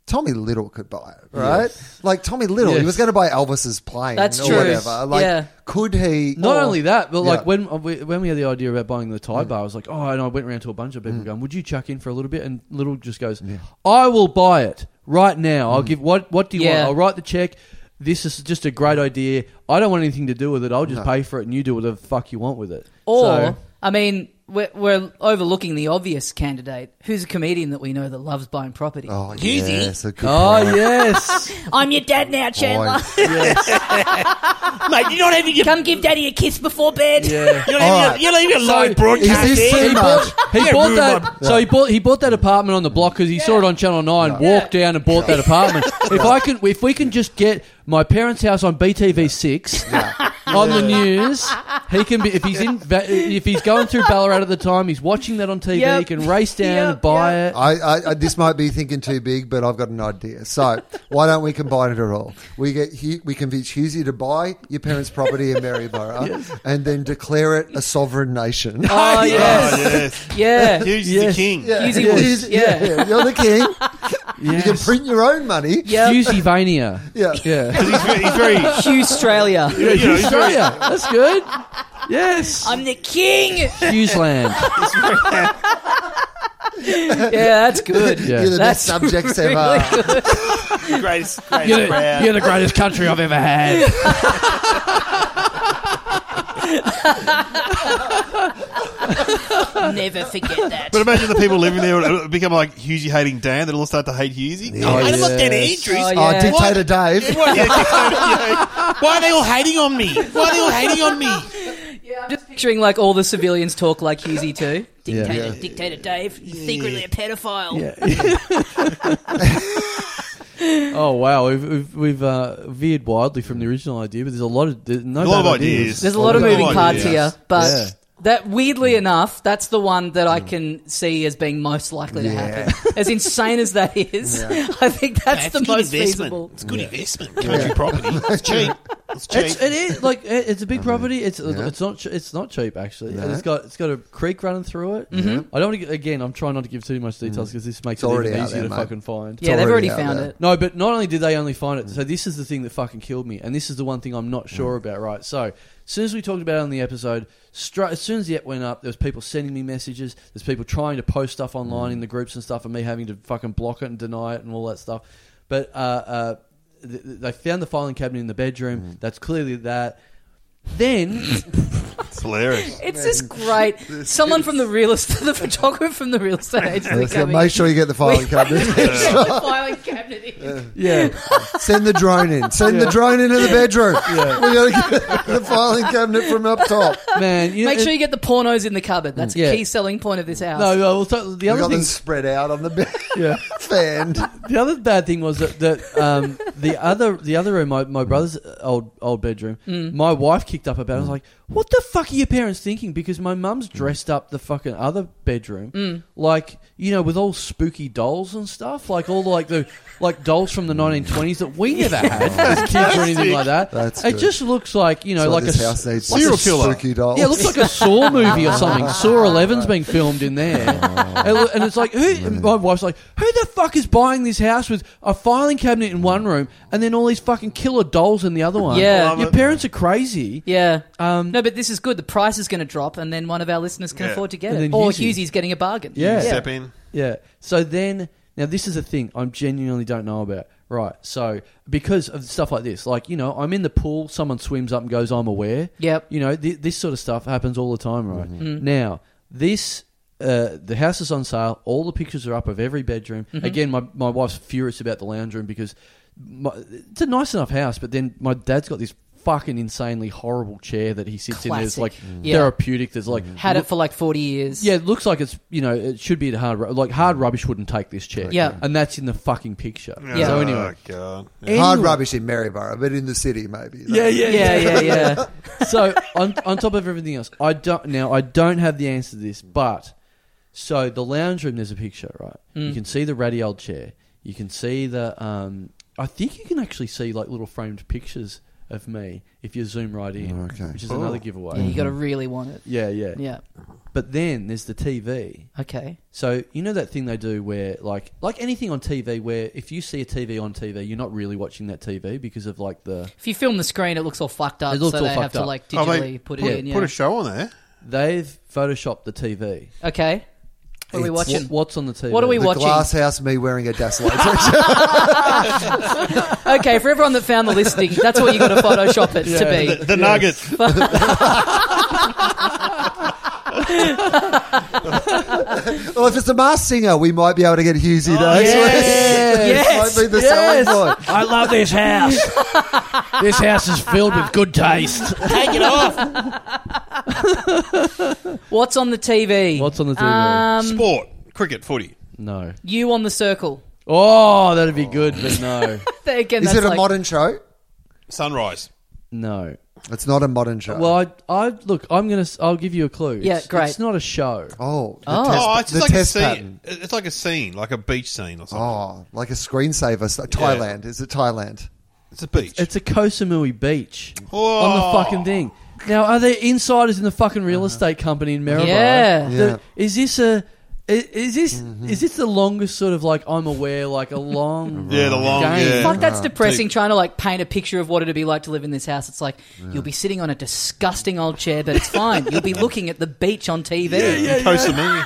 [SPEAKER 3] Tommy Little could buy it, right? Like Tommy Little,
[SPEAKER 2] Yes.
[SPEAKER 3] he was going to buy Elvis's plane.
[SPEAKER 1] That's
[SPEAKER 3] or
[SPEAKER 1] true.
[SPEAKER 3] Whatever. Like,
[SPEAKER 1] Yeah.
[SPEAKER 3] could he? Oh,
[SPEAKER 2] Not
[SPEAKER 3] or-
[SPEAKER 2] only that, but like
[SPEAKER 3] Yeah. Mm.
[SPEAKER 2] when uh, we, when we had the idea about buying the Thai bar, I was like, oh, and I went around to a bunch of people going, would you chuck in for a little bit? And Little just goes, I will buy it right now.
[SPEAKER 3] Mm.
[SPEAKER 2] I'll give what what do you
[SPEAKER 1] Yeah.
[SPEAKER 2] want? I'll write the check. This is just a great idea. I don't want anything to do with it. I'll just pay for it, and you do whatever the fuck you want with it.
[SPEAKER 1] Or,
[SPEAKER 2] So-
[SPEAKER 1] I mean, we're, we're overlooking the obvious candidate, who's a comedian that we know that loves buying property.
[SPEAKER 3] Oh,
[SPEAKER 1] Doozy.
[SPEAKER 3] yes, a good
[SPEAKER 2] oh
[SPEAKER 3] point.
[SPEAKER 2] yes,
[SPEAKER 1] I'm your dad now, Chandler.
[SPEAKER 4] Mate, you're not having your.
[SPEAKER 1] Come give daddy a kiss before bed.
[SPEAKER 2] yeah.
[SPEAKER 4] You're
[SPEAKER 3] All
[SPEAKER 4] not
[SPEAKER 3] right.
[SPEAKER 4] even, you're not even
[SPEAKER 2] So,
[SPEAKER 4] live broadcast
[SPEAKER 3] is this
[SPEAKER 4] here.
[SPEAKER 2] He
[SPEAKER 3] too much?
[SPEAKER 2] bought, he bought
[SPEAKER 4] ruined
[SPEAKER 2] that. So he bought he bought that apartment on the block because he saw it on Channel Nine. Walked down and bought that apartment. If I can, if we can just get my parents' house on BTV Six on the news, he can be. If he's in, Va- if he's going through Ballarat at the time, he's watching that on TV. He
[SPEAKER 1] Yep.
[SPEAKER 2] can race down and
[SPEAKER 1] Yep,
[SPEAKER 2] buy
[SPEAKER 1] yep.
[SPEAKER 2] it.
[SPEAKER 3] I, I, I, this might be thinking too big, but I've got an idea. So why don't we combine it at all? We get Hu- we convince Husey to buy your parents' property in Maryborough and then declare it a sovereign nation.
[SPEAKER 1] Oh,
[SPEAKER 4] Oh,
[SPEAKER 1] yes.
[SPEAKER 4] yes.
[SPEAKER 1] Yeah.
[SPEAKER 4] Hughes is
[SPEAKER 2] Yes.
[SPEAKER 4] the king.
[SPEAKER 1] Husey
[SPEAKER 3] Yeah.
[SPEAKER 1] Woods, yeah.
[SPEAKER 3] you're the king. You can
[SPEAKER 2] Yes.
[SPEAKER 3] print your own money.
[SPEAKER 1] Yep.
[SPEAKER 2] Fusivania.
[SPEAKER 3] Yeah.
[SPEAKER 2] Yeah.
[SPEAKER 4] He's very. He's very
[SPEAKER 1] Hugh Australia.
[SPEAKER 4] you know, he's very
[SPEAKER 2] Australia. That's good. Yes.
[SPEAKER 1] I'm the king.
[SPEAKER 2] Hughesland.
[SPEAKER 1] Yeah, that's good.
[SPEAKER 2] Yeah.
[SPEAKER 3] You're the
[SPEAKER 1] That's
[SPEAKER 3] best subjects
[SPEAKER 1] really
[SPEAKER 3] ever.
[SPEAKER 1] good.
[SPEAKER 4] greatest, greatest crowd.
[SPEAKER 2] the greatest country I've ever had.
[SPEAKER 1] Never forget that.
[SPEAKER 4] But imagine the people living there would- would become like Husey hating Dan. They'd all start to hate Husey.
[SPEAKER 3] Oh,
[SPEAKER 4] I don't
[SPEAKER 2] yes.
[SPEAKER 4] like Dan Andrews.
[SPEAKER 1] Oh,
[SPEAKER 3] Oh,
[SPEAKER 1] yeah.
[SPEAKER 3] Dictator Dave.
[SPEAKER 4] What- yeah, yeah. Why are they all hating on me? Why are they all hating on me?
[SPEAKER 1] I'm just picturing like all the civilians talk like Husey too.
[SPEAKER 2] Yeah.
[SPEAKER 5] Dictator, Dictator Dave, you're secretly a pedophile.
[SPEAKER 2] Oh wow, we've we've, we've uh, veered wildly from the original idea, but there's a lot of there's no
[SPEAKER 4] A lot
[SPEAKER 2] bad
[SPEAKER 4] of ideas.
[SPEAKER 1] There's a lot of
[SPEAKER 4] Oh,
[SPEAKER 1] moving
[SPEAKER 4] yeah.
[SPEAKER 1] parts
[SPEAKER 4] Yes.
[SPEAKER 1] here, but
[SPEAKER 2] Yeah.
[SPEAKER 1] that weirdly enough, that's the one that I can see as being most likely to
[SPEAKER 3] Yeah.
[SPEAKER 1] happen. As insane as that is, I think that's, the
[SPEAKER 4] good
[SPEAKER 1] most
[SPEAKER 4] investment.
[SPEAKER 1] feasible.
[SPEAKER 4] It's good investment. Country property. It's cheap. It's cheap.
[SPEAKER 2] It's, it is like it- it's a big property. It's it's not ch- it's not cheap actually. And It's got it's got a creek running through it. Mm-hmm. I don't want to, again. I'm trying not to give too much details because this makes
[SPEAKER 3] It's
[SPEAKER 2] it
[SPEAKER 3] already
[SPEAKER 2] even
[SPEAKER 3] out
[SPEAKER 2] easier
[SPEAKER 3] there,
[SPEAKER 2] to
[SPEAKER 3] mate.
[SPEAKER 2] fucking find.
[SPEAKER 1] Yeah, they've already
[SPEAKER 3] already out
[SPEAKER 1] found
[SPEAKER 3] there.
[SPEAKER 1] it.
[SPEAKER 2] No, but not only did they only find it, so this is the thing that fucking killed me, and this is the one thing I'm not sure about, right? So, as soon as we talked about it on the episode, stra- as soon as the app went up, there was people sending me messages, there's people trying to post stuff online in the groups and stuff, and me having to fucking block it and deny it and all that stuff. But uh, uh, th- th- they found the filing cabinet in the bedroom. That's clearly that. Then
[SPEAKER 4] It's hilarious.
[SPEAKER 1] It's just great. Someone from the real estate, the photographer from the real estate agency,
[SPEAKER 3] Let's-
[SPEAKER 1] coming.
[SPEAKER 3] Make sure you get the filing cabinet.
[SPEAKER 1] the filing cabinet in.
[SPEAKER 2] yeah,
[SPEAKER 3] Send the drone in. Send the drone into the bedroom. We got to get the filing cabinet from up top.
[SPEAKER 2] man, you know,
[SPEAKER 1] Make sure
[SPEAKER 2] it-
[SPEAKER 1] you get the pornos in the cupboard. That's
[SPEAKER 2] Yeah.
[SPEAKER 1] a key selling point of this house.
[SPEAKER 2] no, no, well, so the
[SPEAKER 3] We
[SPEAKER 2] other
[SPEAKER 3] got them
[SPEAKER 2] thing,
[SPEAKER 3] spread out on the bed.
[SPEAKER 2] yeah.
[SPEAKER 3] Fan.
[SPEAKER 2] the other bad thing was that, that um, the other the other room, my, my brother's old old bedroom, my wife kicked up about. it. I was
[SPEAKER 3] Mm.
[SPEAKER 2] like, "What the fuck are your parents thinking?" Because my mum's dressed up the fucking other bedroom, like you know, with all spooky dolls and stuff, like all like the like dolls from the
[SPEAKER 3] Mm.
[SPEAKER 2] nineteen twenties that we never had as kids or anything like that.
[SPEAKER 3] That's
[SPEAKER 2] it
[SPEAKER 3] good.
[SPEAKER 2] just looks like you know,
[SPEAKER 3] It's
[SPEAKER 2] like,
[SPEAKER 3] this
[SPEAKER 2] a
[SPEAKER 3] house needs
[SPEAKER 2] like a
[SPEAKER 4] serial
[SPEAKER 3] some
[SPEAKER 4] killer.
[SPEAKER 3] spooky dolls.
[SPEAKER 2] yeah, it looks like a Saw movie or something. Saw 11's being filmed in there. And lo- and it's like, who, my wife's like, who the fuck is buying this house with a filing cabinet in one room and then all these fucking killer dolls in the other one?
[SPEAKER 1] Yeah.
[SPEAKER 4] Love
[SPEAKER 2] Your
[SPEAKER 4] it.
[SPEAKER 2] parents are crazy.
[SPEAKER 1] Yeah.
[SPEAKER 2] Um,
[SPEAKER 1] no, but this is good. The price is going to drop, and then one of our listeners can
[SPEAKER 4] Yeah.
[SPEAKER 1] afford to get
[SPEAKER 2] And
[SPEAKER 1] it.
[SPEAKER 2] then
[SPEAKER 1] Or
[SPEAKER 2] Husey.
[SPEAKER 1] Husey's getting a bargain.
[SPEAKER 2] Yeah.
[SPEAKER 4] Step in.
[SPEAKER 2] Yeah. So then, Now, this is a thing I genuinely don't know about. Right, so because of stuff like this, like you know, I'm in the pool, someone swims up and goes, "I'm aware."
[SPEAKER 1] Yep. Mm-hmm.
[SPEAKER 2] You know, th- this sort of stuff happens all the time, right? Now, this. Uh, the house is on sale. All the pictures are up of every bedroom.
[SPEAKER 1] Mm-hmm.
[SPEAKER 2] Again, my, my wife's furious about the lounge room because my, it's a nice enough house, but then my dad's got this fucking insanely horrible chair that he sits in. There's
[SPEAKER 1] Classic.
[SPEAKER 2] like
[SPEAKER 1] Mm. Yeah.
[SPEAKER 2] therapeutic. There's like
[SPEAKER 1] Had it for like 40 years.
[SPEAKER 2] yeah, it looks like it's you know it should be at hard ru- like hard rubbish wouldn't take this chair.
[SPEAKER 1] Yeah.
[SPEAKER 2] and that's in the fucking picture.
[SPEAKER 1] Yeah.
[SPEAKER 2] So anyway,
[SPEAKER 4] Oh, God.
[SPEAKER 3] Hard
[SPEAKER 2] Anyway.
[SPEAKER 3] rubbish in Maryborough, but in the city maybe.
[SPEAKER 2] yeah,
[SPEAKER 1] Yeah, yeah, yeah.
[SPEAKER 2] so on on top of everything else, I don't now I don't have the answer to this, but so the lounge room there's a picture, right?
[SPEAKER 1] Mm.
[SPEAKER 2] You can see the ratty old chair. You can see the um I think you can actually see like little framed pictures of me if you zoom right in,
[SPEAKER 3] Okay.
[SPEAKER 2] which is
[SPEAKER 1] Oh.
[SPEAKER 2] another giveaway.
[SPEAKER 1] Yeah, you got to really want it.
[SPEAKER 2] yeah, yeah.
[SPEAKER 1] Yeah.
[SPEAKER 2] But then there's the TV.
[SPEAKER 1] Okay.
[SPEAKER 2] So you know that thing they do where like like anything on TV where if you see a TV on TV you're not really watching that TV because of like the
[SPEAKER 1] If you film the screen, it looks all fucked up,
[SPEAKER 2] It looks
[SPEAKER 1] so
[SPEAKER 2] all
[SPEAKER 1] they have
[SPEAKER 2] fucked
[SPEAKER 1] to
[SPEAKER 2] up.
[SPEAKER 1] like
[SPEAKER 4] Oh,
[SPEAKER 1] digitally
[SPEAKER 4] mate,
[SPEAKER 1] put it
[SPEAKER 4] put,
[SPEAKER 1] in. Yeah.
[SPEAKER 4] put a show on there.
[SPEAKER 2] they've photoshopped the TV.
[SPEAKER 1] okay. What are we
[SPEAKER 3] It's-
[SPEAKER 1] watching?
[SPEAKER 2] Wh- What's on the TV?
[SPEAKER 1] What are we
[SPEAKER 3] The
[SPEAKER 1] watching?
[SPEAKER 3] glass house, me wearing a desolator.
[SPEAKER 1] Okay, for everyone that found the listing, that's what you got to Photoshop it to be.
[SPEAKER 4] The Nuggets.
[SPEAKER 3] Well, if it's a mass singer, we might be able to get Hughesy though.
[SPEAKER 1] Oh, Yes.
[SPEAKER 3] Yes. might be the selling point.
[SPEAKER 6] I love this house. this house is filled with good taste.
[SPEAKER 4] Take it off.
[SPEAKER 1] What's on the TV?
[SPEAKER 2] What's on the TV?
[SPEAKER 1] Um,
[SPEAKER 4] Sport, cricket, footy.
[SPEAKER 2] no.
[SPEAKER 1] you on the circle.
[SPEAKER 2] Oh, that'd be good, but no,
[SPEAKER 1] Again,
[SPEAKER 3] Is
[SPEAKER 1] that's
[SPEAKER 3] it a
[SPEAKER 1] like-
[SPEAKER 3] modern show?
[SPEAKER 4] Sunrise.
[SPEAKER 2] no.
[SPEAKER 3] It's not a modern show.
[SPEAKER 2] Well, I, I look. I'm gonna. s- I'll give you a clue.
[SPEAKER 1] Yeah,
[SPEAKER 2] It's-
[SPEAKER 1] great.
[SPEAKER 2] It's not a show.
[SPEAKER 3] oh, the
[SPEAKER 1] Oh.
[SPEAKER 3] test,
[SPEAKER 4] Oh, it's
[SPEAKER 3] the
[SPEAKER 4] just like a
[SPEAKER 3] test
[SPEAKER 4] scene.
[SPEAKER 3] pattern.
[SPEAKER 4] It's like a scene, like a beach scene or something.
[SPEAKER 3] Oh, like a screensaver. s- Thailand. Is it Thailand?
[SPEAKER 4] It's a beach.
[SPEAKER 2] It's a Koh Samui beach on
[SPEAKER 4] Oh.
[SPEAKER 2] the fucking thing. Now, are there insiders in the fucking real estate company in Maribor?
[SPEAKER 1] Uh-huh. Yeah. Mm-hmm.
[SPEAKER 3] Yeah.
[SPEAKER 2] Is this a i- is this is this the longest sort of like I'm aware like a long
[SPEAKER 4] Yeah, the long-
[SPEAKER 2] game?
[SPEAKER 4] yeah.
[SPEAKER 1] Fuck, that's
[SPEAKER 4] Uh,
[SPEAKER 1] depressing.
[SPEAKER 4] Dude.
[SPEAKER 1] Trying to like paint a picture of what it'd be like to live in this house. It's like you'll be sitting on a disgusting old chair, but it's fine. you'll be looking at the beach on TV.
[SPEAKER 4] In Koh Samui.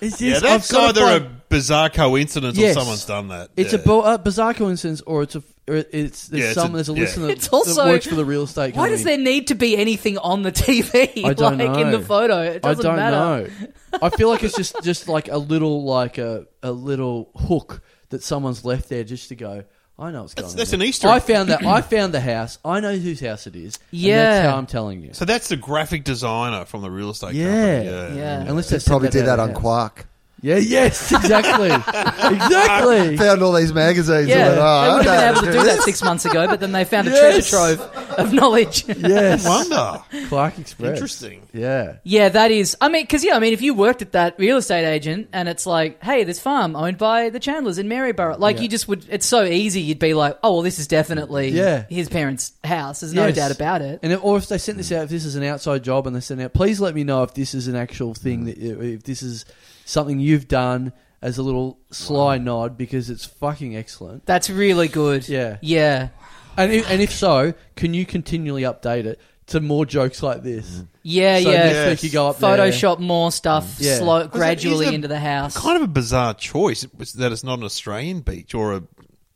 [SPEAKER 2] Is this,
[SPEAKER 4] yeah, that's
[SPEAKER 2] I've gotta
[SPEAKER 4] either a
[SPEAKER 2] find-
[SPEAKER 4] bizarre coincidence
[SPEAKER 2] Yes.
[SPEAKER 4] or someone's done that.
[SPEAKER 2] it's
[SPEAKER 4] yeah.
[SPEAKER 2] a, bo- a bizarre coincidence or it's a or it's there's
[SPEAKER 4] Yeah, it's
[SPEAKER 2] some
[SPEAKER 4] a-
[SPEAKER 2] there's a
[SPEAKER 4] yeah.
[SPEAKER 2] listener
[SPEAKER 1] It's also-
[SPEAKER 2] that works for the real estate company.
[SPEAKER 1] Why does there need to be anything on the TV?
[SPEAKER 2] I don't
[SPEAKER 1] like
[SPEAKER 2] know.
[SPEAKER 1] in the photo, it
[SPEAKER 2] I
[SPEAKER 1] doesn't
[SPEAKER 2] don't
[SPEAKER 1] matter.
[SPEAKER 2] know. I feel like it's just just like a little like a a little hook that someone's left there just to go. I know what's going on.
[SPEAKER 4] that's
[SPEAKER 2] there."
[SPEAKER 4] an Easter
[SPEAKER 2] I
[SPEAKER 4] egg.
[SPEAKER 2] found that. I found the house. I know whose house it is. And
[SPEAKER 1] Yeah.
[SPEAKER 2] that's how I'm telling you.
[SPEAKER 4] So that's the graphic designer from the real estate
[SPEAKER 2] Yeah.
[SPEAKER 4] company.
[SPEAKER 1] Yeah.
[SPEAKER 2] Unless they
[SPEAKER 3] They probably
[SPEAKER 2] said
[SPEAKER 3] did that
[SPEAKER 2] out
[SPEAKER 3] on
[SPEAKER 2] loud.
[SPEAKER 3] Quark.
[SPEAKER 2] Yeah. Yes. Exactly. exactly.
[SPEAKER 3] Found all these magazines.
[SPEAKER 1] Yeah,
[SPEAKER 3] and went, oh,
[SPEAKER 1] they would
[SPEAKER 3] I
[SPEAKER 1] have been
[SPEAKER 3] know
[SPEAKER 1] able to do that six months ago, but then they found a
[SPEAKER 2] uh, Yes.
[SPEAKER 1] treasure trove of knowledge.
[SPEAKER 2] Yes.
[SPEAKER 4] Wonder.
[SPEAKER 2] Clark Express.
[SPEAKER 4] Interesting.
[SPEAKER 2] Yeah.
[SPEAKER 1] Yeah, that is. I mean, because yeah, I mean, if you worked at that real estate agent and it's like, hey, this farm owned by the Chandlers in Maryborough, like you just would. It's so easy. You'd be like, oh, well, this is definitely
[SPEAKER 2] Yeah.
[SPEAKER 1] his parents' house. There's no
[SPEAKER 2] Yes.
[SPEAKER 1] doubt about it.
[SPEAKER 2] And if, or if they sent this out, if this is an outside job and they sent out, please let me know if this is an actual thing that if this is something you've done as a little sly nod because it's fucking excellent.
[SPEAKER 1] That's really good.
[SPEAKER 2] Yeah.
[SPEAKER 1] yeah,
[SPEAKER 2] And if, and if so, can you continually update it to more jokes like this?
[SPEAKER 3] Mm-hmm.
[SPEAKER 1] yeah,
[SPEAKER 2] so
[SPEAKER 1] yeah.
[SPEAKER 2] next week you go up there-
[SPEAKER 1] Photoshop more stuff
[SPEAKER 2] Yeah.
[SPEAKER 1] slow,
[SPEAKER 4] it-
[SPEAKER 1] gradually
[SPEAKER 4] is it
[SPEAKER 1] into the house.
[SPEAKER 4] Kind of a bizarre choice it was that it's not an Australian beach or a,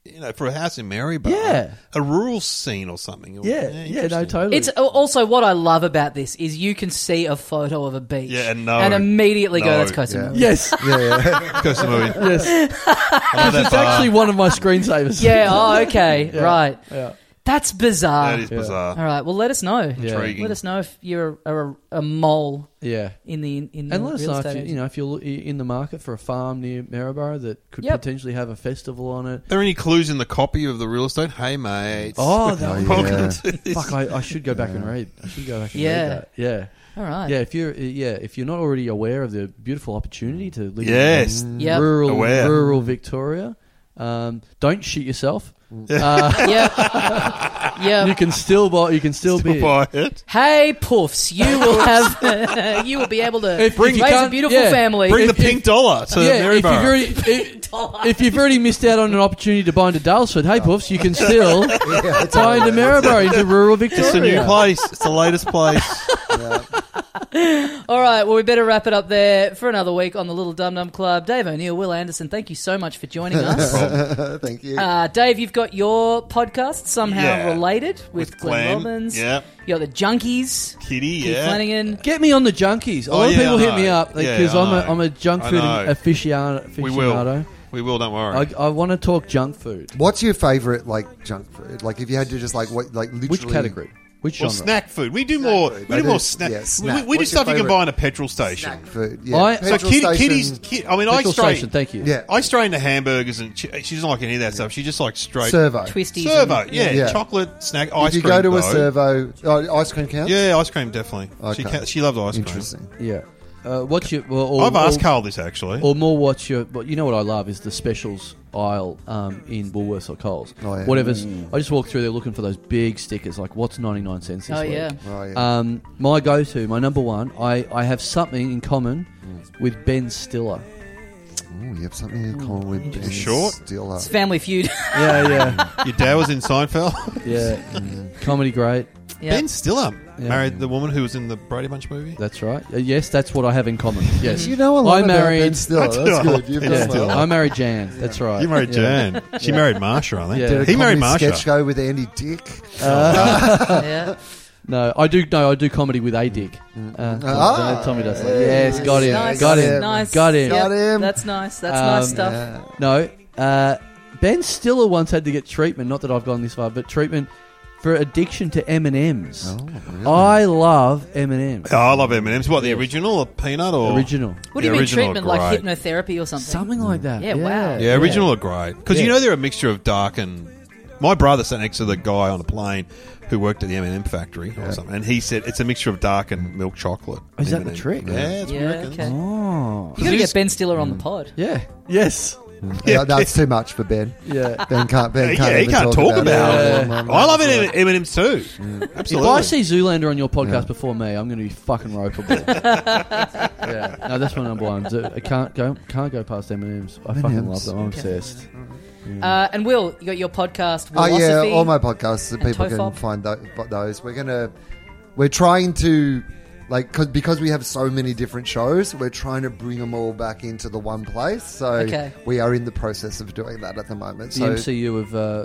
[SPEAKER 4] you know, for a house in Maryborough.
[SPEAKER 2] Yeah.
[SPEAKER 4] A rural scene or something. Or-
[SPEAKER 2] Yeah, yeah, no,
[SPEAKER 4] interesting.
[SPEAKER 2] totally.
[SPEAKER 1] It's also what I love about this is you can see a photo of a beach
[SPEAKER 4] Yeah, and no.
[SPEAKER 1] and immediately go
[SPEAKER 4] No.
[SPEAKER 1] that's Koh
[SPEAKER 3] Yeah.
[SPEAKER 1] Samui.
[SPEAKER 2] yes,
[SPEAKER 4] Koh Samui. yes.
[SPEAKER 2] it's actually one of my screensavers.
[SPEAKER 1] Yeah. Oh, okay. Right.
[SPEAKER 2] yeah.
[SPEAKER 1] That's bizarre.
[SPEAKER 4] That is bizarre.
[SPEAKER 1] All right. Well, let us know.
[SPEAKER 4] Intriguing.
[SPEAKER 1] Let us know if you're a, a, a mole
[SPEAKER 2] yeah.
[SPEAKER 1] in the in the
[SPEAKER 2] And let us
[SPEAKER 1] real
[SPEAKER 2] know if
[SPEAKER 1] estate.
[SPEAKER 2] you, you know if you're lo- in the market for a farm near Maryborough that could
[SPEAKER 1] Yep.
[SPEAKER 2] potentially have a festival on it.
[SPEAKER 4] Are there any clues in the copy of the real estate? Hey, mate.
[SPEAKER 2] Oh, that
[SPEAKER 3] Oh,
[SPEAKER 2] would
[SPEAKER 4] Welcome
[SPEAKER 3] yeah.
[SPEAKER 4] to this.
[SPEAKER 2] Fuck, I, I should go back and read. I should go back and
[SPEAKER 1] Yeah.
[SPEAKER 2] read that. Yeah.
[SPEAKER 1] All right.
[SPEAKER 2] Yeah, if you're yeah, if you're not already aware of the beautiful opportunity to live
[SPEAKER 4] Yes.
[SPEAKER 2] in
[SPEAKER 1] Yep.
[SPEAKER 2] rural
[SPEAKER 4] Aware.
[SPEAKER 2] rural Victoria, um, don't shit yourself.
[SPEAKER 1] Yeah.
[SPEAKER 2] You
[SPEAKER 1] yeah.
[SPEAKER 2] can still buy you can still, be
[SPEAKER 4] Buy it.
[SPEAKER 1] Hey, poofs! You will have you will be able to
[SPEAKER 2] If- bring- you
[SPEAKER 1] raise a
[SPEAKER 2] can't-
[SPEAKER 1] beautiful
[SPEAKER 2] yeah.
[SPEAKER 1] family.
[SPEAKER 4] Bring
[SPEAKER 2] If-
[SPEAKER 4] the pink dollar to
[SPEAKER 2] Yeah, if you've,
[SPEAKER 4] Maryborough.
[SPEAKER 2] already, if, if you've already missed out on an opportunity to buy into Dalesford, hey Puffs, you can still buy into Maryborough into rural Victoria.
[SPEAKER 4] It's a new place. It's the latest place.
[SPEAKER 1] All right, well, we better wrap it up there for another week on the Little Dum Dum Club. Dave O'Neill, Will Anderson, thank you so much for joining us.
[SPEAKER 3] Thank you.
[SPEAKER 1] Uh, Dave, you've got your podcast somehow
[SPEAKER 4] Yeah.
[SPEAKER 1] related with,
[SPEAKER 4] With
[SPEAKER 1] Glenn,
[SPEAKER 4] Glenn,
[SPEAKER 1] Robbins.
[SPEAKER 4] yeah.
[SPEAKER 1] You're the Junkies.
[SPEAKER 4] Kitty,
[SPEAKER 1] Keith
[SPEAKER 4] yeah.
[SPEAKER 1] Flanagan.
[SPEAKER 2] Get me on the junkies. A lot
[SPEAKER 4] Oh, yeah,
[SPEAKER 2] of people
[SPEAKER 4] I
[SPEAKER 2] hit me
[SPEAKER 4] know.
[SPEAKER 2] up
[SPEAKER 4] Yeah,
[SPEAKER 2] because
[SPEAKER 4] I
[SPEAKER 2] I'm, a,
[SPEAKER 4] know.
[SPEAKER 2] I'm a junk
[SPEAKER 4] I
[SPEAKER 2] food
[SPEAKER 4] know.
[SPEAKER 2] aficionado.
[SPEAKER 4] We will.
[SPEAKER 2] aficionado.
[SPEAKER 4] We will. Don't worry.
[SPEAKER 2] I, I want to talk junk food.
[SPEAKER 3] What's your favorite like junk food? Like if you had to just like what like literally
[SPEAKER 2] Which category? Which
[SPEAKER 4] well,
[SPEAKER 2] genre?
[SPEAKER 4] snack food. We do more.
[SPEAKER 3] food.
[SPEAKER 4] We
[SPEAKER 3] They
[SPEAKER 4] do more
[SPEAKER 3] do-
[SPEAKER 4] snack.
[SPEAKER 3] yeah,
[SPEAKER 4] We, we
[SPEAKER 3] snack.
[SPEAKER 4] do
[SPEAKER 3] What's your
[SPEAKER 4] stuff you can
[SPEAKER 3] favourite
[SPEAKER 4] buy in a petrol station.
[SPEAKER 3] snack food? Yeah.
[SPEAKER 2] I- So
[SPEAKER 4] So
[SPEAKER 3] Petrol
[SPEAKER 4] kitty,
[SPEAKER 3] station-
[SPEAKER 4] kitty's. Kid, I mean, I
[SPEAKER 2] Petrol
[SPEAKER 4] straight.
[SPEAKER 2] station, thank you.
[SPEAKER 3] Yeah.
[SPEAKER 4] I straight into hamburgers and she, she doesn't like any of that stuff. She just likes straight
[SPEAKER 3] servo.
[SPEAKER 1] Twisties.
[SPEAKER 4] servo.
[SPEAKER 1] and-
[SPEAKER 4] Yeah,
[SPEAKER 3] Yeah.
[SPEAKER 4] chocolate snack ice
[SPEAKER 3] If you
[SPEAKER 4] cream.
[SPEAKER 3] go to
[SPEAKER 4] though.
[SPEAKER 3] a servo, oh, ice cream counts.
[SPEAKER 4] Yeah, ice cream definitely.
[SPEAKER 3] Okay.
[SPEAKER 4] She ca she loved ice cream.
[SPEAKER 3] Interesting.
[SPEAKER 2] Yeah. Uh, what's your? Well, or,
[SPEAKER 4] I've asked
[SPEAKER 2] or,
[SPEAKER 4] Carl this actually.
[SPEAKER 2] Or more, what's your? But you know what I love is the specials aisle um, in Woolworths or Coles.
[SPEAKER 3] Oh, yeah.
[SPEAKER 2] Whatever's. I just walk through there looking for those big stickers. Like, what's ninety nine cents this
[SPEAKER 1] Oh,
[SPEAKER 2] week?
[SPEAKER 1] yeah.
[SPEAKER 3] Oh, yeah.
[SPEAKER 2] Um, my go to, my number one. I, I have something in common with Ben Stiller.
[SPEAKER 3] Ooh, you have something in common with Ben
[SPEAKER 4] Short?
[SPEAKER 3] Stiller.
[SPEAKER 1] It's Family Feud.
[SPEAKER 2] Yeah, yeah,
[SPEAKER 4] Your dad was in Seinfeld.
[SPEAKER 2] yeah. Comedy great.
[SPEAKER 1] Yeah.
[SPEAKER 4] Ben Stiller
[SPEAKER 2] Yeah.
[SPEAKER 4] married the woman who was in the Brady Bunch movie.
[SPEAKER 2] That's right. Uh, yes, that's what I have in common. Yes.
[SPEAKER 3] You know a
[SPEAKER 2] I
[SPEAKER 3] lot about
[SPEAKER 2] married-
[SPEAKER 3] Ben Stiller.
[SPEAKER 4] I do
[SPEAKER 3] That's
[SPEAKER 4] a lot.
[SPEAKER 3] good. You've
[SPEAKER 4] Ben
[SPEAKER 2] Yeah.
[SPEAKER 3] done well.
[SPEAKER 4] Stiller.
[SPEAKER 2] I married Jan. That's right.
[SPEAKER 4] You married
[SPEAKER 2] Yeah.
[SPEAKER 4] Jan. She married Marsha, I think.
[SPEAKER 2] Yeah. Did a
[SPEAKER 4] He married
[SPEAKER 3] Comedy
[SPEAKER 4] Marsha.
[SPEAKER 3] Sketch show with Andy Dick.
[SPEAKER 2] Uh,
[SPEAKER 1] yeah.
[SPEAKER 2] No, I do. No, I do comedy with a dick. Uh,
[SPEAKER 3] Ah.
[SPEAKER 2] Tommy does. That.
[SPEAKER 3] Yeah.
[SPEAKER 2] Yes, got him.
[SPEAKER 1] Nice.
[SPEAKER 2] Got him.
[SPEAKER 1] Nice.
[SPEAKER 2] Got him.
[SPEAKER 1] Yep,
[SPEAKER 3] Got him.
[SPEAKER 1] That's nice. That's
[SPEAKER 2] Um,
[SPEAKER 1] nice stuff.
[SPEAKER 3] Yeah.
[SPEAKER 2] No, uh, Ben Stiller once had to get treatment. Not that I've gone this far, but treatment for addiction to M and M's.
[SPEAKER 3] Oh, really?
[SPEAKER 2] I love M and M's.
[SPEAKER 4] Oh, I love M&M's. What, the original or peanut or?
[SPEAKER 2] Original,
[SPEAKER 1] What do you
[SPEAKER 4] The
[SPEAKER 1] mean
[SPEAKER 4] original
[SPEAKER 1] treatment?
[SPEAKER 4] are
[SPEAKER 1] Like
[SPEAKER 4] great.
[SPEAKER 1] hypnotherapy or something?
[SPEAKER 2] something like that.
[SPEAKER 1] Yeah, wow.
[SPEAKER 4] Yeah, original or great. Because you
[SPEAKER 2] Yeah.
[SPEAKER 4] know they're a mixture of dark and. My brother sat next to the guy on a plane who worked at the M&M factory or something, and he said it's a mixture of dark and milk chocolate.
[SPEAKER 2] Oh, Is that the
[SPEAKER 4] M&M.
[SPEAKER 2] trick?
[SPEAKER 4] Yeah, that's
[SPEAKER 1] Yeah,
[SPEAKER 4] what we reckon.
[SPEAKER 1] okay.
[SPEAKER 2] Oh,
[SPEAKER 1] You got to get Ben Stiller
[SPEAKER 2] Mm.
[SPEAKER 1] on the pod.
[SPEAKER 2] yeah. Yes.
[SPEAKER 3] Yeah, that's too much for Ben.
[SPEAKER 2] Yeah.
[SPEAKER 3] Ben can't. Ben
[SPEAKER 4] Yeah,
[SPEAKER 3] can't
[SPEAKER 4] he
[SPEAKER 3] even
[SPEAKER 4] can't
[SPEAKER 3] talk,
[SPEAKER 4] talk about
[SPEAKER 2] it.
[SPEAKER 3] it.
[SPEAKER 2] Yeah.
[SPEAKER 4] I love it in M&M's too.
[SPEAKER 2] If
[SPEAKER 4] Absolutely.
[SPEAKER 2] I see Zoolander on your podcast
[SPEAKER 3] Yeah.
[SPEAKER 2] before me, I'm going to be fucking ropeable. yeah, no, that's my number one. Zo- I can't go, can't go past M and M's. I fucking
[SPEAKER 3] M&Ms.
[SPEAKER 2] love them. I'm obsessed. Mm.
[SPEAKER 1] Uh, and Will, you got your podcast.
[SPEAKER 3] Oh
[SPEAKER 1] Philosophy.
[SPEAKER 3] yeah, all my podcasts. that
[SPEAKER 1] and
[SPEAKER 3] People can
[SPEAKER 1] TOEFL.
[SPEAKER 3] find tho- but those. We're gonna. We're trying to, like, 'cause- because we have so many different shows, we're trying to bring them all back into the one place. So
[SPEAKER 1] Okay.
[SPEAKER 3] we are in the process of doing that at the moment.
[SPEAKER 2] The
[SPEAKER 3] So
[SPEAKER 2] MCU of uh,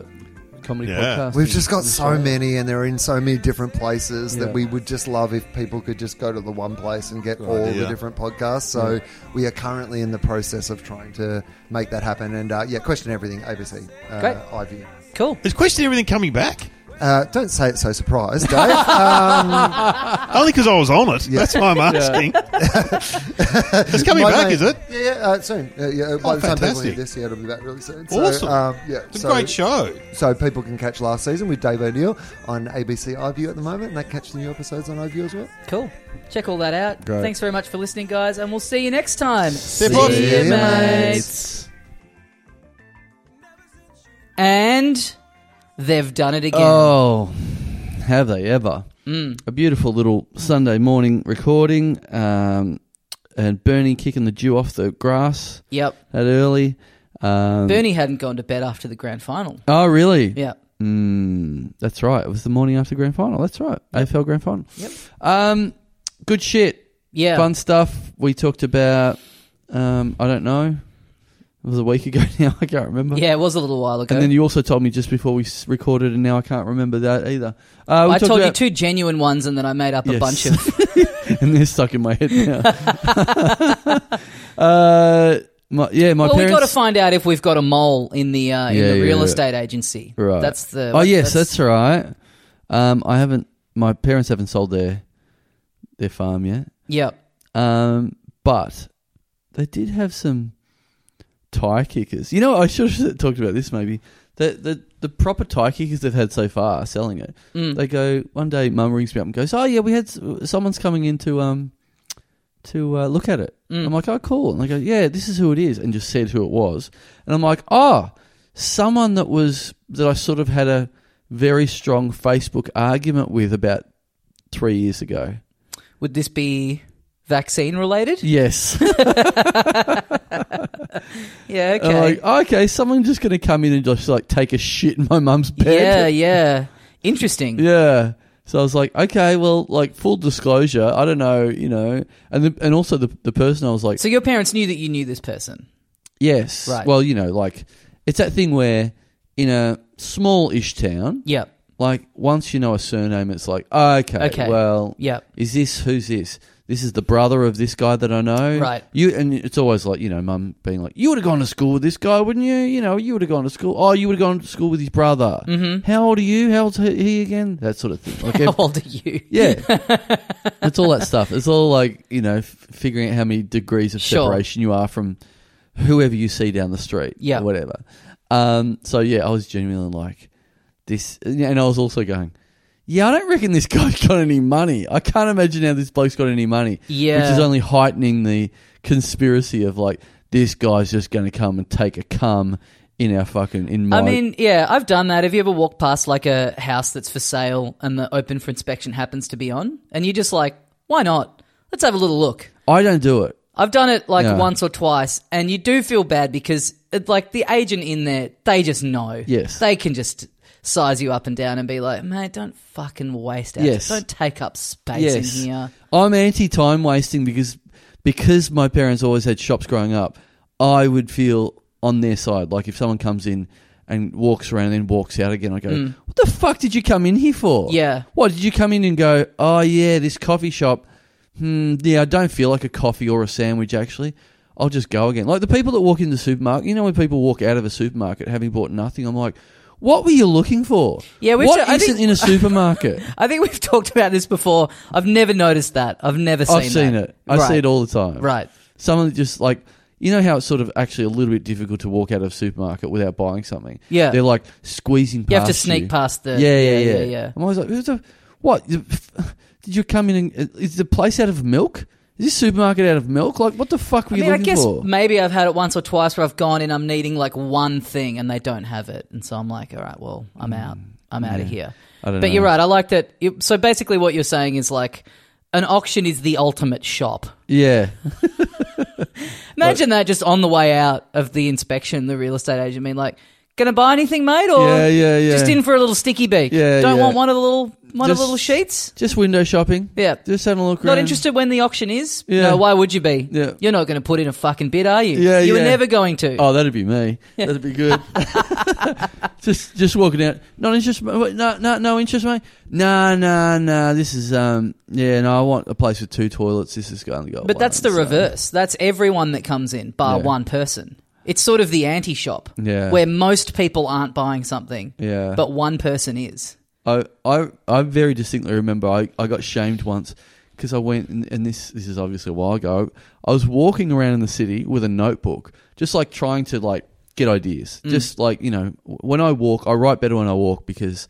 [SPEAKER 2] comedy
[SPEAKER 4] Yeah.
[SPEAKER 2] podcast.
[SPEAKER 3] We've just got so many, and they're in so many different places
[SPEAKER 2] Yeah.
[SPEAKER 3] that we would just love if people could just go to the one place and get all
[SPEAKER 4] idea.
[SPEAKER 3] the different podcasts. So we are currently in the process of trying to make that happen. And uh, yeah, question everything ABC, uh,
[SPEAKER 1] Great.
[SPEAKER 3] Ivy.
[SPEAKER 1] Cool.
[SPEAKER 4] Is Question Everything coming back?
[SPEAKER 3] Uh, don't say it so surprised, Dave. um,
[SPEAKER 2] Ah.
[SPEAKER 4] Only because I was on it.
[SPEAKER 3] Yeah.
[SPEAKER 4] That's why I'm asking. it's coming
[SPEAKER 3] my
[SPEAKER 4] back,
[SPEAKER 3] mate-
[SPEAKER 4] is it?
[SPEAKER 3] Yeah, yeah uh, soon. Uh, yeah, by
[SPEAKER 4] Oh,
[SPEAKER 3] the time people hear
[SPEAKER 4] fantastic.
[SPEAKER 3] this, yeah, it'll be back really soon.
[SPEAKER 4] Awesome.
[SPEAKER 3] Um, yeah,
[SPEAKER 4] It's a
[SPEAKER 3] so-
[SPEAKER 4] great show.
[SPEAKER 3] So people can catch last season with Dave O'Neill on ABC iView at the moment, and they catch the new episodes on iView as well.
[SPEAKER 1] Cool. Check all that out.
[SPEAKER 2] Great.
[SPEAKER 1] Thanks very much for listening, guys, and we'll see you next time.
[SPEAKER 4] ya,
[SPEAKER 1] ya,
[SPEAKER 3] mates.
[SPEAKER 1] And they've done it again. Mm,
[SPEAKER 2] Oh, have they ever? A beautiful little Sunday morning recording, um, and Bernie kicking the dew off the grass
[SPEAKER 1] Yep.
[SPEAKER 2] that early. Um,
[SPEAKER 1] Bernie hadn't gone to bed after the grand final.
[SPEAKER 2] Oh, really?
[SPEAKER 1] Yeah.
[SPEAKER 2] Mm, that's right. It was the morning after grand final. That's right. AFL grand final.
[SPEAKER 1] Yep.
[SPEAKER 2] Um, good shit.
[SPEAKER 1] Yeah.
[SPEAKER 2] Fun stuff. We talked about. Um, I don't know. It was a week ago now. I can't remember.
[SPEAKER 1] Yeah, it was a little while ago.
[SPEAKER 2] And then you also told me just before we s- recorded, and now I can't remember that either. Uh, we
[SPEAKER 1] I
[SPEAKER 2] talked
[SPEAKER 1] told you
[SPEAKER 2] about-
[SPEAKER 1] two genuine ones, and then I made up a
[SPEAKER 2] Yes.
[SPEAKER 1] bunch of.
[SPEAKER 2] and they're stuck in my head now. uh, my, yeah, my
[SPEAKER 1] well,
[SPEAKER 2] parents.
[SPEAKER 1] we got to find out if we've got a mole in the uh, in
[SPEAKER 2] Yeah,
[SPEAKER 1] the real
[SPEAKER 2] yeah.
[SPEAKER 1] estate agency.
[SPEAKER 2] Right.
[SPEAKER 1] That's the.
[SPEAKER 2] oh yes, that's, right. Um, I haven't. My parents haven't sold their their farm yet.
[SPEAKER 1] Yep.
[SPEAKER 2] Um, but they did have some tie kickers. You know, I should have talked about this maybe. The the the proper tie kickers they've had so far selling it.
[SPEAKER 1] Mm.
[SPEAKER 2] They go one day. Mum rings me up and goes, "Oh yeah, we had s- someone's coming in to um to uh, look at it."
[SPEAKER 1] Mm.
[SPEAKER 2] I'm like, "Oh cool," and they go, "Yeah, this is who it is," and just said who it was, and I'm like, "Oh, someone that was that I sort of had a very strong Facebook argument with about three years ago."
[SPEAKER 1] Would this be vaccine related?
[SPEAKER 2] Yes.
[SPEAKER 1] Yeah.
[SPEAKER 2] And I'm
[SPEAKER 1] Okay.
[SPEAKER 2] Like, okay, someone's just going to come in and just like take a shit in my mum's
[SPEAKER 1] yeah.
[SPEAKER 2] bed.
[SPEAKER 1] Yeah. Interesting.
[SPEAKER 2] Yeah. So I was like, okay, well, like full disclosure, I don't know, you know, and the, and also the the person I was like,
[SPEAKER 1] So your parents knew that you knew this person.
[SPEAKER 2] yes,
[SPEAKER 1] Right.
[SPEAKER 2] well, you know, like it's that thing where in a small-ish town,
[SPEAKER 1] Yep.
[SPEAKER 2] like once you know a surname, it's like, "Oh, okay,
[SPEAKER 1] Okay.
[SPEAKER 2] well,
[SPEAKER 1] Yep.
[SPEAKER 2] is this who's this? This is the brother of this guy that I know,
[SPEAKER 1] Right.
[SPEAKER 2] You and it's always like you know, mum being like, you would have gone to school with this guy, wouldn't you? You know, you would have gone to school. Oh, you would have gone to school with his brother. Mm-hmm. How old are you? How old's he he again? That sort of thing. Like,
[SPEAKER 1] How
[SPEAKER 2] ev-
[SPEAKER 1] old are you?
[SPEAKER 2] yeah, it's all that stuff. It's all like you know, f- figuring out how many degrees of
[SPEAKER 1] Sure.
[SPEAKER 2] separation you are from whoever you see down the street,
[SPEAKER 1] Yeah.
[SPEAKER 2] or whatever. Um, so yeah, I was genuinely like this, and I was also going, yeah, I don't reckon this guy's got any money. I can't imagine how this bloke's got any money.
[SPEAKER 1] Yeah.
[SPEAKER 2] which is only heightening the conspiracy of like this guy's just going to come and take a cum in our fucking in my.
[SPEAKER 1] I mean, yeah, I've done that. Have you ever walked past like a house that's for sale and the open for inspection happens to be on? And you're just like, why not? Let's have a little look.
[SPEAKER 2] I don't do it.
[SPEAKER 1] I've done it like
[SPEAKER 2] Yeah.
[SPEAKER 1] once or twice, and you do feel bad because it, like the agent in there, they just know.
[SPEAKER 2] Yes.
[SPEAKER 1] they can just size you up and down and be like, "Mate, don't fucking waste it.
[SPEAKER 2] Yes.
[SPEAKER 1] Don't take up space in here."
[SPEAKER 2] I'm anti time wasting because because my parents always had shops growing up, I would feel on their side. Like if someone comes in and walks around and then walks out again, I go, What the fuck did you come in here for?
[SPEAKER 1] Mm. Yeah.
[SPEAKER 2] What did you come in and go, Oh yeah, this coffee shop hmm, yeah, I don't feel like a coffee or a sandwich actually. I'll just go again. Like the people that walk in the supermarket, you know when people walk out of a supermarket having bought nothing, I'm like, what were you looking for?
[SPEAKER 1] Yeah, we've
[SPEAKER 2] what
[SPEAKER 1] ju- I
[SPEAKER 2] isn't
[SPEAKER 1] think-
[SPEAKER 2] in a supermarket?
[SPEAKER 1] I think we've talked about this before. I've never noticed that. I've never seen.
[SPEAKER 2] I've seen
[SPEAKER 1] that.
[SPEAKER 2] it. I
[SPEAKER 1] Right.
[SPEAKER 2] see it all the time.
[SPEAKER 1] Right.
[SPEAKER 2] Someone that just like you know how it's sort of actually a little bit difficult to walk out of a supermarket without buying something.
[SPEAKER 1] Yeah.
[SPEAKER 2] They're like squeezing. Past
[SPEAKER 1] You have to sneak past the.
[SPEAKER 2] Yeah, yeah, yeah,
[SPEAKER 1] yeah,
[SPEAKER 2] I'm always like, Who's the, what? Did you come in and uh, is the place out of milk? Is this supermarket out of milk? Like, what the fuck were
[SPEAKER 1] I mean,
[SPEAKER 2] you
[SPEAKER 1] I
[SPEAKER 2] looking
[SPEAKER 1] guess
[SPEAKER 2] for?
[SPEAKER 1] maybe I've had it once or twice where I've gone in, I'm needing like one thing, and they don't have it, and so I'm like, all right, well, I'm out, I'm out of here.
[SPEAKER 2] Mm. I don't
[SPEAKER 1] but
[SPEAKER 2] know.
[SPEAKER 1] you're right. I like that. you- So basically, what you're saying is like an auction is the ultimate shop.
[SPEAKER 2] yeah,
[SPEAKER 1] Imagine that just on the way out of the inspection, the real estate agent being like, "Gonna buy anything, mate?" Or
[SPEAKER 2] Yeah, yeah, yeah.
[SPEAKER 1] just in for a little sticky beak.
[SPEAKER 2] Yeah,
[SPEAKER 1] don't
[SPEAKER 2] yeah.
[SPEAKER 1] want one of the little one of
[SPEAKER 2] Just-
[SPEAKER 1] the little sheets.
[SPEAKER 2] just window shopping.
[SPEAKER 1] Yeah.
[SPEAKER 2] just having a look.
[SPEAKER 1] Not
[SPEAKER 2] around.
[SPEAKER 1] interested when the auction is.
[SPEAKER 2] Yeah.
[SPEAKER 1] No, why would you be?
[SPEAKER 2] Yeah.
[SPEAKER 1] You're not going to put in a fucking bid, are you?
[SPEAKER 2] Yeah,
[SPEAKER 1] you were
[SPEAKER 2] yeah.
[SPEAKER 1] never going to.
[SPEAKER 2] Oh, that'd be me. That'd be good. just just walking out. Not interest. mate? No, no, no interest, mate. Nah, nah, nah. This is um. Yeah, no. I want a place with two toilets. This is going to go.
[SPEAKER 1] But that's the
[SPEAKER 2] alone, so-
[SPEAKER 1] reverse. That's everyone that comes in, bar
[SPEAKER 2] Yeah.
[SPEAKER 1] one person. It's sort of the anti shop
[SPEAKER 2] Yeah.
[SPEAKER 1] where most people aren't buying something,
[SPEAKER 2] Yeah.
[SPEAKER 1] but one person is.
[SPEAKER 2] I, I, I very distinctly remember I, I got shamed once because I went, and, and this, this is obviously a while ago. I was walking around in the city with a notebook, just like trying to like get ideas.
[SPEAKER 1] Mm.
[SPEAKER 2] Just like, you know, w- when I walk, I write better when I walk because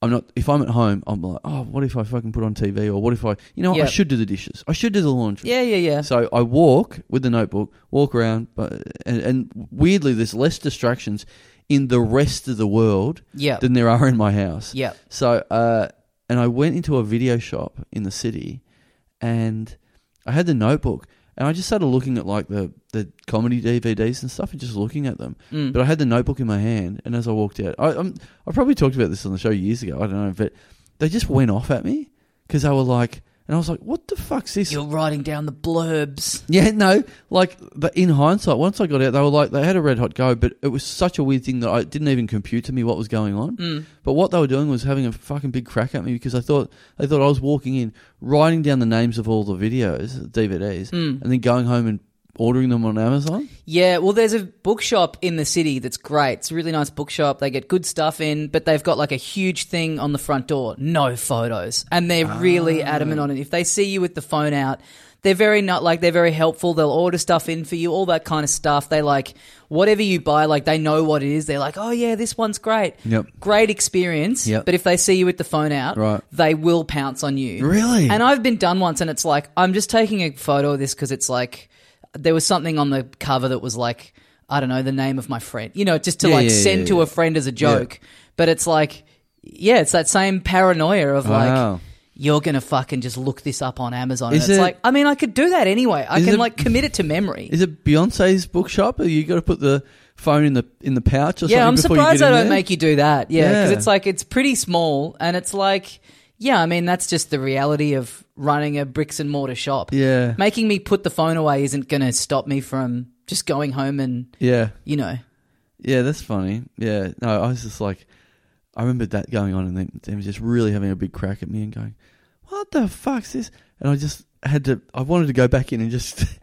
[SPEAKER 2] I'm not, if I'm at home, I'm like, oh, what if I fucking put on TV or what if I, you know, what,
[SPEAKER 1] Yeah.
[SPEAKER 2] I should do the dishes. I should do the laundry.
[SPEAKER 1] Yeah, yeah, yeah.
[SPEAKER 2] So I walk with the notebook, walk around, but and, and weirdly, there's less distractions in the rest of the world
[SPEAKER 1] Yeah.
[SPEAKER 2] than there are in my house.
[SPEAKER 1] Yep.
[SPEAKER 2] So, uh, and I went into a video shop in the city, and I had the notebook, and I just started looking at like the the comedy DVDs and stuff, and just looking at them. But I had the notebook in my hand, and as I walked out, I i I probably talked about this on the show years ago. I don't know, but they just went off at me because they were like, and I was like, "What the fuck's this?"
[SPEAKER 1] You're writing down the blurbs.
[SPEAKER 2] Yeah, no, like but in hindsight, once I got out, they were like they had a red hot go, but it was such a weird thing that I it didn't even compute to me what was going on. Mm. But what they were doing was having a fucking big crack at me because I thought they thought I was walking in, writing down the names of all the videos, DVDs,
[SPEAKER 1] Mm.
[SPEAKER 2] and then going home and ordering them on Amazon.
[SPEAKER 1] Yeah, well, there's a bookshop in the city that's great. It's a really nice bookshop. They get good stuff in, but they've got like a huge thing on the front door no photos. And they're really
[SPEAKER 2] Ah.
[SPEAKER 1] adamant on it. If they see you with the phone out, they're very not like they're very helpful. They'll order stuff in for you, all that kind of stuff. They like whatever you buy, like they know what it is. They're like, oh yeah, this one's great,
[SPEAKER 2] Yep.
[SPEAKER 1] great experience.
[SPEAKER 2] Yep.
[SPEAKER 1] But if they see you with the phone out,
[SPEAKER 2] Right.
[SPEAKER 1] they will pounce on you.
[SPEAKER 2] Really?
[SPEAKER 1] And I've been done once, and it's like I'm just taking a photo of this because it's like there was something on the cover that was like I don't know the name of my friend, you know, just to
[SPEAKER 2] Yeah,
[SPEAKER 1] like
[SPEAKER 2] yeah,
[SPEAKER 1] send
[SPEAKER 2] yeah,
[SPEAKER 1] to
[SPEAKER 2] yeah.
[SPEAKER 1] a friend as a joke. But it's like, yeah, it's that same paranoia of
[SPEAKER 2] Wow.
[SPEAKER 1] like. You're gonna fucking just look this up on Amazon.
[SPEAKER 2] Is
[SPEAKER 1] and it's
[SPEAKER 2] it-
[SPEAKER 1] like, I mean, I could do that anyway. I
[SPEAKER 2] Is
[SPEAKER 1] can
[SPEAKER 2] it-
[SPEAKER 1] like commit it to memory.
[SPEAKER 2] Is it Beyonce's bookshop? Are you got to put the phone in the in the pouch or
[SPEAKER 1] Yeah, I'm
[SPEAKER 2] something? before you
[SPEAKER 1] surprised
[SPEAKER 2] get
[SPEAKER 1] I
[SPEAKER 2] in
[SPEAKER 1] don't
[SPEAKER 2] there?
[SPEAKER 1] make you do that. Yeah, because
[SPEAKER 2] Yeah.
[SPEAKER 1] it's like it's pretty small, and it's like yeah, I mean, that's just the reality of running a bricks and mortar shop.
[SPEAKER 2] Yeah.
[SPEAKER 1] Making me put the phone away isn't going to stop me from just going home and,
[SPEAKER 2] Yeah.
[SPEAKER 1] you know.
[SPEAKER 2] Yeah, that's funny. Yeah, no, I was just like, I remember that going on and them, them just really having a big crack at me and going, "What the fuck's this?" And I just had to. I wanted to go back in and just.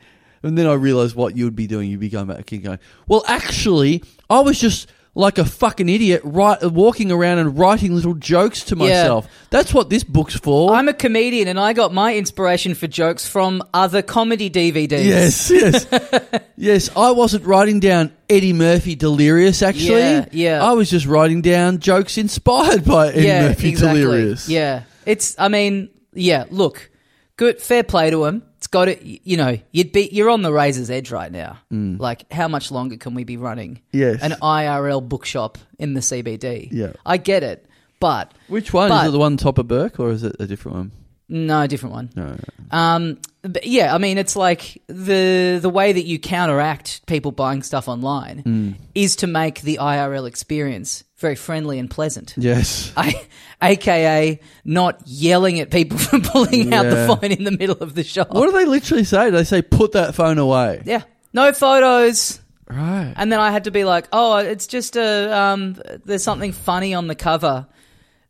[SPEAKER 2] And then I realized what you'd be doing. You'd be going back and going, "Well, actually, I was just like a fucking idiot, right, walking around and writing little jokes to myself. That's what this book's for."
[SPEAKER 1] I'm a comedian and I got my inspiration for jokes from other comedy DVDs.
[SPEAKER 2] yes, yes, yes. I wasn't writing down Eddie Murphy delirious. Actually,
[SPEAKER 1] Yeah, yeah.
[SPEAKER 2] I was just writing down jokes inspired by Eddie
[SPEAKER 1] yeah,
[SPEAKER 2] Murphy
[SPEAKER 1] exactly.
[SPEAKER 2] delirious.
[SPEAKER 1] Yeah, it's. I mean, yeah. Look, good. Fair play to him. It's got it. You know, you'd be. You're on the razor's edge right now. Like, how much longer can we be running?
[SPEAKER 2] Mm. Yes.
[SPEAKER 1] an IRL bookshop in the CBD.
[SPEAKER 2] Yeah.
[SPEAKER 1] I get it, but
[SPEAKER 2] Which one
[SPEAKER 1] But-
[SPEAKER 2] is it? The one Topper Burke, or is it a different one?
[SPEAKER 1] no, different one.
[SPEAKER 2] No, no.
[SPEAKER 1] Um, but yeah, I mean, it's like the the way that you counteract people buying stuff online
[SPEAKER 2] Hmm.
[SPEAKER 1] is to make the IRL experience very friendly and pleasant.
[SPEAKER 2] Yes.
[SPEAKER 1] I, AKA not yelling at people for pulling out the
[SPEAKER 2] Yeah.
[SPEAKER 1] phone in the middle of the shop.
[SPEAKER 2] What do they literally say? They say, "Put that phone away."
[SPEAKER 1] Yeah, no photos.
[SPEAKER 2] Right.
[SPEAKER 1] And then I had to be like, oh, it's just a um, there's something funny on the cover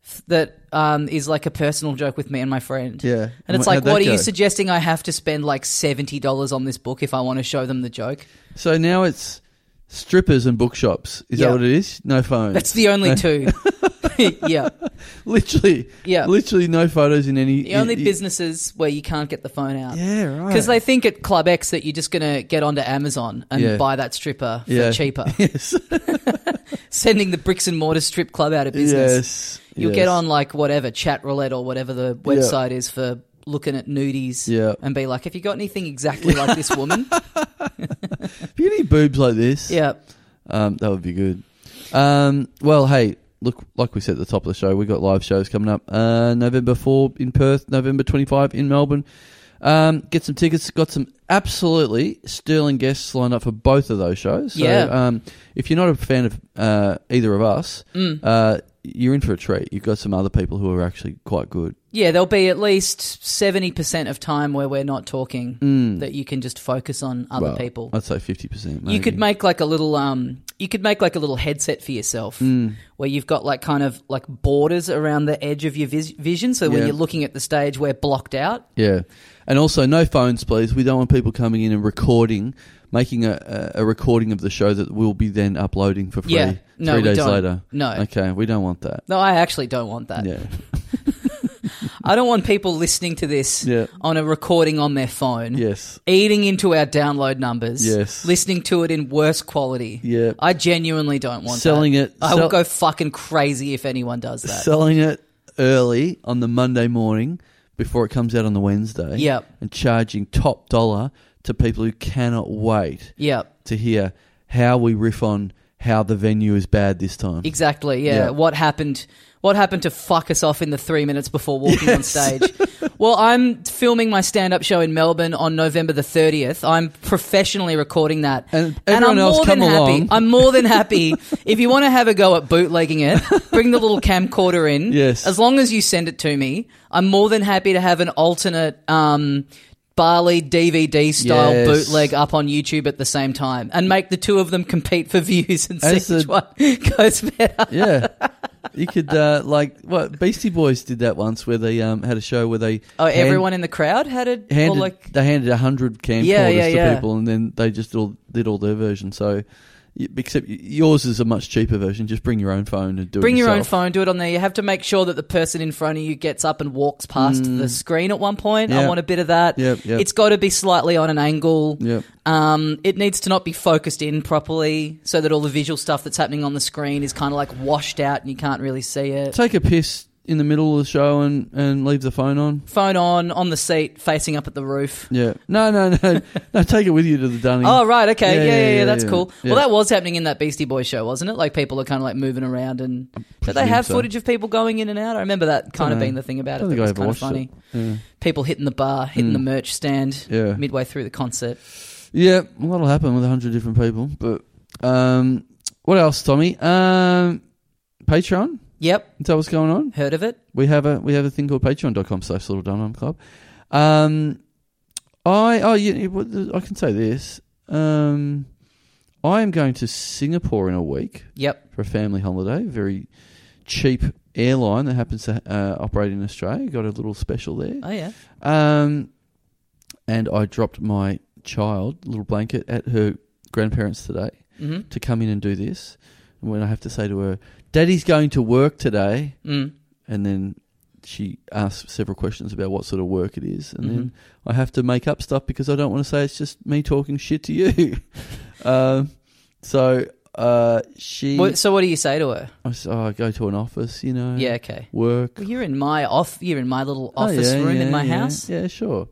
[SPEAKER 1] f- that um, is like a personal joke with me and my friend.
[SPEAKER 2] Yeah.
[SPEAKER 1] and,
[SPEAKER 2] And
[SPEAKER 1] it's
[SPEAKER 2] wh-
[SPEAKER 1] like,
[SPEAKER 2] how'd that
[SPEAKER 1] what are
[SPEAKER 2] go?
[SPEAKER 1] you suggesting? I have to spend like seventy dollars on this book if I want to show them the joke.
[SPEAKER 2] so now it's strippers and bookshops. Is
[SPEAKER 1] Yeah.
[SPEAKER 2] that what it is? No phones.
[SPEAKER 1] That's the only two. yeah,
[SPEAKER 2] literally.
[SPEAKER 1] Yeah.
[SPEAKER 2] Literally no photos in any.
[SPEAKER 1] the only
[SPEAKER 2] in- in-
[SPEAKER 1] businesses where you can't get the phone out.
[SPEAKER 2] Yeah. Right.
[SPEAKER 1] Because they think at Club X that you're just going to get onto Amazon and
[SPEAKER 2] Yeah.
[SPEAKER 1] buy that stripper for
[SPEAKER 2] Yeah.
[SPEAKER 1] cheaper,
[SPEAKER 2] Yes.
[SPEAKER 1] sending the bricks and mortar strip club out of business.
[SPEAKER 2] yes.
[SPEAKER 1] You'll
[SPEAKER 2] yes.
[SPEAKER 1] get on like whatever chat roulette or whatever the website is for looking at nudies
[SPEAKER 2] Yeah.
[SPEAKER 1] and be like, have you got anything exactly like this woman?
[SPEAKER 2] If you need boobs like this,
[SPEAKER 1] yeah.
[SPEAKER 2] um, that would be good. Um, well, hey, look, like we said at the top of the show, we got live shows coming up. Uh, November four in Perth, November twenty five in Melbourne. Um, get some tickets. Got some absolutely sterling guests lined up for both of those shows. So,
[SPEAKER 1] Yeah.
[SPEAKER 2] Um, if you're not a fan of uh, either of us,
[SPEAKER 1] Mm.
[SPEAKER 2] uh, you're in for a treat. You've got some other people who are actually quite good.
[SPEAKER 1] Yeah, there'll be at least 70% of time where we're not talking that you can just focus on other
[SPEAKER 2] Mm. Well,
[SPEAKER 1] people.
[SPEAKER 2] I'd say fifty percent.
[SPEAKER 1] You could make like a little um you could make like a little headset for yourself
[SPEAKER 2] Mm.
[SPEAKER 1] where you've got like kind of like borders around the edge of your vis- vision so when
[SPEAKER 2] Yeah.
[SPEAKER 1] you're looking at the stage we're blocked out.
[SPEAKER 2] Yeah, and also no phones, please. We don't want people coming in and recording, making a, a a recording of the show that we'll be then uploading for free
[SPEAKER 1] Yeah. No,
[SPEAKER 2] three
[SPEAKER 1] we
[SPEAKER 2] days
[SPEAKER 1] don't.
[SPEAKER 2] later.
[SPEAKER 1] No.
[SPEAKER 2] okay, we don't want that.
[SPEAKER 1] No, I actually don't want that.
[SPEAKER 2] Yeah,
[SPEAKER 1] I don't want people listening to this
[SPEAKER 2] Yeah.
[SPEAKER 1] on a recording on their phone.
[SPEAKER 2] yes,
[SPEAKER 1] Eating into our download numbers.
[SPEAKER 2] Yes.
[SPEAKER 1] Listening to it in worse quality.
[SPEAKER 2] Yeah.
[SPEAKER 1] I genuinely don't want
[SPEAKER 2] Selling
[SPEAKER 1] that.
[SPEAKER 2] it-
[SPEAKER 1] I will
[SPEAKER 2] sell-
[SPEAKER 1] go fucking crazy if anyone does that.
[SPEAKER 2] selling it early on the Monday morning before it comes out on the Wednesday.
[SPEAKER 1] Yep.
[SPEAKER 2] and charging top dollar to people who cannot wait
[SPEAKER 1] yeah.
[SPEAKER 2] to hear how we riff on how the venue is bad this time.
[SPEAKER 1] Exactly. Yeah.
[SPEAKER 2] Yeah.
[SPEAKER 1] What happened? What happened to fuck us off in the three minutes before walking on
[SPEAKER 2] Yes.
[SPEAKER 1] stage? well, I'm filming my stand-up show in Melbourne on November the 30th. I'm professionally recording that,
[SPEAKER 2] And everyone
[SPEAKER 1] I'm
[SPEAKER 2] else
[SPEAKER 1] more than
[SPEAKER 2] come
[SPEAKER 1] happy.
[SPEAKER 2] along.
[SPEAKER 1] I'm more than happy if you want to have a go at bootlegging it. Bring the little camcorder in.
[SPEAKER 2] Yes.
[SPEAKER 1] As long as you send it to me, I'm more than happy to have an alternate. Um, Barley DVD style
[SPEAKER 2] Yes.
[SPEAKER 1] bootleg up on YouTube at the same time and make the two of them compete for views and
[SPEAKER 2] As
[SPEAKER 1] see
[SPEAKER 2] the-
[SPEAKER 1] which one goes better.
[SPEAKER 2] Yeah. You could uh, like what Beastie Boys did that once, where they um, had a show where they
[SPEAKER 1] Oh,
[SPEAKER 2] hand-
[SPEAKER 1] everyone in the crowd had a or
[SPEAKER 2] handed
[SPEAKER 1] like
[SPEAKER 2] they handed a hundred camcorders
[SPEAKER 1] Yeah, yeah,
[SPEAKER 2] to
[SPEAKER 1] yeah.
[SPEAKER 2] people, and then they just all did all their version. So, y- except y- yours is a much cheaper version. Just bring your own phone and do
[SPEAKER 1] bring
[SPEAKER 2] it.
[SPEAKER 1] your own
[SPEAKER 2] yourself.
[SPEAKER 1] phone, do it on there. You have to make sure that the person in front of you gets up and walks past the screen at one point. I
[SPEAKER 2] Mm. Yeah.
[SPEAKER 1] want a bit of that.
[SPEAKER 2] Yep, yep.
[SPEAKER 1] It's got to be slightly on an angle.
[SPEAKER 2] Yep.
[SPEAKER 1] Um, it needs to not be focused in properly so that all the visual stuff that's happening on the screen is kind of like washed out and you can't really see it.
[SPEAKER 2] Take a piss in the middle of the show and and leave the phone on.
[SPEAKER 1] phone on, on the seat, facing up at the roof.
[SPEAKER 2] Yeah. No, no, no, no. Take it with you to the dunning.
[SPEAKER 1] Oh right, okay, yeah, yeah, yeah, that's
[SPEAKER 2] yeah.
[SPEAKER 1] cool.
[SPEAKER 2] Yeah.
[SPEAKER 1] Well, that was happening in that Beastie Boy show, wasn't it? Like people are kind of like moving around, and did they
[SPEAKER 2] presume
[SPEAKER 1] have
[SPEAKER 2] so.
[SPEAKER 1] footage of people going in and out? I remember that kind of
[SPEAKER 2] know.
[SPEAKER 1] being the thing about it.
[SPEAKER 2] Don't
[SPEAKER 1] That
[SPEAKER 2] think I
[SPEAKER 1] was
[SPEAKER 2] ever
[SPEAKER 1] kind of
[SPEAKER 2] watched
[SPEAKER 1] funny.
[SPEAKER 2] it. Yeah.
[SPEAKER 1] People hitting the bar, hitting the
[SPEAKER 2] Mm.
[SPEAKER 1] merch stand
[SPEAKER 2] Yeah.
[SPEAKER 1] midway through the concert.
[SPEAKER 2] Yeah, well, that'll happen with a hundred different people. But um, what else, Tommy? Um, Patreon.
[SPEAKER 1] Yep.
[SPEAKER 2] Is that what's going on?
[SPEAKER 1] Heard of it?
[SPEAKER 2] We have a we have a thing called patreon.com slash little dum dum club. Um I oh yeah, yeah, what the- I can say this. Um I am going to Singapore in a week
[SPEAKER 1] Yep.
[SPEAKER 2] for a family holiday. Very cheap airline that happens to uh, operate in Australia. Got a little special there.
[SPEAKER 1] Oh yeah.
[SPEAKER 2] Um, and I dropped my child, little blanket, at her grandparents today
[SPEAKER 1] Mhm.
[SPEAKER 2] to come in and do this. And when I have to say to her, "Daddy's going to work today,"
[SPEAKER 1] Mm.
[SPEAKER 2] and then she asks several questions about what sort of work it is, and then I have to make up stuff because I don't want to say it's just me talking shit to you. um, so uh, she,
[SPEAKER 1] What, so what do you say to her?
[SPEAKER 2] I, s- oh, I go to an office, you know,
[SPEAKER 1] Yeah. Okay.
[SPEAKER 2] work,
[SPEAKER 1] Well, you're in my off. You're in my little office
[SPEAKER 2] Mm. Oh, yeah,
[SPEAKER 1] room
[SPEAKER 2] yeah,
[SPEAKER 1] in my
[SPEAKER 2] yeah.
[SPEAKER 1] house.
[SPEAKER 2] Yeah, sure.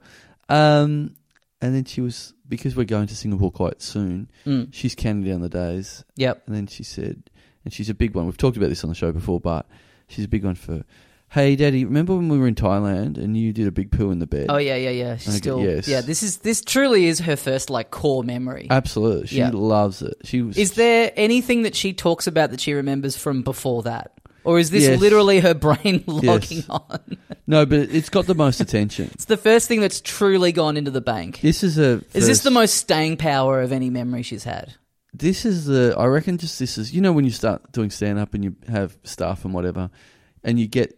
[SPEAKER 2] Um, and then she was because we're going to Singapore quite soon.
[SPEAKER 1] Mm.
[SPEAKER 2] She's counting down the days,
[SPEAKER 1] Yep.
[SPEAKER 2] and then she said, and she's a big one. We've talked about this on the show before, but she's a big one for. Hey, Daddy, remember when we were in Thailand and you did a big poo in the bed?
[SPEAKER 1] Oh yeah. Yeah. Yeah. She's
[SPEAKER 2] Okay,
[SPEAKER 1] still.
[SPEAKER 2] yes.
[SPEAKER 1] Yeah. This is this truly is her first like core memory.
[SPEAKER 2] Absolutely, she
[SPEAKER 1] Yeah.
[SPEAKER 2] loves it. She was.
[SPEAKER 1] Is there anything that she talks about that she remembers from before that? Or is this
[SPEAKER 2] Yes.
[SPEAKER 1] literally her brain logging
[SPEAKER 2] Yes.
[SPEAKER 1] on?
[SPEAKER 2] no, but it's got the most attention.
[SPEAKER 1] It's the first thing that's truly gone into the bank.
[SPEAKER 2] This is a.
[SPEAKER 1] Is this
[SPEAKER 2] first-
[SPEAKER 1] the most staying power of any memory she's had?
[SPEAKER 2] this is the I reckon just this is you know when you start doing stand up and you have staff and whatever and you get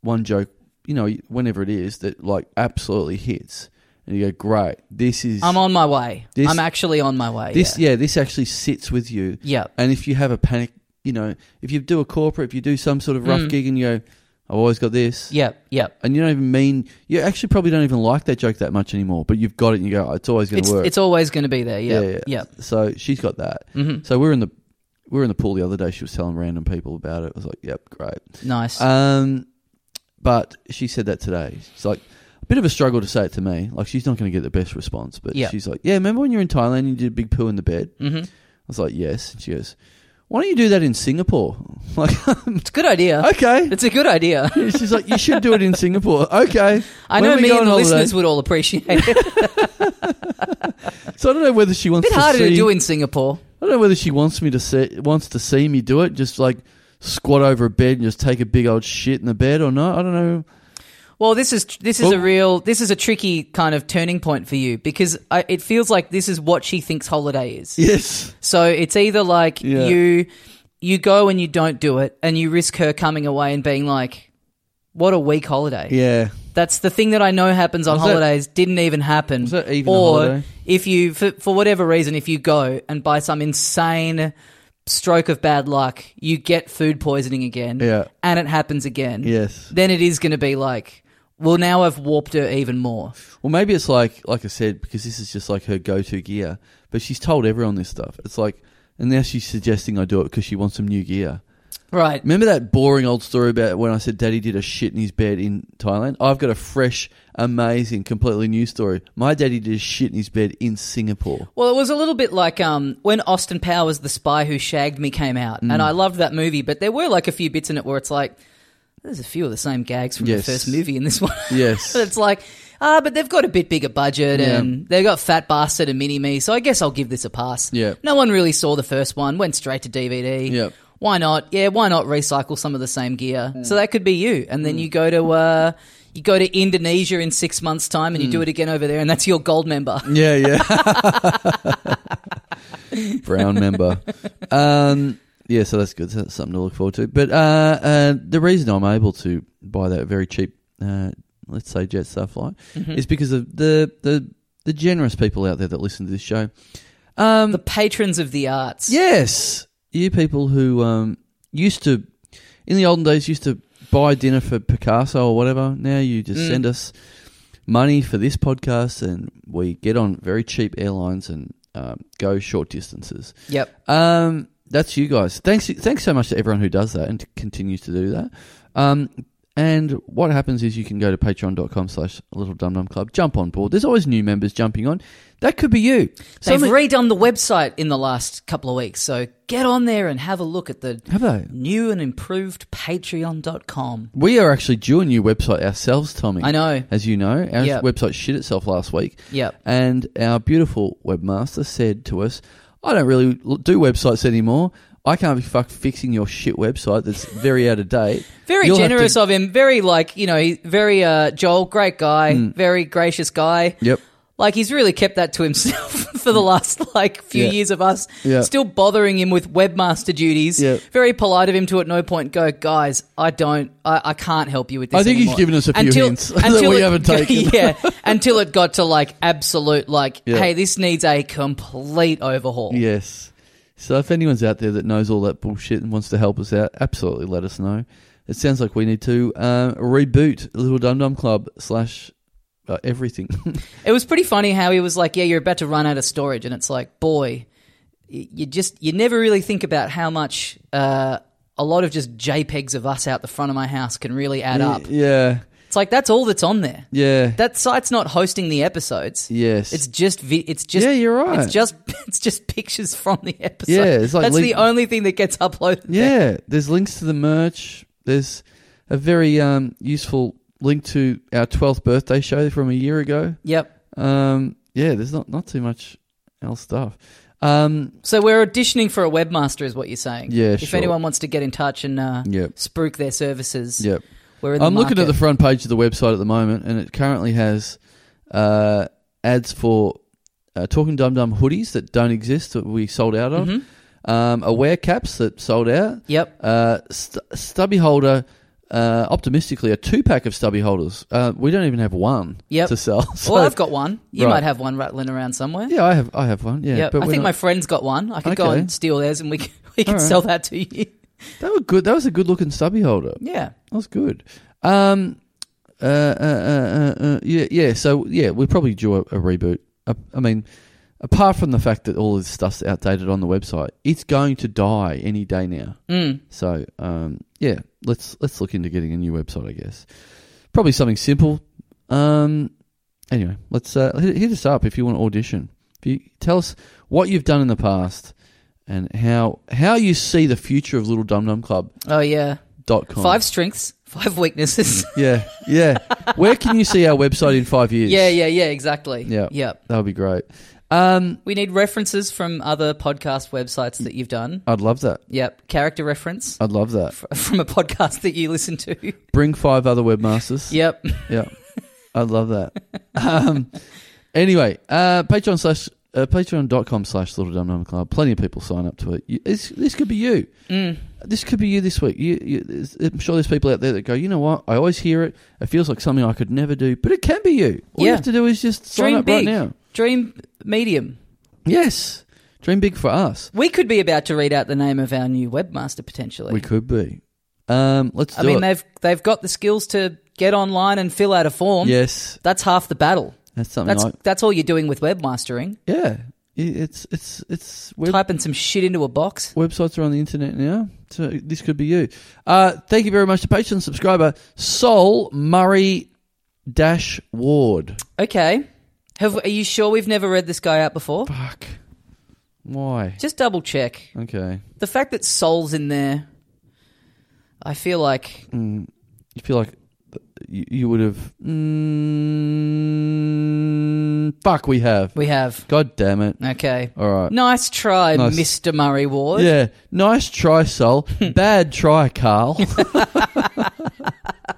[SPEAKER 2] one joke you know whenever it is that like absolutely hits and you go great this is
[SPEAKER 1] I'm on my way.
[SPEAKER 2] This-
[SPEAKER 1] I'm actually on my way.
[SPEAKER 2] this
[SPEAKER 1] yeah.
[SPEAKER 2] yeah. this actually sits with you
[SPEAKER 1] Yeah.
[SPEAKER 2] and if you have a panic you know if you do a corporate if you do some sort of rough
[SPEAKER 1] Mm.
[SPEAKER 2] gig and you go I've always got this
[SPEAKER 1] Yep. Yep.
[SPEAKER 2] and you don't even mean you actually probably don't even like that joke that much anymore but you've got it and you go "Oh, it's always going
[SPEAKER 1] It's
[SPEAKER 2] to work
[SPEAKER 1] it's always going to be there. Yep.
[SPEAKER 2] Yeah, yeah.
[SPEAKER 1] Yep.
[SPEAKER 2] so she's got that
[SPEAKER 1] Mhm.
[SPEAKER 2] so we were in the we were in the pool the other day. She was telling random people about it. I was like, "Yep, great."
[SPEAKER 1] Nice.
[SPEAKER 2] Um, but she said that today. It's like a bit of a struggle to say it to me. Like she's not going to get the best response. But
[SPEAKER 1] Yeah.
[SPEAKER 2] she's like, "Yeah, remember when you were in Thailand and you did a big poo in the bed?" I
[SPEAKER 1] hmm
[SPEAKER 2] was like, "Yes." And she goes, "Why don't you do that in Singapore?" Like,
[SPEAKER 1] It's a good idea.
[SPEAKER 2] okay.
[SPEAKER 1] It's a good idea.
[SPEAKER 2] She's like, "You should do it in Singapore." Okay.
[SPEAKER 1] I
[SPEAKER 2] When
[SPEAKER 1] know
[SPEAKER 2] we
[SPEAKER 1] me
[SPEAKER 2] go
[SPEAKER 1] and the
[SPEAKER 2] on holiday-
[SPEAKER 1] listeners would all appreciate it. A
[SPEAKER 2] So I don't know whether she wants
[SPEAKER 1] bit
[SPEAKER 2] to
[SPEAKER 1] harder
[SPEAKER 2] see-
[SPEAKER 1] to do in Singapore.
[SPEAKER 2] I don't know whether she wants me to see wants to see me do it, just like squat over a bed and just take a big old shit in the bed or not. I don't know.
[SPEAKER 1] Well, this is this is
[SPEAKER 2] Well-
[SPEAKER 1] a real this is a tricky kind of turning point for you because I, it feels like this is what she thinks holiday is.
[SPEAKER 2] Yes.
[SPEAKER 1] So it's either like
[SPEAKER 2] Yeah.
[SPEAKER 1] you you go and you don't do it and you risk her coming away and being like, "What a weak holiday."
[SPEAKER 2] Yeah.
[SPEAKER 1] That's the thing that I know happens on
[SPEAKER 2] Was that-
[SPEAKER 1] holidays didn't even happen.
[SPEAKER 2] Was that even a
[SPEAKER 1] or
[SPEAKER 2] holiday?
[SPEAKER 1] if you for, for whatever reason if you go and by some insane stroke of bad luck you get food poisoning again
[SPEAKER 2] Yeah.
[SPEAKER 1] and it happens again
[SPEAKER 2] Yes.
[SPEAKER 1] then it is going to be like, well, now I've warped her even more.
[SPEAKER 2] Well, maybe it's like like I said because this is just like her go-to gear, but she's told everyone this stuff. It's like, and now she's suggesting I do it because she wants some new gear.
[SPEAKER 1] Right.
[SPEAKER 2] Remember that boring old story about when I said Daddy did a shit in his bed in Thailand? I've got a fresh, amazing, completely new story. My daddy did a shit in his bed in Singapore.
[SPEAKER 1] Well, it was a little bit like um, when Austin Powers, The Spy Who Shagged Me, came out,
[SPEAKER 2] Mm.
[SPEAKER 1] and I loved that movie, but there were like a few bits in it where it's like, there's a few of the same gags from
[SPEAKER 2] Yes.
[SPEAKER 1] the first movie in this one.
[SPEAKER 2] Yes.
[SPEAKER 1] it's like, ah, but they've got a bit bigger budget, and they've got Fat Bastard and Mini Me, so I guess I'll give this a pass.
[SPEAKER 2] Yeah.
[SPEAKER 1] No one really saw the first one, went straight to DVD.
[SPEAKER 2] Yeah. Mm.
[SPEAKER 1] Why not? Yeah, why not recycle some of the same gear? So that could be you, and then you go to. Uh, you go to Indonesia in six months' time,
[SPEAKER 2] Mm.
[SPEAKER 1] and you do it again over there, and that's your gold member.
[SPEAKER 2] Yeah, yeah. Brown member. Um, yeah, so that's good. So That's something to look forward to. But uh, uh, the reason I'm able to buy that very cheap, uh, let's say Jetstar flight, is because of the, the the generous people out there that listen to this show. Um,
[SPEAKER 1] the patrons of the arts.
[SPEAKER 2] yes, you people who um, used to in the olden days used to buy dinner for Picasso or whatever. Now you just
[SPEAKER 1] Mm.
[SPEAKER 2] send us money for this podcast, and we get on very cheap airlines and um, go short distances.
[SPEAKER 1] Yep.
[SPEAKER 2] Um, that's you guys. Thanks, thanks so much to everyone who does that and continues to do that. Um, and what happens is you can go to patreon.com slash little dum dum club, jump on board. There's always new members jumping on. That could be you.
[SPEAKER 1] They've
[SPEAKER 2] Some-
[SPEAKER 1] redone the website in the last couple of weeks, so get on there and have a look at the
[SPEAKER 2] have they?
[SPEAKER 1] new and improved patreon.com.
[SPEAKER 2] We are actually due a new website ourselves, Tommy.
[SPEAKER 1] I know.
[SPEAKER 2] As you know, our
[SPEAKER 1] Yep.
[SPEAKER 2] website shit itself last week.
[SPEAKER 1] Yep.
[SPEAKER 2] And our beautiful webmaster said to us, I don't really l- do websites anymore. I can't be fuck fixing your shit website that's very out of date.
[SPEAKER 1] Very
[SPEAKER 2] You'll have
[SPEAKER 1] generous
[SPEAKER 2] to-
[SPEAKER 1] of him. Very like you know, he- very uh, Joel, great guy, very gracious guy.
[SPEAKER 2] Hmm. Yep.
[SPEAKER 1] Like he's really kept that to himself for the last like few
[SPEAKER 2] Yeah.
[SPEAKER 1] years of us
[SPEAKER 2] Yeah.
[SPEAKER 1] still bothering him with webmaster duties.
[SPEAKER 2] Yeah.
[SPEAKER 1] Very polite of him to at no point go, guys. I don't. I, I can't help you with this.
[SPEAKER 2] I think he's
[SPEAKER 1] anymore."
[SPEAKER 2] given us a few hints that we haven't taken.
[SPEAKER 1] yeah. Until it got to like absolute like,
[SPEAKER 2] Yeah.
[SPEAKER 1] hey, this needs a complete overhaul.
[SPEAKER 2] Yes. So if anyone's out there that knows all that bullshit and wants to help us out, absolutely let us know. It sounds like we need to uh, reboot Little Dum Dum Club slash uh, everything.
[SPEAKER 1] It was pretty funny how he was like, "Yeah, you're about to run out of storage," and it's like, boy, y- you just you never really think about how much uh, a lot of just JPEGs of us out the front of my house can really add up.
[SPEAKER 2] yeah.
[SPEAKER 1] It's like that's all that's on there.
[SPEAKER 2] Yeah.
[SPEAKER 1] That site's not hosting the episodes.
[SPEAKER 2] yes.
[SPEAKER 1] It's just vi- it's just
[SPEAKER 2] Yeah, you're right.
[SPEAKER 1] It's just it's just pictures from the episode.
[SPEAKER 2] Yeah, it's like
[SPEAKER 1] that's
[SPEAKER 2] link-
[SPEAKER 1] the only thing that gets uploaded. there.
[SPEAKER 2] Yeah, there's links to the merch. There's a very um, useful link to our 12th birthday show from a year ago.
[SPEAKER 1] Yep.
[SPEAKER 2] Um, yeah, there's not, not too much else stuff. Um,
[SPEAKER 1] So we're auditioning for a webmaster, is what you're saying?
[SPEAKER 2] Yeah,
[SPEAKER 1] If
[SPEAKER 2] sure.
[SPEAKER 1] anyone wants to get in touch and uh,
[SPEAKER 2] Yep.
[SPEAKER 1] spruik their services,
[SPEAKER 2] yep.
[SPEAKER 1] we're in the
[SPEAKER 2] I'm looking at
[SPEAKER 1] market.
[SPEAKER 2] the front page of the website at the moment, and it currently has uh, ads for uh, Talking Dum Dum hoodies that don't exist that we sold out of, um, aware caps that sold out,
[SPEAKER 1] Yep.
[SPEAKER 2] uh, st- stubby holder. Uh, optimistically, a two pack of stubby holders. Uh, we don't even have one
[SPEAKER 1] Yep.
[SPEAKER 2] to sell. So,
[SPEAKER 1] well, I've got one. You
[SPEAKER 2] Right.
[SPEAKER 1] might have one rattling around somewhere.
[SPEAKER 2] Yeah, I have. I have one. Yeah,
[SPEAKER 1] Yep. I
[SPEAKER 2] we're
[SPEAKER 1] think
[SPEAKER 2] not-
[SPEAKER 1] my friend's got one. I could go
[SPEAKER 2] Okay.
[SPEAKER 1] and steal theirs, and we can, we can
[SPEAKER 2] All right.
[SPEAKER 1] sell that to you.
[SPEAKER 2] that was good. That was a good looking stubby holder.
[SPEAKER 1] Yeah.
[SPEAKER 2] That was good. Um, uh, uh, uh, uh, uh, yeah, yeah. So yeah, we probably do a, a reboot. I, I mean, apart from the fact that all this stuff's outdated on the website, it's going to die any day now.
[SPEAKER 1] Mm.
[SPEAKER 2] So um, yeah, let's let's look into getting a new website. I guess probably something simple. Um, anyway, let's uh, hit, hit us up if you want to audition. If you tell us what you've done in the past and how how you see the future of Little Dum Dum Club
[SPEAKER 1] Oh yeah.
[SPEAKER 2] dot com.
[SPEAKER 1] Five strengths, five weaknesses.
[SPEAKER 2] Yeah, yeah. Where can you see our website in five years?
[SPEAKER 1] yeah, yeah, yeah. Exactly.
[SPEAKER 2] Yeah.
[SPEAKER 1] Yep.
[SPEAKER 2] That would be great. Um,
[SPEAKER 1] We need references from other podcast websites that you've done.
[SPEAKER 2] I'd love that.
[SPEAKER 1] Yep. Character reference
[SPEAKER 2] I'd love that.
[SPEAKER 1] f- from a podcast that you listen to.
[SPEAKER 2] Bring five other webmasters.
[SPEAKER 1] Yep.
[SPEAKER 2] Yeah. I'd love that. Um, anyway, uh, Patreon slash. Uh, Patreon.com slash Little Dum Dum Club. Plenty of people sign up to it. You, it's, this could be you.
[SPEAKER 1] Mm.
[SPEAKER 2] This could be you this week. You, you, there's- I'm sure there's people out there that go, you know what? I always hear it. It feels like something I could never do, but it can be you. All you
[SPEAKER 1] Yeah.
[SPEAKER 2] have to do is just sign
[SPEAKER 1] Dream
[SPEAKER 2] up
[SPEAKER 1] big.
[SPEAKER 2] right now.
[SPEAKER 1] Dream medium.
[SPEAKER 2] Yes. Dream big for us.
[SPEAKER 1] We could be about to read out the name of our new webmaster potentially.
[SPEAKER 2] We could be. Um, let's
[SPEAKER 1] I
[SPEAKER 2] do
[SPEAKER 1] mean,
[SPEAKER 2] it.
[SPEAKER 1] they've they've got the skills to get online and fill out a form.
[SPEAKER 2] Yes,
[SPEAKER 1] That's half the battle.
[SPEAKER 2] that's something.
[SPEAKER 1] That's
[SPEAKER 2] like,
[SPEAKER 1] that's all you're doing with webmastering.
[SPEAKER 2] yeah, I- it's it's it's web,
[SPEAKER 1] Typing some shit into a box.
[SPEAKER 2] websites are on the internet now. So this could be you. Uh, thank you very much to Patreon subscriber Sol Murray Dash Ward.
[SPEAKER 1] Okay. Have are you sure we've never read this guy out before?
[SPEAKER 2] Fuck. Why?
[SPEAKER 1] Just double check.
[SPEAKER 2] Okay.
[SPEAKER 1] The fact that soul's in there, I feel like
[SPEAKER 2] You feel like you, you would have. Mm, fuck. We have.
[SPEAKER 1] we have.
[SPEAKER 2] God damn it.
[SPEAKER 1] Okay.
[SPEAKER 2] All right.
[SPEAKER 1] Nice try,
[SPEAKER 2] Nice.
[SPEAKER 1] Mr. Murray Ward.
[SPEAKER 2] Yeah, nice try, Sol. Bad try, Carl.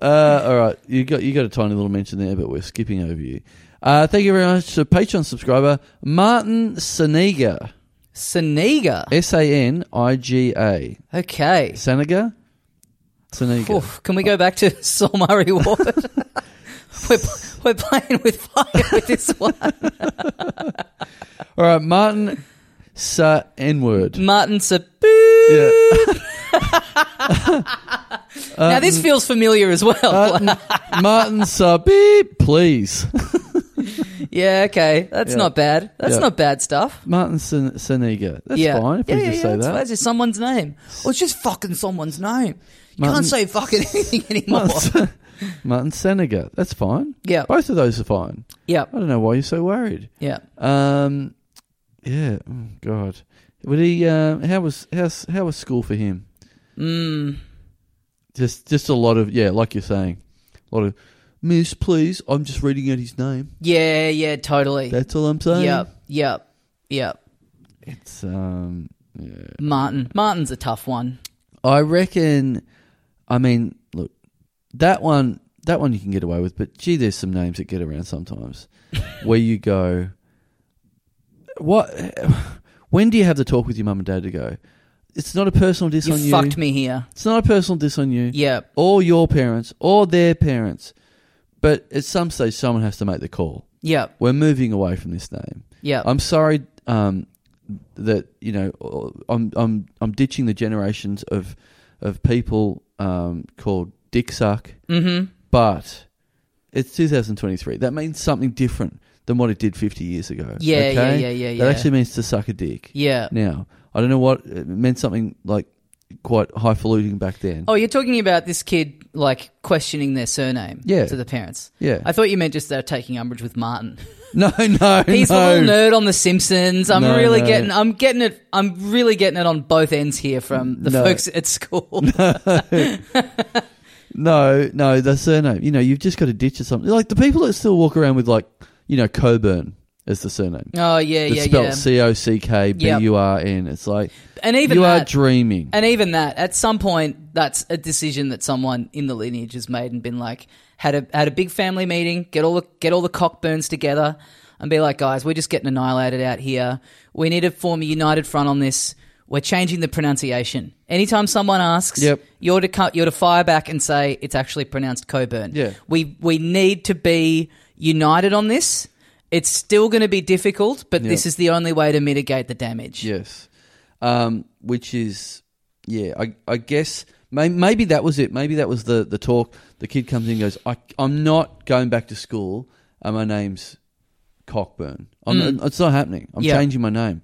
[SPEAKER 2] uh, all right, you got you got a tiny little mention there, but we're skipping over you. Uh, thank you very much to Patreon subscriber Martin Saniga,
[SPEAKER 1] Saniga.
[SPEAKER 2] S A N I G A,
[SPEAKER 1] Okay.
[SPEAKER 2] Saniga, Saniga.
[SPEAKER 1] Oof, can we go back to Sol Murray Ward? we're, we're playing with fire with this one.
[SPEAKER 2] All right, Martin Sa N word.
[SPEAKER 1] Martin Sab.
[SPEAKER 2] Yeah. Uh,
[SPEAKER 1] now this
[SPEAKER 2] mm.
[SPEAKER 1] feels familiar as well.
[SPEAKER 2] Martin, Martin Sa beep, please.
[SPEAKER 1] yeah, okay, that's
[SPEAKER 2] Yeah.
[SPEAKER 1] not bad. That's
[SPEAKER 2] Yeah.
[SPEAKER 1] not bad stuff.
[SPEAKER 2] Martin San- Saniga. That's
[SPEAKER 1] yeah,
[SPEAKER 2] fine if
[SPEAKER 1] yeah,
[SPEAKER 2] we
[SPEAKER 1] yeah,
[SPEAKER 2] just
[SPEAKER 1] yeah,
[SPEAKER 2] say
[SPEAKER 1] that's
[SPEAKER 2] that.
[SPEAKER 1] fine. It's just someone's name. Well, it's just fucking someone's name. You
[SPEAKER 2] Martin-
[SPEAKER 1] can't say fucking anything anymore.
[SPEAKER 2] Martin, Martin Seneca. That's fine.
[SPEAKER 1] Yeah.
[SPEAKER 2] Both of those are fine.
[SPEAKER 1] Yeah,
[SPEAKER 2] I don't know why you're so worried.
[SPEAKER 1] yeah.
[SPEAKER 2] Um, yeah. Oh, God. Would he? Uh, how was how's, how was school for him?
[SPEAKER 1] Mm.
[SPEAKER 2] Just just a lot of yeah, like you're saying, a lot of Miss. Please, I'm just reading out his name.
[SPEAKER 1] Yeah, yeah, totally.
[SPEAKER 2] That's all I'm saying.
[SPEAKER 1] Yep, yep, yep.
[SPEAKER 2] It's um.
[SPEAKER 1] Martin. Martin's a tough one.
[SPEAKER 2] I reckon. I mean, look, that one, that one you can get away with, but gee, there's some names that get around sometimes, where you go, what? When do you have the talk with your mum and dad to go? It's not a personal diss
[SPEAKER 1] You
[SPEAKER 2] on
[SPEAKER 1] fucked
[SPEAKER 2] you.
[SPEAKER 1] me here.
[SPEAKER 2] It's not a personal diss on you,
[SPEAKER 1] Yeah.
[SPEAKER 2] or your parents, or their parents. But at some stage, someone has to make the call.
[SPEAKER 1] Yeah.
[SPEAKER 2] We're moving away from this name.
[SPEAKER 1] Yeah.
[SPEAKER 2] I'm sorry um, that you know I'm I'm I'm ditching the generations of of people um, called dick suck,
[SPEAKER 1] mm-hmm.
[SPEAKER 2] but it's 2023. That means something different than what it did 50 years ago.
[SPEAKER 1] Yeah, yeah,
[SPEAKER 2] okay?
[SPEAKER 1] yeah, yeah, yeah.
[SPEAKER 2] That actually means to suck a dick.
[SPEAKER 1] Yeah.
[SPEAKER 2] Now I don't know what it meant something like quite highfalutin back then.
[SPEAKER 1] Oh, you're talking about this kid like questioning their surname
[SPEAKER 2] Yeah.
[SPEAKER 1] to the parents.
[SPEAKER 2] Yeah.
[SPEAKER 1] I thought you meant just they're taking umbrage with Martin.
[SPEAKER 2] no, no,
[SPEAKER 1] He's
[SPEAKER 2] no.
[SPEAKER 1] the little nerd on The Simpsons. I'm
[SPEAKER 2] No,
[SPEAKER 1] really
[SPEAKER 2] no.
[SPEAKER 1] getting I'm getting it I'm really getting it on both ends here from the
[SPEAKER 2] No.
[SPEAKER 1] folks at school.
[SPEAKER 2] No, no, the surname. You know, you've just got to ditch or something. Like the people that still walk around with like, you know, Coburn as the surname.
[SPEAKER 1] oh yeah,
[SPEAKER 2] It's
[SPEAKER 1] yeah,
[SPEAKER 2] spelled
[SPEAKER 1] yeah.
[SPEAKER 2] C O C K B U R N. It's like
[SPEAKER 1] And even
[SPEAKER 2] you are
[SPEAKER 1] that,
[SPEAKER 2] dreaming.
[SPEAKER 1] And even that, at some point, that's a decision that someone in the lineage has made and been like, had a had a big family meeting, get all the get all the cockburns together, and be like, guys, we're just getting annihilated out here. We need to form a united front on this. We're changing the pronunciation. Anytime someone asks,
[SPEAKER 2] Yep.
[SPEAKER 1] you're to cut, you're to fire back and say it's actually pronounced Coburn.
[SPEAKER 2] Yeah.
[SPEAKER 1] we we need to be united on this. It's still going to be difficult, but this
[SPEAKER 2] Yep.
[SPEAKER 1] is the only way to mitigate the damage.
[SPEAKER 2] Yes. Um, which is, yeah, I, I guess may, maybe that was it. Maybe that was the, the talk. The kid comes in and goes, I, I'm not going back to school and my name's Cockburn. I'm, It's not happening. I'm
[SPEAKER 1] Hmm. Yeah.
[SPEAKER 2] changing my name.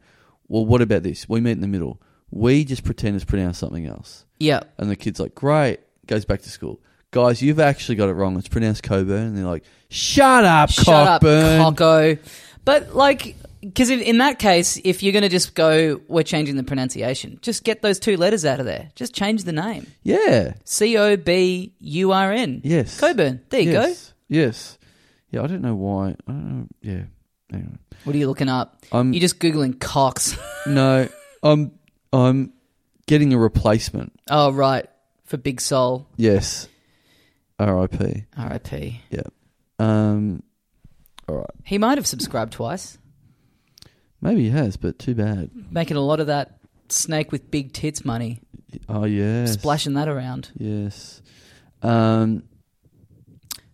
[SPEAKER 2] Well, what about this? We meet in the middle. We just pretend it's pronounced something else.
[SPEAKER 1] Yeah.
[SPEAKER 2] And the kid's like, great. Goes back to school. Guys, you've actually got it wrong. It's pronounced Coburn. And they're like, shut up,
[SPEAKER 1] Shut
[SPEAKER 2] Cockburn.
[SPEAKER 1] up, Cocko. But like, because in, in that case, if you're going to just go, we're changing the pronunciation. Just get those two letters out of there. Just change the name.
[SPEAKER 2] yeah.
[SPEAKER 1] C O B U R N.
[SPEAKER 2] Yes.
[SPEAKER 1] Coburn. There you
[SPEAKER 2] yes. Yes. Yeah, I don't know why. I don't know. Yeah. Anyway.
[SPEAKER 1] go. What are you looking up?
[SPEAKER 2] I'm-
[SPEAKER 1] you're just googling cocks.
[SPEAKER 2] No, I'm I'm getting a replacement.
[SPEAKER 1] oh right, for Big Soul.
[SPEAKER 2] Yes. R.I.P.
[SPEAKER 1] R.I.P.
[SPEAKER 2] Yeah. Um. All right.
[SPEAKER 1] He might have subscribed twice,
[SPEAKER 2] Maybe he has, but too bad.
[SPEAKER 1] making a lot of that snake with big tits money,
[SPEAKER 2] Oh yes.
[SPEAKER 1] splashing that around.
[SPEAKER 2] Yes. Um.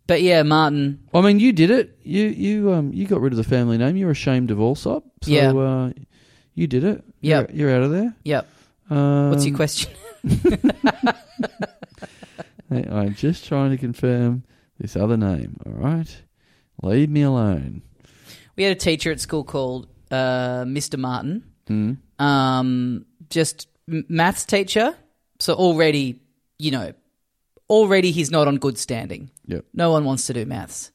[SPEAKER 1] But yeah, Martin.
[SPEAKER 2] I mean, you did it. You you um you got rid of the family name. You were ashamed of Allsop. So,
[SPEAKER 1] Yeah.
[SPEAKER 2] Uh, you did it.
[SPEAKER 1] Yeah.
[SPEAKER 2] You're, you're out of there.
[SPEAKER 1] Yep.
[SPEAKER 2] Um,
[SPEAKER 1] What's your question?
[SPEAKER 2] Hey, I'm just trying to confirm this other name, all right? Leave me alone.
[SPEAKER 1] We had a teacher at school called uh, Mr. Martin.
[SPEAKER 2] Mm.
[SPEAKER 1] um, just m- maths teacher. So already, you know, already he's not on good standing.
[SPEAKER 2] Yep.
[SPEAKER 1] No one wants to do maths.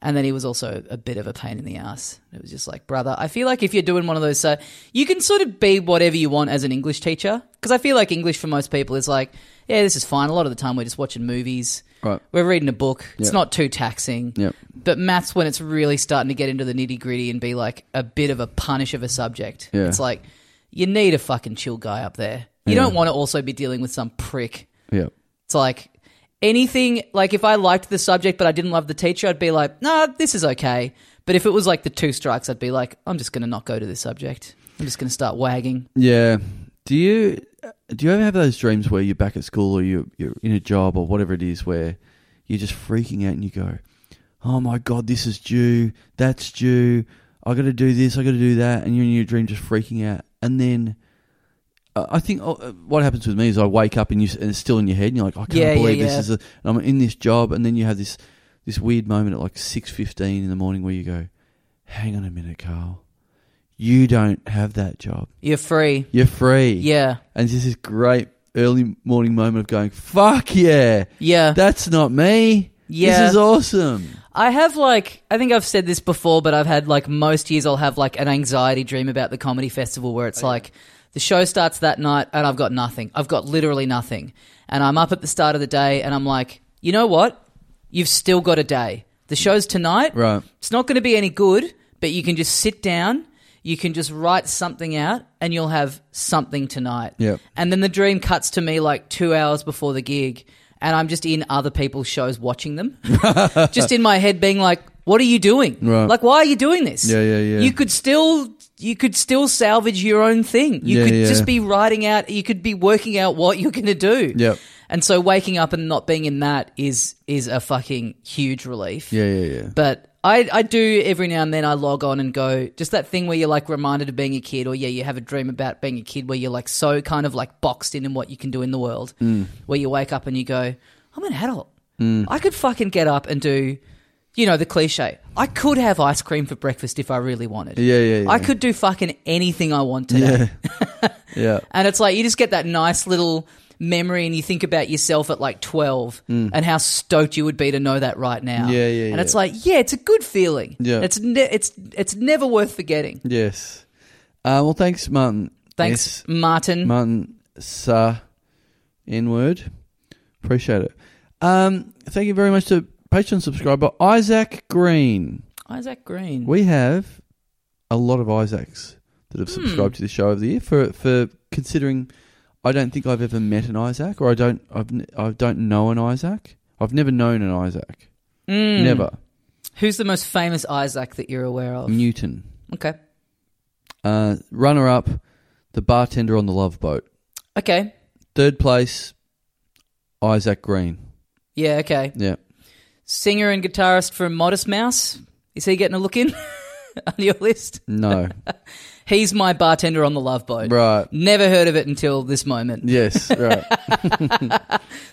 [SPEAKER 1] And then he was also a bit of a pain in the ass. It was just like, brother, I feel like if you're doing one of those, uh, you can sort of be whatever you want as an English teacher. Because I feel like English for most people is like, yeah, this is fine. A lot of the time we're just watching movies.
[SPEAKER 2] Right.
[SPEAKER 1] We're reading a book. It's
[SPEAKER 2] Yeah.
[SPEAKER 1] not too taxing.
[SPEAKER 2] Yep.
[SPEAKER 1] But maths, when it's really starting to get into the nitty gritty and be like a bit of a punish of a subject,
[SPEAKER 2] Yeah.
[SPEAKER 1] it's like you need a fucking chill guy up there. You
[SPEAKER 2] Yeah.
[SPEAKER 1] don't want to also be dealing with some prick.
[SPEAKER 2] Yep.
[SPEAKER 1] It's like anything, like if I liked the subject but I didn't love the teacher, I'd be like, nah, this is okay. But if it was like the two strikes, I'd be like, I'm just going to not go to this subject. I'm just going to start wagging.
[SPEAKER 2] Yeah. Do you do you ever have those dreams where you're back at school or you're, you're in a job or whatever it is where you're just freaking out and you go, "Oh my god, this is due. That's due. I got to do this. I got to do that." And you're in your dream just freaking out, and then. I I think oh, uh, what happens with me is I wake up and you and it's still in your head and you're like I can't
[SPEAKER 1] Yeah, yeah,
[SPEAKER 2] believe this
[SPEAKER 1] yeah.
[SPEAKER 2] is a, and I'm in this job and then you have this this weird moment at like six fifteen in the morning where you go, hang on a minute, Carl, you don't have that job.
[SPEAKER 1] You're free.
[SPEAKER 2] You're free.
[SPEAKER 1] Yeah.
[SPEAKER 2] And just this great early morning moment of going, fuck yeah,
[SPEAKER 1] Yeah.
[SPEAKER 2] that's not me.
[SPEAKER 1] Yeah.
[SPEAKER 2] This is awesome.
[SPEAKER 1] I have like I think I've said this before, but I've had like most years I'll have like an anxiety dream about the comedy festival where
[SPEAKER 2] Oh,
[SPEAKER 1] it's like the show starts that night and I've got nothing. I've got literally nothing. And I'm up at the start of the day and I'm like, you know what? You've still got a day. The show's tonight.
[SPEAKER 2] Right.
[SPEAKER 1] It's not going to be any good, but you can just sit down. you can just write something out and you'll have something tonight.
[SPEAKER 2] Yep.
[SPEAKER 1] And then the dream cuts to me like two hours before the gig, and I'm just in other people's shows watching them, just in my head being like, "What are you doing?
[SPEAKER 2] Right.
[SPEAKER 1] Like, why are you doing this?
[SPEAKER 2] Yeah, yeah, yeah.
[SPEAKER 1] You could still." You could still salvage your own thing. You
[SPEAKER 2] Yeah,
[SPEAKER 1] could
[SPEAKER 2] yeah.
[SPEAKER 1] just be writing out. You could be working out what you're going to do.
[SPEAKER 2] Yep.
[SPEAKER 1] And so waking up and not being in that is is a fucking huge relief.
[SPEAKER 2] Yeah, yeah, yeah.
[SPEAKER 1] But I, I do every now and then I log on and go just that thing where you're like reminded of being a kid or yeah you have a dream about being a kid where you're like so kind of like boxed in in what you can do in the world
[SPEAKER 2] Hmm.
[SPEAKER 1] where you wake up and you go I'm an adult I could fucking get up and do you know the cliche I could have ice cream for breakfast if I really wanted
[SPEAKER 2] Yeah, yeah, yeah.
[SPEAKER 1] I could do fucking anything I want today
[SPEAKER 2] yeah.
[SPEAKER 1] and it's like you just get that nice little memory and you think about yourself at like 12 and how stoked you would be to know that right now.
[SPEAKER 2] Mm. Yeah, yeah,
[SPEAKER 1] And it's
[SPEAKER 2] yeah.
[SPEAKER 1] like, yeah, it's a good feeling.
[SPEAKER 2] Yeah.
[SPEAKER 1] It's ne- it's it's never worth forgetting.
[SPEAKER 2] Yes. Uh, well, thanks, Martin.
[SPEAKER 1] Thanks,
[SPEAKER 2] S.
[SPEAKER 1] Martin.
[SPEAKER 2] Martin Sa N word. Appreciate it. Um, thank you very much to Patreon subscriber Isaac Green.
[SPEAKER 1] Isaac Green.
[SPEAKER 2] We have a lot of Isaacs that
[SPEAKER 1] Hmm.
[SPEAKER 2] have subscribed to the show over the year for for considering. I don't think I've ever met an Isaac, or I don't I've n- I don't know an Isaac. I've never known an Isaac.
[SPEAKER 1] Mm.
[SPEAKER 2] Never
[SPEAKER 1] Who's the most famous Isaac that you're aware of?
[SPEAKER 2] Newton.
[SPEAKER 1] Okay.
[SPEAKER 2] Uh, runner up, the bartender on the Love Boat.
[SPEAKER 1] Okay.
[SPEAKER 2] Third place, Isaac Green.
[SPEAKER 1] Yeah, okay.
[SPEAKER 2] Yeah.
[SPEAKER 1] Singer and guitarist from Modest Mouse. Is he getting a look in on your list?
[SPEAKER 2] No.
[SPEAKER 1] He's my bartender on the Love Boat.
[SPEAKER 2] right.
[SPEAKER 1] Never heard of it until this moment.
[SPEAKER 2] Yes. Right.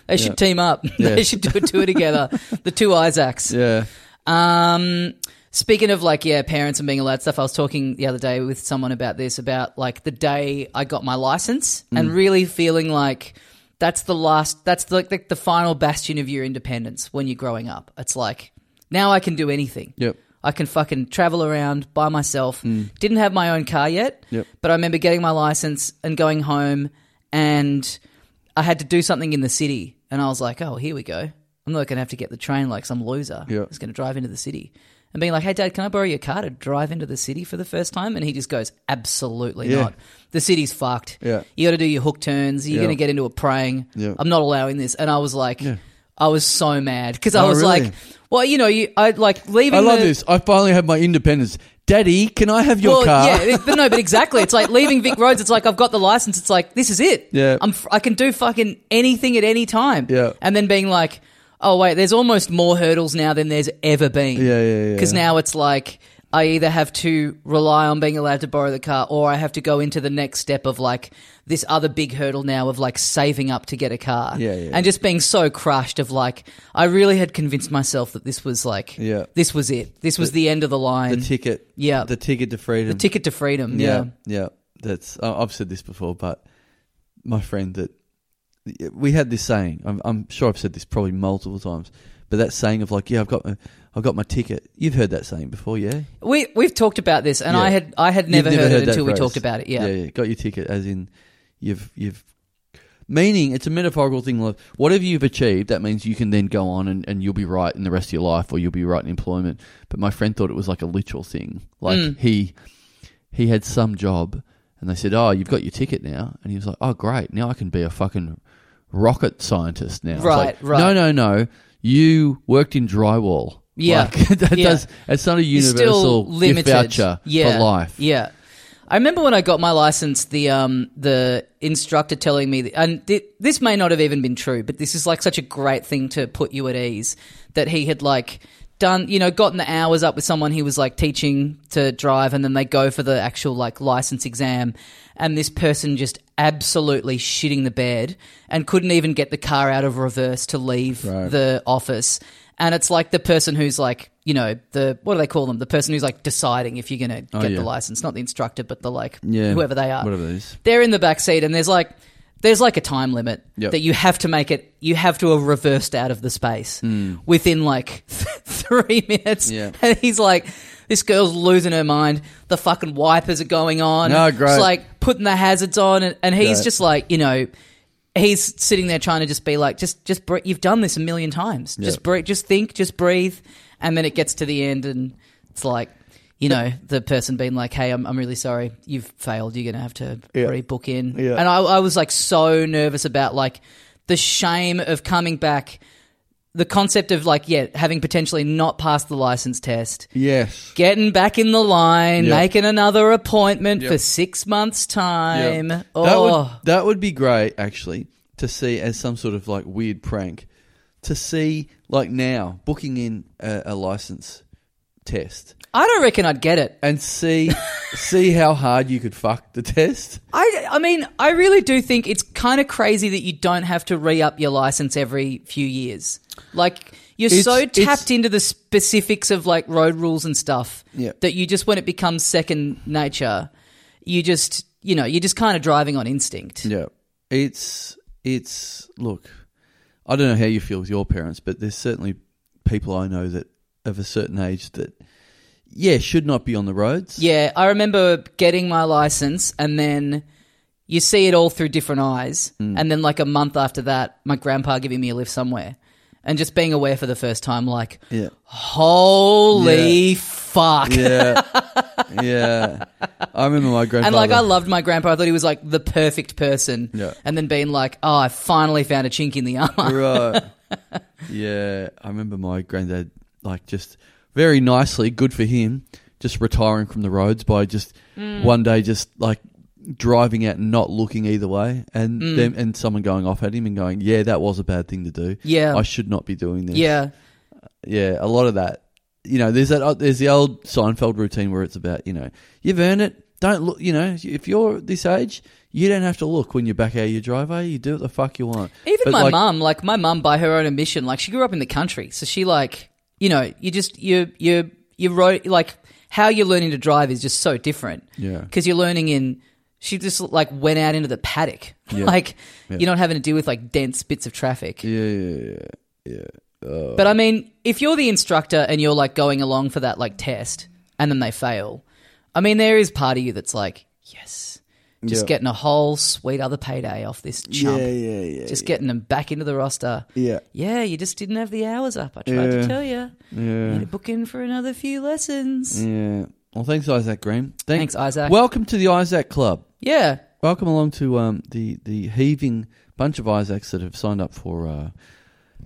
[SPEAKER 1] They should team up. they
[SPEAKER 2] Yes.
[SPEAKER 1] should do a tour together. the two Isaacs.
[SPEAKER 2] yeah.
[SPEAKER 1] Um, speaking of like, yeah, parents and being all that stuff, I was talking the other day with someone about this, about like the day I got my license and
[SPEAKER 2] Mm.
[SPEAKER 1] really feeling like that's the last, that's like the, the final bastion of your independence when you're growing up. It's like, now I can do anything.
[SPEAKER 2] Yep. Mm.
[SPEAKER 1] I can fucking travel around by myself. Didn't have my own car yet,
[SPEAKER 2] Yep.
[SPEAKER 1] but I remember getting my license and going home, and I had to do something in the city, and I was like, "Oh, here we go. I'm not going to have to get the train like some loser.
[SPEAKER 2] Yeah.
[SPEAKER 1] I'm just going to drive into the city." And being like, "Hey, Dad, can I borrow your car to drive into the city for the first time?" And he just goes, "Absolutely
[SPEAKER 2] Yeah.
[SPEAKER 1] not. The city's fucked.
[SPEAKER 2] Yeah.
[SPEAKER 1] You got to do your hook turns. You're
[SPEAKER 2] Yeah.
[SPEAKER 1] going to get into a praying.
[SPEAKER 2] Yeah.
[SPEAKER 1] I'm not allowing this." And I was like, "I was so mad because I
[SPEAKER 2] Oh,
[SPEAKER 1] was
[SPEAKER 2] really?
[SPEAKER 1] like." Well, you know, you I like leaving.
[SPEAKER 2] I love
[SPEAKER 1] the-
[SPEAKER 2] this. I finally have my independence. Daddy, can I have your
[SPEAKER 1] well,
[SPEAKER 2] car?
[SPEAKER 1] yeah, it- but no, but exactly. It's like leaving Vic Roads. It's like I've got the license. It's like this is it.
[SPEAKER 2] Yeah.
[SPEAKER 1] I'm. f- I can do fucking anything at any time.
[SPEAKER 2] Yeah.
[SPEAKER 1] and then being like, oh wait, there's almost more hurdles now than there's ever been.
[SPEAKER 2] Yeah, yeah, yeah.
[SPEAKER 1] Because now it's like I either have to rely on being allowed to borrow the car, or I have to go into the next step of like this other big hurdle now of like saving up to get a car.
[SPEAKER 2] Yeah, yeah.
[SPEAKER 1] and just being so crushed of like I really had convinced myself that this was like
[SPEAKER 2] Yeah.
[SPEAKER 1] this was it. This was the, end of the
[SPEAKER 2] the
[SPEAKER 1] line.
[SPEAKER 2] ticket.
[SPEAKER 1] Yeah.
[SPEAKER 2] The ticket to freedom.
[SPEAKER 1] The ticket to freedom.
[SPEAKER 2] Yeah.
[SPEAKER 1] Yeah.
[SPEAKER 2] Yeah. That's. I- I've said this before, but my friend that we had this saying. I'm, I'm sure I've said this probably multiple times, but that saying of like, yeah, I've got, my, I've got my ticket. You've heard that saying before, yeah?
[SPEAKER 1] We we've talked about this, and
[SPEAKER 2] Yeah.
[SPEAKER 1] I had I had
[SPEAKER 2] You've
[SPEAKER 1] never, heard, it
[SPEAKER 2] that
[SPEAKER 1] until we
[SPEAKER 2] phrase.
[SPEAKER 1] talked about it. Yeah.
[SPEAKER 2] yeah, Got your ticket, as in you've you've meaning it's a metaphorical thing. Like whatever you've achieved, that means you can then go on and, and you'll be right in the rest of your life, or you'll be right in employment. But my friend thought it was like a literal thing. Like
[SPEAKER 1] Mm.
[SPEAKER 2] he he had some job, and they said, "Oh, you've got your ticket now," and he was like, "Oh, great! Now I can be a fucking rocket scientist now." It's like,
[SPEAKER 1] Right, right.
[SPEAKER 2] No, no, no. You worked in drywall.
[SPEAKER 1] Yeah,
[SPEAKER 2] Like, that
[SPEAKER 1] yeah.
[SPEAKER 2] does. It's not a
[SPEAKER 1] You're
[SPEAKER 2] universal
[SPEAKER 1] still limited
[SPEAKER 2] gift voucher
[SPEAKER 1] yeah.
[SPEAKER 2] for life.
[SPEAKER 1] Yeah. I remember when I got my license, the um the instructor telling me, and th- this may not have even been true, but this is like such a great thing to put you at ease that he had like done, you know, gotten the hours up with someone he was like teaching to drive, and then they go for the actual like license exam, and this person just absolutely shitting the bed and couldn't even get the car out of reverse to leave the office. And it's like the person who's like, you know, the what do they call them? The person who's like deciding if you're going to get
[SPEAKER 2] yeah.
[SPEAKER 1] the license, not the instructor, but the like
[SPEAKER 2] yeah,
[SPEAKER 1] whoever they are.
[SPEAKER 2] whatever it is.
[SPEAKER 1] They're in the back seat, and there's like there's like a time limit
[SPEAKER 2] Yep.
[SPEAKER 1] that you have to make it. You have to have reversed out of the space within like three minutes.
[SPEAKER 2] Hmm. Yeah.
[SPEAKER 1] And he's like, this girl's losing her mind. The fucking wipers are going on.
[SPEAKER 2] No, great.
[SPEAKER 1] She's like putting the hazards on, and, and he's
[SPEAKER 2] Great.
[SPEAKER 1] just like, you know. He's sitting there trying to just be like, just, just, bre- you've done this a million times. Just breathe, just think, just breathe, and then it gets to the end, and it's like, you know, the person being like, "Hey, I'm, I'm really sorry, you've failed. You're gonna have to
[SPEAKER 7] Yeah.
[SPEAKER 1] rebook in."
[SPEAKER 7] Yeah.
[SPEAKER 1] And I, I was like so nervous about like the shame of coming back, the concept of like, yeah, having potentially not passed the license test,
[SPEAKER 2] Yes.
[SPEAKER 1] getting back in the line,
[SPEAKER 2] Yeah.
[SPEAKER 1] making another appointment
[SPEAKER 2] Yeah.
[SPEAKER 1] for six months time.
[SPEAKER 2] Yeah.
[SPEAKER 1] Oh,
[SPEAKER 2] That would that would be great actually to see as some sort of like weird prank. To see like now booking in a, a license test
[SPEAKER 1] I don't reckon I'd get it.
[SPEAKER 2] and see see how hard you could fuck the test.
[SPEAKER 1] I, I mean, I really do think it's kind of crazy that you don't have to re up your license every few years. Like, you're
[SPEAKER 2] It's-
[SPEAKER 1] so
[SPEAKER 2] it's-
[SPEAKER 1] tapped into the specifics of like road rules and stuff
[SPEAKER 2] Yeah.
[SPEAKER 1] that you just, when it becomes second nature, you just, you know, you're just kind of driving on instinct.
[SPEAKER 2] Yeah. It's it's look, I don't know how you feel with your parents, but there's certainly people I know that of a certain age that yeah, should not be on the roads.
[SPEAKER 1] Yeah, I remember getting my license and then you see it all through different eyes.
[SPEAKER 2] Hmm.
[SPEAKER 1] And then, like, a month after that, my grandpa giving me a lift somewhere and just being aware for the first time, like,
[SPEAKER 2] Yeah.
[SPEAKER 1] holy fuck.
[SPEAKER 2] Yeah. yeah. I remember my grandfather.
[SPEAKER 1] And like I loved my grandpa. I thought he was like the perfect person.
[SPEAKER 2] Yeah.
[SPEAKER 1] And then being like, oh, I finally found a chink in the armor.
[SPEAKER 2] Right. yeah. I remember my granddad, like, just very nicely, good for him, just retiring from the roads by just
[SPEAKER 1] Mm.
[SPEAKER 2] one day, just like driving out and not looking either way. And
[SPEAKER 1] Mm.
[SPEAKER 2] them, and someone going off at him and going, yeah, that was a bad thing to do.
[SPEAKER 1] Yeah.
[SPEAKER 2] I should not be doing this.
[SPEAKER 1] Yeah.
[SPEAKER 2] Yeah. A lot of that. You know, there's that. Uh, there's the old Seinfeld routine where it's about, you know, you've earned it. Don't look. You know, if you're this age, you don't have to look when you're back out of your driveway. You do what the fuck you want.
[SPEAKER 1] Even
[SPEAKER 2] But,
[SPEAKER 1] my
[SPEAKER 2] like,
[SPEAKER 1] mum, like my mum, by her own admission, like she grew up in the country, so she like, you know, you just you you you wrote like how you're learning to drive is just so different.
[SPEAKER 2] Yeah.
[SPEAKER 1] Because you're learning in. She just like went out into the paddock, like you're not having to deal with like dense bits of traffic.
[SPEAKER 2] Yeah, yeah, yeah.
[SPEAKER 1] But I mean, if you're the instructor and you're like going along for that like test and then they fail, I mean, there is part of you that's like, yes, just
[SPEAKER 2] Yeah.
[SPEAKER 1] getting a whole sweet other payday off this chump.
[SPEAKER 2] yeah,
[SPEAKER 1] just getting them back into the roster.
[SPEAKER 2] yeah.
[SPEAKER 1] Yeah, you just didn't have the hours up. I tried
[SPEAKER 2] Yeah.
[SPEAKER 1] to tell you. You
[SPEAKER 2] Yeah.
[SPEAKER 1] need to book in for another few
[SPEAKER 2] Mm.
[SPEAKER 1] lessons.
[SPEAKER 2] Yeah. Well, thanks, Isaac Green.
[SPEAKER 1] Thanks, Isaac.
[SPEAKER 2] Welcome to the Isaac Club.
[SPEAKER 1] Yeah.
[SPEAKER 2] Welcome along to um, the the heaving bunch of Isaacs that have signed up for. Uh,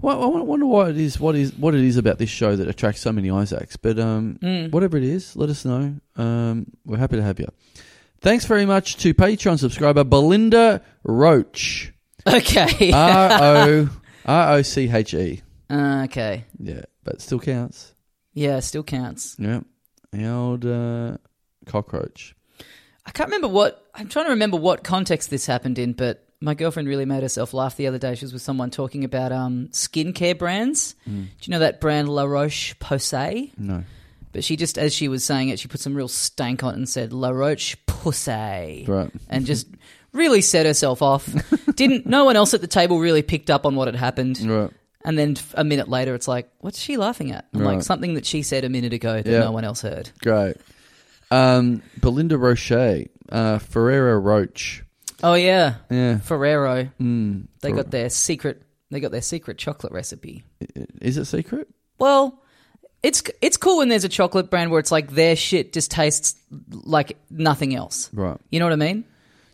[SPEAKER 2] well, I won- wonder what it is, what is, what it is about this show that attracts so many Isaacs. But um, whatever it is, let us know. Um, we're happy to have you. Thanks very much to Patreon subscriber Belinda Roach.
[SPEAKER 1] Okay.
[SPEAKER 2] R O R O C H E.
[SPEAKER 1] Uh, okay.
[SPEAKER 2] Yeah, but still counts.
[SPEAKER 1] Yeah, still counts.
[SPEAKER 2] Yeah. The old uh, cockroach.
[SPEAKER 1] I can't remember what I'm trying to remember what context this happened in, but my girlfriend really made herself laugh the other day. She was with someone talking about um, skincare brands. Do you know that brand La Roche Posay?
[SPEAKER 2] Mm. No.
[SPEAKER 1] But she just, as she was saying it, she put some real stank on it and said La Roche Posay,
[SPEAKER 2] Right.
[SPEAKER 1] and just really set herself off. Didn't no one else at the table really picked up on what had happened?
[SPEAKER 2] Right.
[SPEAKER 1] And then f- a minute later, it's like, what's she laughing at? I'm like
[SPEAKER 2] Right.
[SPEAKER 1] something that she said a minute ago that
[SPEAKER 2] Yeah.
[SPEAKER 1] no one else heard.
[SPEAKER 2] Great. Um, Belinda Roche, uh, Ferrero Roach.
[SPEAKER 1] Oh yeah,
[SPEAKER 2] Yeah.
[SPEAKER 1] Ferrero.
[SPEAKER 2] Mm.
[SPEAKER 1] They
[SPEAKER 2] Fer-
[SPEAKER 1] got their secret. They got their secret chocolate recipe.
[SPEAKER 2] Is it secret?
[SPEAKER 1] Well, it's it's cool when there's a chocolate brand where it's like their shit just tastes like nothing else.
[SPEAKER 2] Right.
[SPEAKER 1] You know what I mean?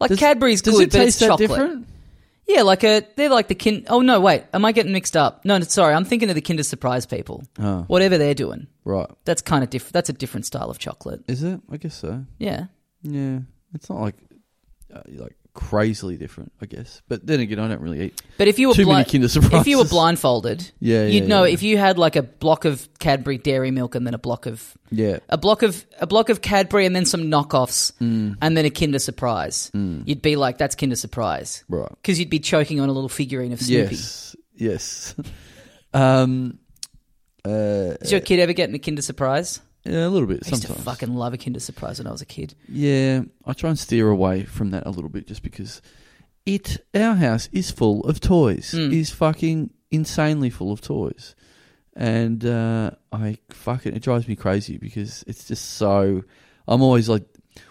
[SPEAKER 1] Like
[SPEAKER 2] Does-
[SPEAKER 1] Cadbury's
[SPEAKER 2] Does
[SPEAKER 1] good,
[SPEAKER 2] it
[SPEAKER 1] but
[SPEAKER 2] taste
[SPEAKER 1] it's
[SPEAKER 2] that
[SPEAKER 1] chocolate.
[SPEAKER 2] different?
[SPEAKER 1] Yeah, like a they're like the kin. Oh no, wait, am I getting mixed up? No, no, sorry, I'm thinking of the Kinder Surprise people.
[SPEAKER 2] Oh.
[SPEAKER 1] Whatever they're doing,
[SPEAKER 2] Right.
[SPEAKER 1] that's kind of different. That's a different style of chocolate.
[SPEAKER 2] Is it? I guess so.
[SPEAKER 1] Yeah.
[SPEAKER 2] Yeah. It's not like uh, like crazily different, I guess. But then again, I don't really eat.
[SPEAKER 1] But if you were
[SPEAKER 2] Too many
[SPEAKER 1] bli-
[SPEAKER 2] Kinder Surprises.
[SPEAKER 1] if you were blindfolded,
[SPEAKER 2] Yeah, yeah,
[SPEAKER 1] you'd know
[SPEAKER 2] yeah.
[SPEAKER 1] if you had like a block of Cadbury Dairy Milk and then a block of
[SPEAKER 2] Yeah.
[SPEAKER 1] a block of a block of Cadbury and then some knockoffs
[SPEAKER 2] Mm.
[SPEAKER 1] and then a Kinder Surprise. You'd be like, "That's Kinder Surprise,"
[SPEAKER 2] Right.
[SPEAKER 1] Because you'd be choking on a little figurine of Snoopy.
[SPEAKER 2] Yes. Yes. um, uh,
[SPEAKER 1] Does your kid ever get in a Kinder Surprise?
[SPEAKER 2] yeah, a little bit
[SPEAKER 1] I used
[SPEAKER 2] sometimes.
[SPEAKER 1] to fucking love a Kinder Surprise when I was a kid.
[SPEAKER 2] Yeah, I try and steer away from that a little bit just because it our house is full of toys.
[SPEAKER 1] Mm.
[SPEAKER 2] Is fucking insanely full of toys. And uh I fucking it drives me crazy because it's just so I'm always like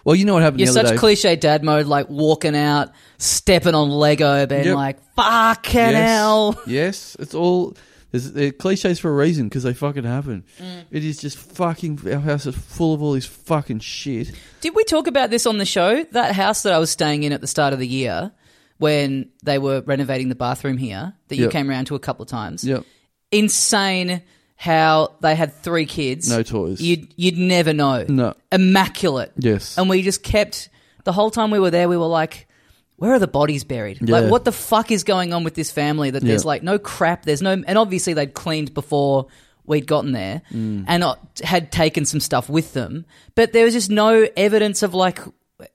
[SPEAKER 2] well, you know what happened
[SPEAKER 1] You're
[SPEAKER 2] the other
[SPEAKER 1] such
[SPEAKER 2] day.
[SPEAKER 1] cliche dad mode, like walking out, stepping on Lego, being
[SPEAKER 2] Yep.
[SPEAKER 1] like, "Fucking
[SPEAKER 2] yes,
[SPEAKER 1] hell!"
[SPEAKER 2] Yes, it's all There's they're cliches for a reason because they fucking happen.
[SPEAKER 1] Mm.
[SPEAKER 2] It is just fucking our house is full of all this fucking shit.
[SPEAKER 1] Did we talk about this on the show? That house that I was staying in at the start of the year when they were renovating the bathroom here that you
[SPEAKER 2] Yep.
[SPEAKER 1] came around to a couple of times.
[SPEAKER 2] Yep.
[SPEAKER 1] Insane how they had three kids.
[SPEAKER 2] No toys.
[SPEAKER 1] You'd you'd never know.
[SPEAKER 2] No.
[SPEAKER 1] Immaculate.
[SPEAKER 2] Yes.
[SPEAKER 1] And we just kept the whole time we were there we were like where are the bodies buried?
[SPEAKER 2] Yeah.
[SPEAKER 1] Like, what the fuck is going on with this family? That there's
[SPEAKER 2] Yeah.
[SPEAKER 1] like no crap. There's no, and obviously they'd cleaned before we'd gotten there
[SPEAKER 2] Mm.
[SPEAKER 1] and uh, had taken some stuff with them, but there was just no evidence of like.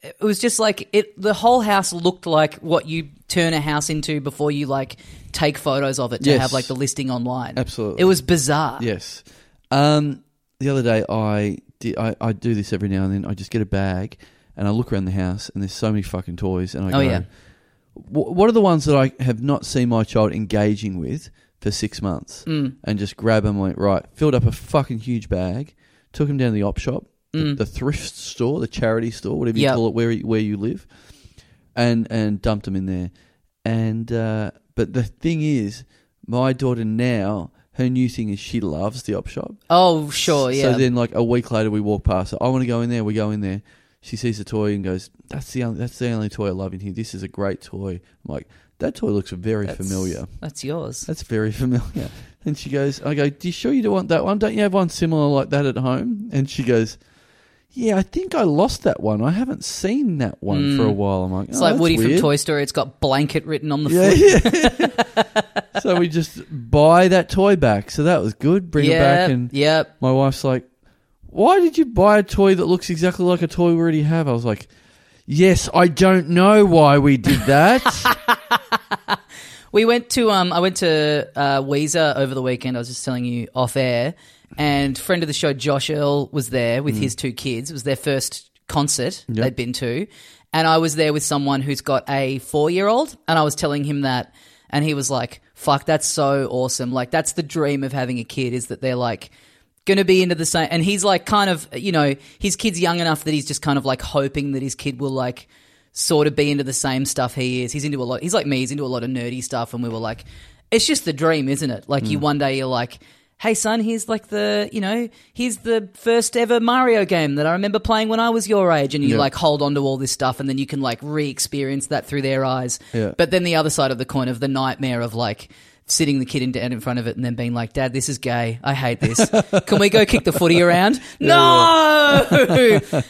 [SPEAKER 1] It was just like it. The whole house looked like what you turn a house into before you like take photos of it to
[SPEAKER 2] Yes.
[SPEAKER 1] have like the listing online.
[SPEAKER 2] Absolutely.
[SPEAKER 1] it was bizarre.
[SPEAKER 2] Yes. Um, the other day, I, did, I I do this every now and then. I just get a bag and I look around the house, and there's so many fucking toys, and I
[SPEAKER 1] Oh,
[SPEAKER 2] go,
[SPEAKER 1] yeah.
[SPEAKER 2] "Wh- "What are the ones that I have not seen my child engaging with for six months?" Mm. And just grab them. Went right, filled up a fucking huge bag, took them down to the op shop, the, the thrift store, the charity store, whatever you
[SPEAKER 1] Mm. Yep.
[SPEAKER 2] call it, where where you live, and and dumped them in there. And uh, but the thing is, my daughter now her new thing is she loves the op shop.
[SPEAKER 1] Oh, sure, yeah.
[SPEAKER 2] So then, like a week later, we walk past. Her. I want to go in there. We go in there. She sees the toy and goes, "That's the only, that's the only toy I love in here. This is a great toy." I'm like, "That toy looks very
[SPEAKER 1] That's-
[SPEAKER 2] familiar.
[SPEAKER 1] That's yours.
[SPEAKER 2] That's very familiar." And she goes, "I go, do you sure you don't want that one? Don't you have one similar like that at home?" And she goes. Yeah, I think I lost that one. I haven't seen that one for a while. I'm like,
[SPEAKER 1] Mm. It's
[SPEAKER 2] "Oh,
[SPEAKER 1] like
[SPEAKER 2] that's
[SPEAKER 1] Woody
[SPEAKER 2] weird."
[SPEAKER 1] from Toy Story. It's got blanket written on the
[SPEAKER 2] Yeah,
[SPEAKER 1] foot.
[SPEAKER 2] yeah. so we just buy that toy back. So that was good. Bring it back, and
[SPEAKER 1] yep.
[SPEAKER 2] my wife's like, "Why did you buy a toy that looks exactly like a toy we already have?" I was like, "Yes, I don't know why we did that."
[SPEAKER 1] We went to um, I went to uh, Weezer over the weekend. I was just telling you off air, and friend of the show Josh Earl was there
[SPEAKER 2] Mm.
[SPEAKER 1] with his two kids. It was their first concert they'd been to, and I was there with someone who's got a four year old, and I was telling him that, and he was like, "Fuck, that's so awesome! Like that's the dream of having a kid is that they're like." going to be into the same and he's like kind of you know his kid's young enough that he's just kind of like hoping that his kid will like sort of be into the same stuff he is he's into a lot he's like me he's into a lot of nerdy stuff and we were like it's just the dream isn't it like you
[SPEAKER 2] Mm.
[SPEAKER 1] one day you're like hey son here's like the you know here's the first ever mario game that i remember playing when i was your age and you
[SPEAKER 2] Yeah.
[SPEAKER 1] like hold on to all this stuff and then you can like re-experience that through their eyes
[SPEAKER 2] Yeah.
[SPEAKER 1] but then the other side of the coin of the nightmare of like sitting the kid in, down in front of it and then being like, Dad, this is gay. I hate this. Can we go kick the footy around? no!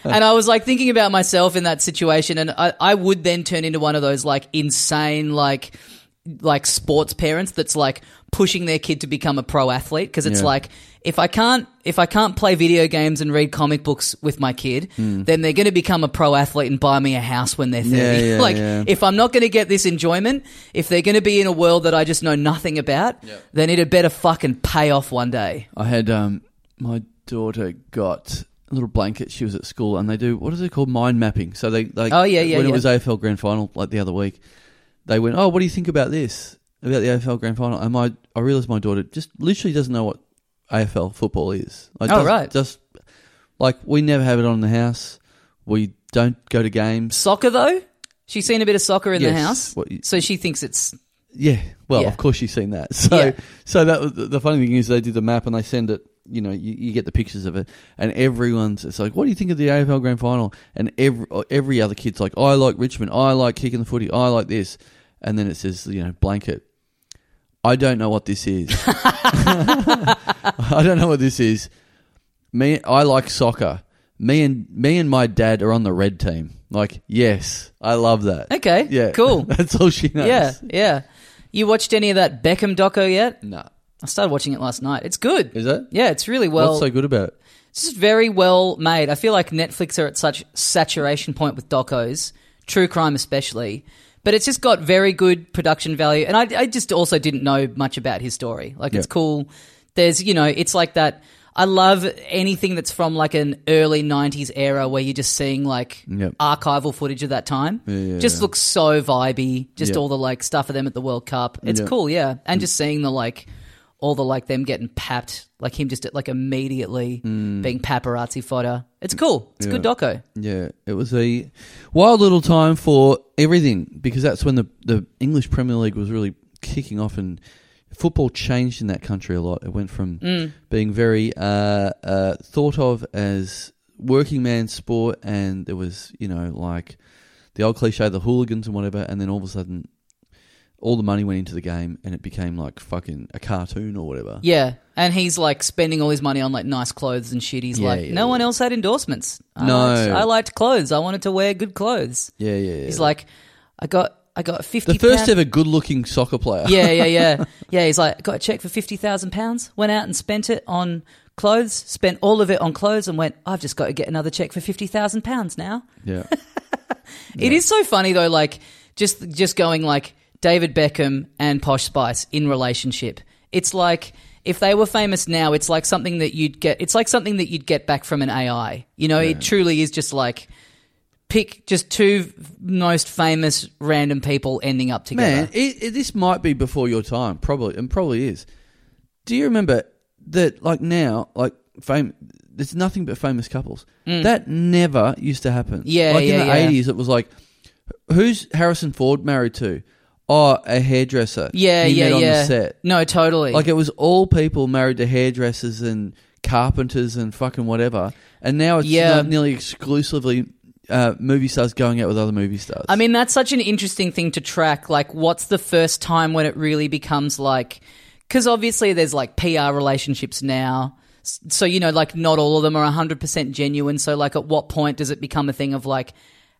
[SPEAKER 1] and I was like thinking about myself in that situation and I, I would then turn into one of those like insane, like, like sports parents that's like pushing their kid to become a pro athlete because it's
[SPEAKER 2] Yeah.
[SPEAKER 1] like if I can't if I can't play video games and read comic books with my kid, then they're going to become a pro athlete and buy me a house when they're 30.
[SPEAKER 2] Yeah, yeah,
[SPEAKER 1] like
[SPEAKER 2] yeah.
[SPEAKER 1] if I'm not going to get this enjoyment, if they're going to be in a world that I just know nothing about, then it had better fucking pay off one day.
[SPEAKER 2] I had um, my daughter got a little blanket. She was at school, and they do what is it called mind mapping. So they like,
[SPEAKER 1] Oh, yeah, yeah,
[SPEAKER 2] when it
[SPEAKER 1] yeah.
[SPEAKER 2] was AFL Grand Final like the other week, they went, "Oh, what do you think about this about the AFL Grand Final?" And my I realized my daughter just literally doesn't know what AFL football is. Like,
[SPEAKER 1] Oh,
[SPEAKER 2] doesn't-
[SPEAKER 1] right.
[SPEAKER 2] just like we never have it on in the house. We don't go to games.
[SPEAKER 1] Soccer though? She's seen a bit of soccer in the
[SPEAKER 2] Yes.
[SPEAKER 1] house.
[SPEAKER 2] What you-
[SPEAKER 1] so she thinks it's
[SPEAKER 2] Yeah, well,
[SPEAKER 1] Yeah.
[SPEAKER 2] of course you've seen that. So,
[SPEAKER 1] Yeah.
[SPEAKER 2] so that was, the funny thing is they did the map and they send it. You know, you, you get the pictures of it, and everyone's it's like, "What do you think of the AFL Grand Final?" And every every other kid's like, "I like Richmond. I like kicking the footy. I like this." And then it says, you know, blanket. I don't know what this is. I don't know what this is. Me, I like soccer. Me and me and my dad are on the red team. Like, yes, I love that.
[SPEAKER 1] okay.
[SPEAKER 2] Yeah,
[SPEAKER 1] Cool.
[SPEAKER 2] That's all she knows.
[SPEAKER 1] yeah. Yeah. You watched any of that Beckham doco yet?
[SPEAKER 2] No.
[SPEAKER 1] I started watching it last night. It's good.
[SPEAKER 2] Is it?
[SPEAKER 1] Yeah, it's really well.
[SPEAKER 2] What's so good about it?
[SPEAKER 1] It's just very well made. I feel like Netflix are at such saturation point with docos, true crime especially. But it's just got very good production value, and I, I just also didn't know much about his story. Like it's
[SPEAKER 2] Yeah.
[SPEAKER 1] cool. There's you know, it's like that. I love anything that's from like an early '90s era where you're just seeing like
[SPEAKER 2] Yep.
[SPEAKER 1] archival footage of that time.
[SPEAKER 2] yeah,
[SPEAKER 1] just
[SPEAKER 2] yeah.
[SPEAKER 1] looks so vibey. Just
[SPEAKER 2] Yeah.
[SPEAKER 1] all the like stuff of them at the World Cup. It's
[SPEAKER 2] Yeah.
[SPEAKER 1] cool, yeah.
[SPEAKER 2] Mm.
[SPEAKER 1] And just seeing the like all the like them getting papped, like him just like immediately being paparazzi fodder. It's cool. It's a good
[SPEAKER 2] Mm. Yeah.
[SPEAKER 1] doco.
[SPEAKER 2] Yeah, it was a wild little time for everything because that's when the the English Premier League was really kicking off and football changed in that country a lot. It went from
[SPEAKER 1] Mm.
[SPEAKER 2] being very uh, uh, thought of as working man sport, and there was you know like the old cliche, the hooligans and whatever, and then all of a sudden. All the money went into the game, and it became like fucking a cartoon or whatever.
[SPEAKER 1] Yeah, and he's like spending all his money on like nice clothes and shit. He's
[SPEAKER 2] Yeah,
[SPEAKER 1] like,
[SPEAKER 2] yeah,
[SPEAKER 1] no
[SPEAKER 2] yeah.
[SPEAKER 1] one else had endorsements. I
[SPEAKER 2] No.
[SPEAKER 1] liked, I liked clothes. I wanted to wear good clothes.
[SPEAKER 2] Yeah, yeah, yeah.
[SPEAKER 1] He's like, I got, I got fifty.
[SPEAKER 2] the first
[SPEAKER 1] pound-
[SPEAKER 2] ever good-looking soccer player.
[SPEAKER 1] Yeah, yeah, yeah, yeah. He's like, got a check for fifty thousand pounds. Went out and spent it on clothes. Spent all of it on clothes and went. I've just got to get another check for fifty thousand pounds now.
[SPEAKER 2] yeah.
[SPEAKER 1] It is so funny though, like just just going like David Beckham and Posh Spice in relationship. It's like if they were famous now, it's like something that you'd get. It's like something that you'd get back from an AI. You know, it truly is just like pick just two most famous random people ending up together.
[SPEAKER 2] Man, it, it, this might be before your time, probably, and probably is. Do you remember that? Like now, like fame, there's nothing but famous couples. That never used to happen.
[SPEAKER 1] Mm. Yeah,
[SPEAKER 2] like
[SPEAKER 1] yeah,
[SPEAKER 2] in the
[SPEAKER 1] yeah.
[SPEAKER 2] '80s, it was like, who's Harrison Ford married to? Oh, a hairdresser.
[SPEAKER 1] Yeah,
[SPEAKER 2] he
[SPEAKER 1] yeah,
[SPEAKER 2] met on
[SPEAKER 1] yeah.
[SPEAKER 2] the set.
[SPEAKER 1] No, totally.
[SPEAKER 2] Like it was all people married to hairdressers and carpenters and fucking whatever. And now it's
[SPEAKER 1] Yeah.
[SPEAKER 2] not nearly exclusively uh, movie stars going out with other movie stars.
[SPEAKER 1] I mean, that's such an interesting thing to track. Like, what's the first time when it really becomes like. Because obviously there's like PR relationships now. S- So, you know, like, not all of them are 100% genuine. So, like, at what point does it become a thing of like,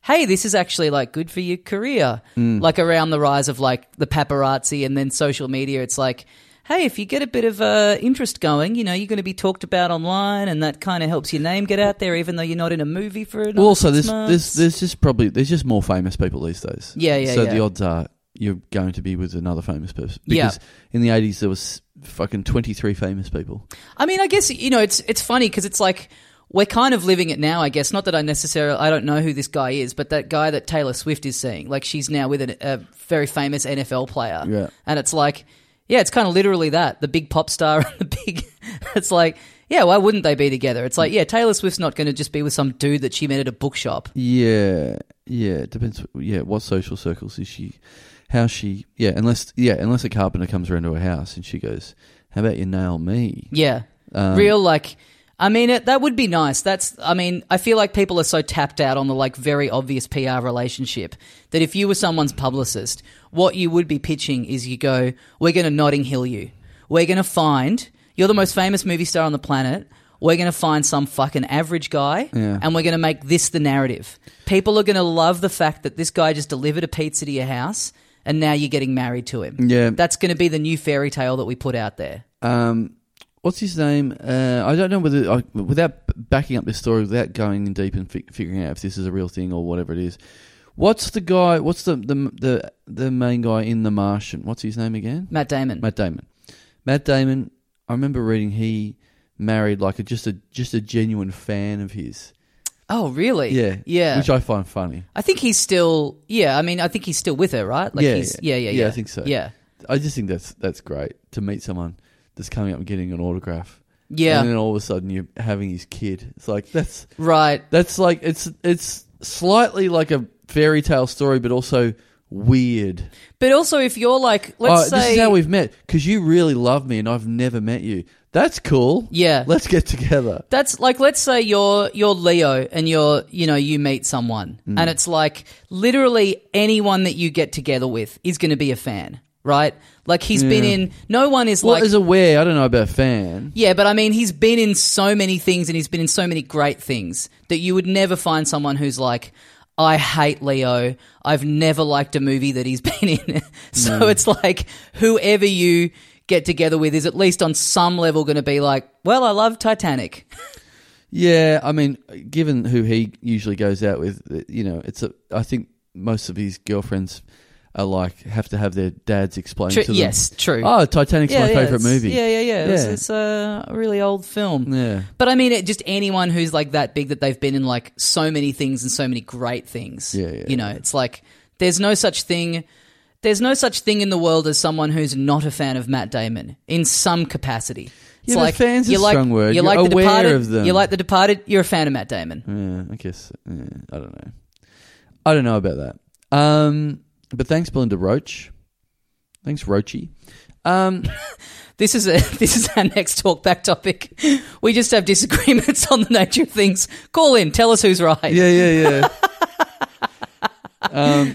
[SPEAKER 1] hey, this is actually like good for your career?
[SPEAKER 2] Mm.
[SPEAKER 1] Like, around the rise of like the paparazzi and then social media, it's like, hey, if you get a bit of uh, interest going, you know, you're going to be talked about online and that kind of helps your name get out there, even though you're not in a movie for it.
[SPEAKER 2] Well, also there's there's there's just probably there's just more famous people these days.
[SPEAKER 1] Yeah, yeah,
[SPEAKER 2] So
[SPEAKER 1] yeah.
[SPEAKER 2] the odds are you're going to be with another famous person
[SPEAKER 1] Yeah.
[SPEAKER 2] because in the '80s there was fucking 23 famous people.
[SPEAKER 1] I mean, I guess you know it's it's funny because it's like we're kind of living it now. I guess not that I necessarily I don't know who this guy is, but that guy that Taylor Swift is seeing, like she's now with an, a very famous NFL player,
[SPEAKER 2] Yeah.
[SPEAKER 1] and it's like, yeah, it's kind of literally that the big pop star and the big. It's like, yeah, why wouldn't they be together? It's like, yeah, Taylor Swift's not going to just be with some dude that she met at a bookshop.
[SPEAKER 2] Yeah, yeah. It depends. Yeah, what social circles is she? How she? Yeah, unless yeah, unless a carpenter comes around to her house and she goes, "How about you nail me?"
[SPEAKER 1] Yeah.
[SPEAKER 2] Um,
[SPEAKER 1] Real like I mean it, that would be nice. That's I mean I feel like people are so tapped out on the like very obvious PR relationship that if you were someone's publicist, what you would be pitching is you go, we're going to Notting Hill you. We're going to find you're the most famous movie star on the planet. We're going to find some fucking average guy
[SPEAKER 2] Yeah.
[SPEAKER 1] and we're going to make this the narrative. People are going to love the fact that this guy just delivered a pizza to your house and now you're getting married to him.
[SPEAKER 2] Yeah.
[SPEAKER 1] That's going to be the new fairy tale that we put out there.
[SPEAKER 2] Um, what's his name? Uh, I don't know whether I, without backing up this story, without going in deep and fi- figuring out if this is a real thing or whatever it is. What's the guy? What's the the the, the main guy in The Martian? What's his name again?
[SPEAKER 1] Matt Damon.
[SPEAKER 2] Matt Damon. Matt Damon. I remember reading he married like a, just a just a genuine fan of his.
[SPEAKER 1] Oh, really?
[SPEAKER 2] Yeah,
[SPEAKER 1] Yeah.
[SPEAKER 2] Which
[SPEAKER 1] I,
[SPEAKER 2] I find funny.
[SPEAKER 1] think he's still, yeah, I mean, I think he's still with her, right?
[SPEAKER 2] Yeah,
[SPEAKER 1] he's, yeah,
[SPEAKER 2] yeah.
[SPEAKER 1] yeah,
[SPEAKER 2] Yeah, I think so.
[SPEAKER 1] Yeah.
[SPEAKER 2] I just think that's that's great to meet someone that's coming up and getting an autograph.
[SPEAKER 1] Yeah.
[SPEAKER 2] And then all of a sudden you're having his kid. It's like that's
[SPEAKER 1] Right.
[SPEAKER 2] That's like it's it's slightly like a fairy tale story, but also weird.
[SPEAKER 1] But also, if you're like,
[SPEAKER 2] Oh,
[SPEAKER 1] let's
[SPEAKER 2] this
[SPEAKER 1] say.
[SPEAKER 2] is how we've met because you really love me and I've never met you. That's cool.
[SPEAKER 1] Yeah.
[SPEAKER 2] let's get together.
[SPEAKER 1] that's like let's say you're you're Leo and you're you know you meet someone
[SPEAKER 2] Mm.
[SPEAKER 1] and it's like literally anyone that you get together with is going to be a fan, right? Like he's been
[SPEAKER 2] Yeah.
[SPEAKER 1] in no one is
[SPEAKER 2] Well,
[SPEAKER 1] like
[SPEAKER 2] as a where, I don't know about fan.
[SPEAKER 1] Yeah, but I mean, he's been in so many things and he's been in so many great things that you would never find someone who's like, I hate Leo. I've never liked a movie that he's been in. so it's like, whoever you get together with is at least on some level going to be like, well, I love Titanic.
[SPEAKER 2] Yeah, I mean, given who he usually goes out with, uh, you know, it's a. I think most of his girlfriends are like have to have their dads explain
[SPEAKER 1] True-
[SPEAKER 2] to them.
[SPEAKER 1] yes, true.
[SPEAKER 2] Oh, Titanic's my favorite
[SPEAKER 1] it's-
[SPEAKER 2] movie.
[SPEAKER 1] Yeah, yeah, yeah. It's,
[SPEAKER 2] Yeah.
[SPEAKER 1] it's a really old film.
[SPEAKER 2] Yeah.
[SPEAKER 1] But I mean, it, just anyone who's like that big that they've been in like so many things and so many great things.
[SPEAKER 2] Yeah, yeah,
[SPEAKER 1] you know, it's like there's no such thing. There's no such thing in the world as someone who's not a fan of Matt Damon in some capacity. It's
[SPEAKER 2] Yeah, but
[SPEAKER 1] like
[SPEAKER 2] fans is
[SPEAKER 1] you
[SPEAKER 2] a
[SPEAKER 1] like,
[SPEAKER 2] strong word.
[SPEAKER 1] You
[SPEAKER 2] You're
[SPEAKER 1] like the
[SPEAKER 2] aware
[SPEAKER 1] Departed.
[SPEAKER 2] of them.
[SPEAKER 1] You like the Departed. You're a fan of Matt Damon.
[SPEAKER 2] Yeah, I guess. Yeah, I don't know. I don't know about that. Um, but thanks, Belinda Roach. Thanks, Roachy. Um,
[SPEAKER 1] This is a this is our next talk back topic. We just have disagreements on the nature of things. Call in, tell us who's right.
[SPEAKER 2] yeah, yeah, yeah.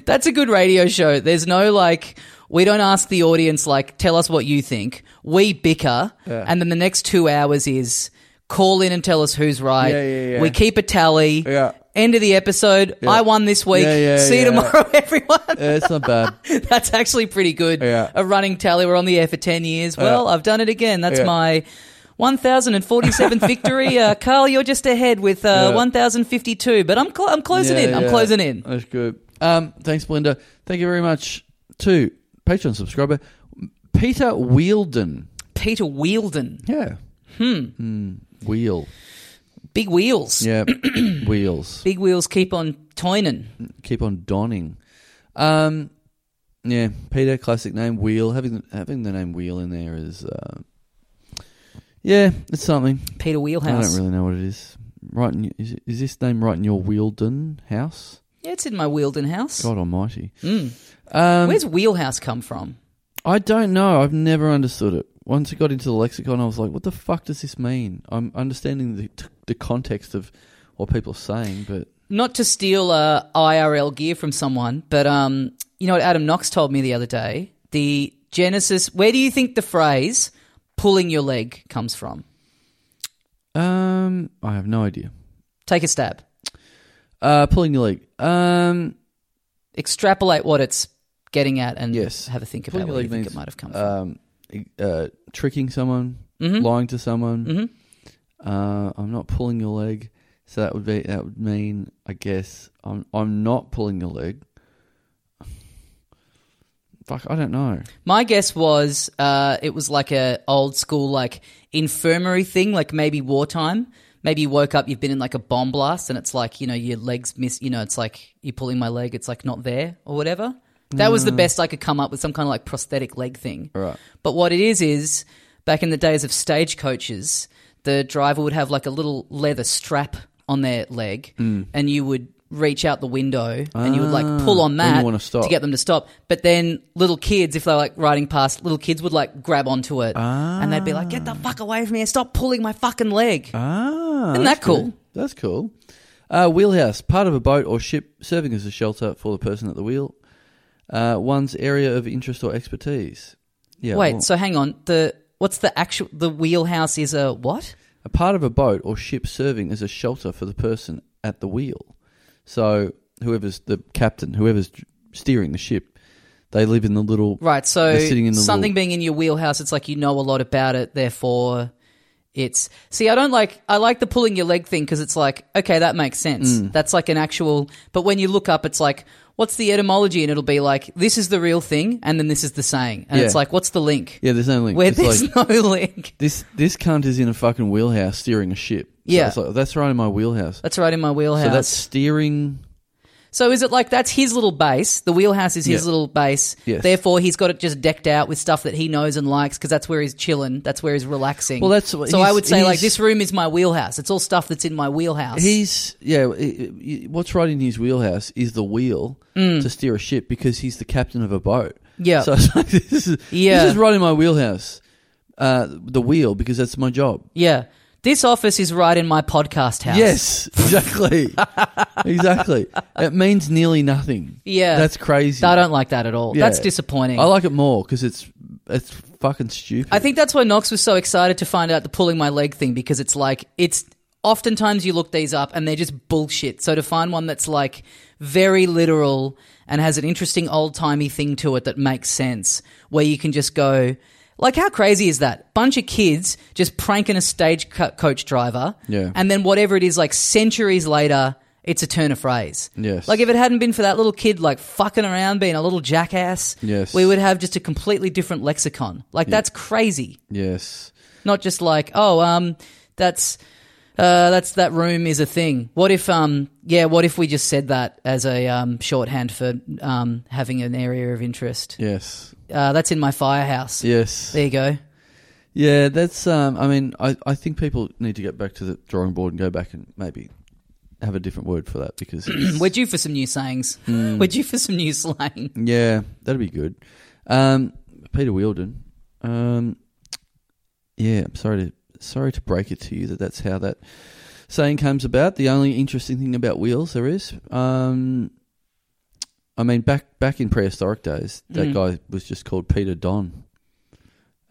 [SPEAKER 1] That's a good radio show. There's no like we don't ask the audience like tell us what you think. We bicker and then the next 2 hours is call in and tell us who's right.
[SPEAKER 2] Yeah, yeah, yeah.
[SPEAKER 1] We keep a tally.
[SPEAKER 2] Yeah.
[SPEAKER 1] End of the episode. I won this week.
[SPEAKER 2] Yeah, yeah,
[SPEAKER 1] See you
[SPEAKER 2] yeah.
[SPEAKER 1] tomorrow everyone.
[SPEAKER 2] yeah it's not bad.
[SPEAKER 1] That's actually pretty good.
[SPEAKER 2] Yeah.
[SPEAKER 1] A running tally. We're on the air for 10 years. Well, I've done it again. That's
[SPEAKER 2] Yeah.
[SPEAKER 1] my 1047th victory. Uh, Carl, you're just ahead with uh,
[SPEAKER 2] Yeah.
[SPEAKER 1] 1052, but I'm, cl- I'm closing
[SPEAKER 2] Yeah,
[SPEAKER 1] in. I'm
[SPEAKER 2] yeah.
[SPEAKER 1] closing in.
[SPEAKER 2] That's good. Um, thanks, Belinda. Thank you very much to Patreon subscriber Peter Wielden.
[SPEAKER 1] Peter Wielden.
[SPEAKER 2] Yeah. Hmm. Wheel.
[SPEAKER 1] Big wheels.
[SPEAKER 2] Yeah. Wheels.
[SPEAKER 1] Big wheels keep on toining.
[SPEAKER 2] Keep on donning. Um, yeah. Peter, classic name. Wheel. Having having the name Wheel in there is. Uh, yeah, it's something.
[SPEAKER 1] Peter
[SPEAKER 2] I
[SPEAKER 1] Wheelhouse.
[SPEAKER 2] don't really know what it is. Right in, is, it- is this name right in your Wielden house?
[SPEAKER 1] Yeah, it's in my Wielden house.
[SPEAKER 2] God Almighty!
[SPEAKER 1] Mm.
[SPEAKER 2] Um,
[SPEAKER 1] Where's wheelhouse come from?
[SPEAKER 2] I don't know. I've never understood it. Once it got into the lexicon, I was like, "What the fuck does this mean?" I'm understanding the t- the context of what people are saying, but
[SPEAKER 1] Not to steal uh, IRL gear from someone, but um, you know what Adam Knox told me the other day? The genesis. Where do you think the phrase "pulling your leg" comes from?
[SPEAKER 2] um, I have no idea.
[SPEAKER 1] Take a stab.
[SPEAKER 2] Uh, pulling your leg. Um,
[SPEAKER 1] Extrapolate what it's getting at, and
[SPEAKER 2] Yes.
[SPEAKER 1] have a think about
[SPEAKER 2] pulling your
[SPEAKER 1] where you
[SPEAKER 2] leg
[SPEAKER 1] think
[SPEAKER 2] means
[SPEAKER 1] it might have come from.
[SPEAKER 2] um, uh, tricking someone, lying to someone. Uh, I'm not pulling your leg, so that would be that would mean, I guess, I'm I'm not pulling your leg. Fuck, I don't know.
[SPEAKER 1] My guess was uh, it was like a old school like infirmary thing, like maybe wartime. Maybe you woke up, you've been in like a bomb blast, and it's like you know your legs miss. You know, it's like you're pulling my leg. It's like not there or whatever. That was the best I could come up with some kind of like prosthetic leg thing.
[SPEAKER 2] Mm. Right.
[SPEAKER 1] But what it is is back in the days of stagecoaches, the driver would have like a little leather strap on their leg,
[SPEAKER 2] Mm.
[SPEAKER 1] and you would reach out the window and you would like pull on
[SPEAKER 2] When you
[SPEAKER 1] that
[SPEAKER 2] wanna stop.
[SPEAKER 1] to get them to stop. But then little kids, if they're like riding past, little kids would like grab onto it and they'd be like, "Get the fuck away from here! Stop pulling my fucking leg!"
[SPEAKER 2] Ah,
[SPEAKER 1] Isn't
[SPEAKER 2] that's
[SPEAKER 1] that cool?
[SPEAKER 2] good. That's cool. Uh, wheelhouse, part of a boat or ship, serving as a shelter for the person at the wheel. Uh, one's area of interest or expertise. Yeah.
[SPEAKER 1] Wait,
[SPEAKER 2] well,
[SPEAKER 1] so hang on. The what's the actual? The wheelhouse is a what?
[SPEAKER 2] a part of a boat or ship serving as a shelter for the person at the wheel. So whoever's the captain, whoever's steering the ship, they live in the little
[SPEAKER 1] Right. So
[SPEAKER 2] They're sitting in the
[SPEAKER 1] something
[SPEAKER 2] little-
[SPEAKER 1] being in your wheelhouse, it's like you know a lot about it. Therefore, it's see. I don't like. I like the pulling your leg thing because it's like okay, that makes sense.
[SPEAKER 2] Mm.
[SPEAKER 1] That's like an actual. But when you look up, it's like what's the etymology, and it'll be like this is the real thing, and then this is the saying, and it's
[SPEAKER 2] Yeah.
[SPEAKER 1] like what's the link?
[SPEAKER 2] Yeah, there's no link.
[SPEAKER 1] Where
[SPEAKER 2] It's
[SPEAKER 1] there's
[SPEAKER 2] like-
[SPEAKER 1] no link.
[SPEAKER 2] This this cunt is in a fucking wheelhouse steering a ship. So
[SPEAKER 1] Yeah.
[SPEAKER 2] it's like, that's right in my wheelhouse.
[SPEAKER 1] That's right in my wheelhouse.
[SPEAKER 2] so that's steering.
[SPEAKER 1] So is it like that's his little base? The wheelhouse is his
[SPEAKER 2] Yeah.
[SPEAKER 1] little base.
[SPEAKER 2] Yes.
[SPEAKER 1] Therefore, he's got it just decked out with stuff that he knows and likes because that's where he's chilling. That's where he's relaxing.
[SPEAKER 2] Well, that's what
[SPEAKER 1] so. I
[SPEAKER 2] he's-
[SPEAKER 1] would say like
[SPEAKER 2] he's-
[SPEAKER 1] this room is my wheelhouse. It's all stuff that's in my wheelhouse.
[SPEAKER 2] He's yeah. i- i- What's right in his wheelhouse is the wheel to steer a ship because he's the captain of a boat.
[SPEAKER 1] Mm. Yeah.
[SPEAKER 2] So it's like, this is
[SPEAKER 1] Yeah.
[SPEAKER 2] this is right in my wheelhouse. Uh, the wheel because that's my job.
[SPEAKER 1] yeah. This office is right in my podcast house.
[SPEAKER 2] Yes, exactly, exactly. It means nearly nothing.
[SPEAKER 1] Yeah.
[SPEAKER 2] that's crazy.
[SPEAKER 1] I don't like that at all.
[SPEAKER 2] Yeah.
[SPEAKER 1] That's disappointing.
[SPEAKER 2] I like it more because it's it's fucking stupid.
[SPEAKER 1] I think that's why Knox was so excited to find out the pulling my leg thing because it's like it's oftentimes you look these up and they're just bullshit. So to find one that's like very literal and has an interesting old timey thing to it that makes sense, where you can just go. Like how crazy is that? Bunch of kids just pranking a stagecoach driver,
[SPEAKER 2] Yeah.
[SPEAKER 1] and then whatever it is, like centuries later, it's a turn of phrase.
[SPEAKER 2] Yes.
[SPEAKER 1] Like if it hadn't been for that little kid, like fucking around, being a little jackass,
[SPEAKER 2] Yes.
[SPEAKER 1] we would have just a completely different lexicon. Like that's crazy.
[SPEAKER 2] yes.
[SPEAKER 1] Not just like, oh, um, that's uh, that's that room is a thing. What if, um, yeah, what if we just said that as a um, shorthand for um, having an area of interest?
[SPEAKER 2] Yes.
[SPEAKER 1] Uh, that's in my firehouse.
[SPEAKER 2] Yes.
[SPEAKER 1] There you go.
[SPEAKER 2] Yeah, that's. Um, I mean, I, I think people need to get back to the drawing board and go back and maybe have a different word for that because. it's-
[SPEAKER 1] We're due for some new sayings.
[SPEAKER 2] Hmm.
[SPEAKER 1] We're due for some new slang.
[SPEAKER 2] yeah, that'd be good. Um, Peter Wielden. Um, yeah, I'm sorry to sorry to break it to you that that's how that saying comes about. The only interesting thing about wheels there is, um, I mean, back back in prehistoric days, that
[SPEAKER 1] Mm.
[SPEAKER 2] guy was just called Peter Don,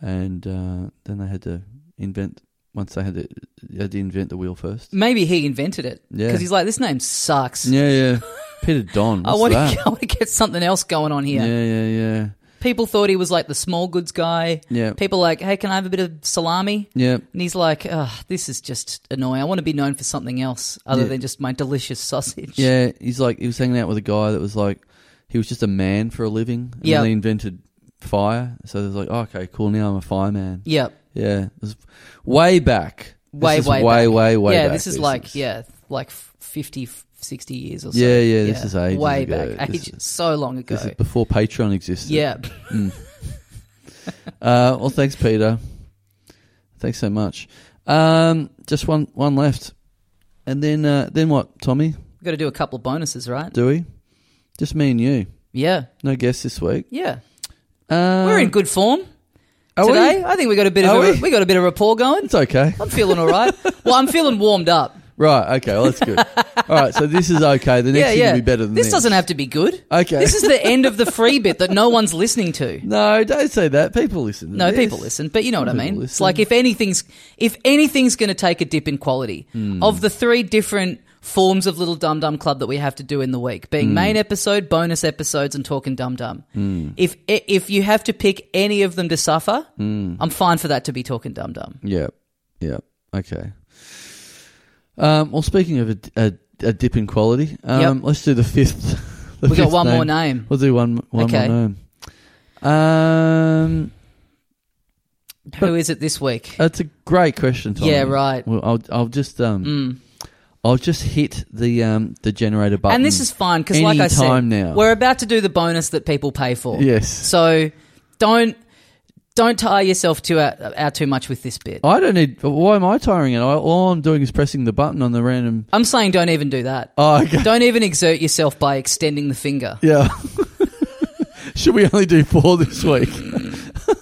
[SPEAKER 2] and uh, then they had to invent. Once they had to, they had to invent the wheel first.
[SPEAKER 1] Maybe he invented it
[SPEAKER 2] Yeah.
[SPEAKER 1] because he's like, this name sucks.
[SPEAKER 2] Yeah, yeah. Peter Don.
[SPEAKER 1] I
[SPEAKER 2] What's
[SPEAKER 1] want to.
[SPEAKER 2] that?
[SPEAKER 1] I want to get something else going on here.
[SPEAKER 2] Yeah, yeah, yeah,
[SPEAKER 1] People thought he was like the small goods guy.
[SPEAKER 2] yeah,
[SPEAKER 1] People like, hey, can I have a bit of salami?
[SPEAKER 2] yeah.
[SPEAKER 1] And he's like, Ugh, this is just annoying. I want to be known for something else other
[SPEAKER 2] Yeah.
[SPEAKER 1] than just my delicious sausage.
[SPEAKER 2] Yeah, he's like he was hanging out with a guy that was like he was just a man for a living. And
[SPEAKER 1] Yeah.
[SPEAKER 2] then he invented fire. So there's like, oh, okay, cool, now I'm a fireman.
[SPEAKER 1] Yep.
[SPEAKER 2] Yeah. It was way back. This
[SPEAKER 1] Way,
[SPEAKER 2] is
[SPEAKER 1] way,
[SPEAKER 2] way,
[SPEAKER 1] back.
[SPEAKER 2] way, way
[SPEAKER 1] Yeah,
[SPEAKER 2] back,
[SPEAKER 1] this is
[SPEAKER 2] these
[SPEAKER 1] like,
[SPEAKER 2] things.
[SPEAKER 1] yeah, like 50, 60 years or so.
[SPEAKER 2] Yeah, yeah, this is ages
[SPEAKER 1] Way
[SPEAKER 2] ago.
[SPEAKER 1] back.
[SPEAKER 2] This
[SPEAKER 1] Age,
[SPEAKER 2] is-
[SPEAKER 1] so long ago.
[SPEAKER 2] This is before Patreon existed.
[SPEAKER 1] yeah.
[SPEAKER 2] Uh, well thanks, Peter. Thanks so much. Um, just one one left. And then uh, then what, Tommy?
[SPEAKER 1] Got to do a couple of bonuses, right?
[SPEAKER 2] Do we? Just me and you.
[SPEAKER 1] Yeah.
[SPEAKER 2] No guests this week.
[SPEAKER 1] Yeah.
[SPEAKER 2] Um,
[SPEAKER 1] We're in good form
[SPEAKER 2] are we?
[SPEAKER 1] today. I think we got a bit of
[SPEAKER 2] Are
[SPEAKER 1] a,
[SPEAKER 2] we?
[SPEAKER 1] we? got a bit of rapport going.
[SPEAKER 2] It's okay.
[SPEAKER 1] I'm feeling all right. well, I'm feeling warmed up.
[SPEAKER 2] Right. Okay. Well, that's good. All right. So this is okay. The next
[SPEAKER 1] yeah,
[SPEAKER 2] thing
[SPEAKER 1] yeah.
[SPEAKER 2] will be better than this.
[SPEAKER 1] this doesn't have to be good.
[SPEAKER 2] Okay.
[SPEAKER 1] This is the end of the free bit that no one's listening to.
[SPEAKER 2] No, don't say that. People listen. To
[SPEAKER 1] No,
[SPEAKER 2] this.
[SPEAKER 1] people listen, but you know what I
[SPEAKER 2] People
[SPEAKER 1] mean. It's
[SPEAKER 2] listen.
[SPEAKER 1] like if anything's if anything's going to take a dip in quality
[SPEAKER 2] Hmm.
[SPEAKER 1] of the three different forms of little dum dum club that we have to do in the week, being
[SPEAKER 2] Hmm.
[SPEAKER 1] main episode, bonus episodes, and talking dum dum. If e, if you have to pick any of them to suffer,
[SPEAKER 2] Hmm.
[SPEAKER 1] I'm fine for that to be talking dum dum.
[SPEAKER 2] Yeah. Yeah. Okay. Um, well, speaking of a, a, a dip in quality, um, let's do the fifth. the
[SPEAKER 1] We got
[SPEAKER 2] fifth
[SPEAKER 1] one more name.
[SPEAKER 2] We'll do one one
[SPEAKER 1] Okay.
[SPEAKER 2] more name. Um,
[SPEAKER 1] Who is it this week?
[SPEAKER 2] that's a great question, Tom.
[SPEAKER 1] Yeah, right. Mm.
[SPEAKER 2] Well, I'll I'll just um, I'll just hit the um the generator button.
[SPEAKER 1] and this is fine because,
[SPEAKER 2] Any
[SPEAKER 1] like I said,
[SPEAKER 2] time now.
[SPEAKER 1] we're about to do the bonus that people pay for.
[SPEAKER 2] yes.
[SPEAKER 1] So don't don't tire yourself too out, out too much with this bit.
[SPEAKER 2] I don't need. Why am I tiring it? I, all I'm doing is pressing the button on the random.
[SPEAKER 1] I'm saying don't even do that.
[SPEAKER 2] Oh, okay.
[SPEAKER 1] Don't even exert yourself by extending the finger.
[SPEAKER 2] Yeah. Should we only do four this week? Oh.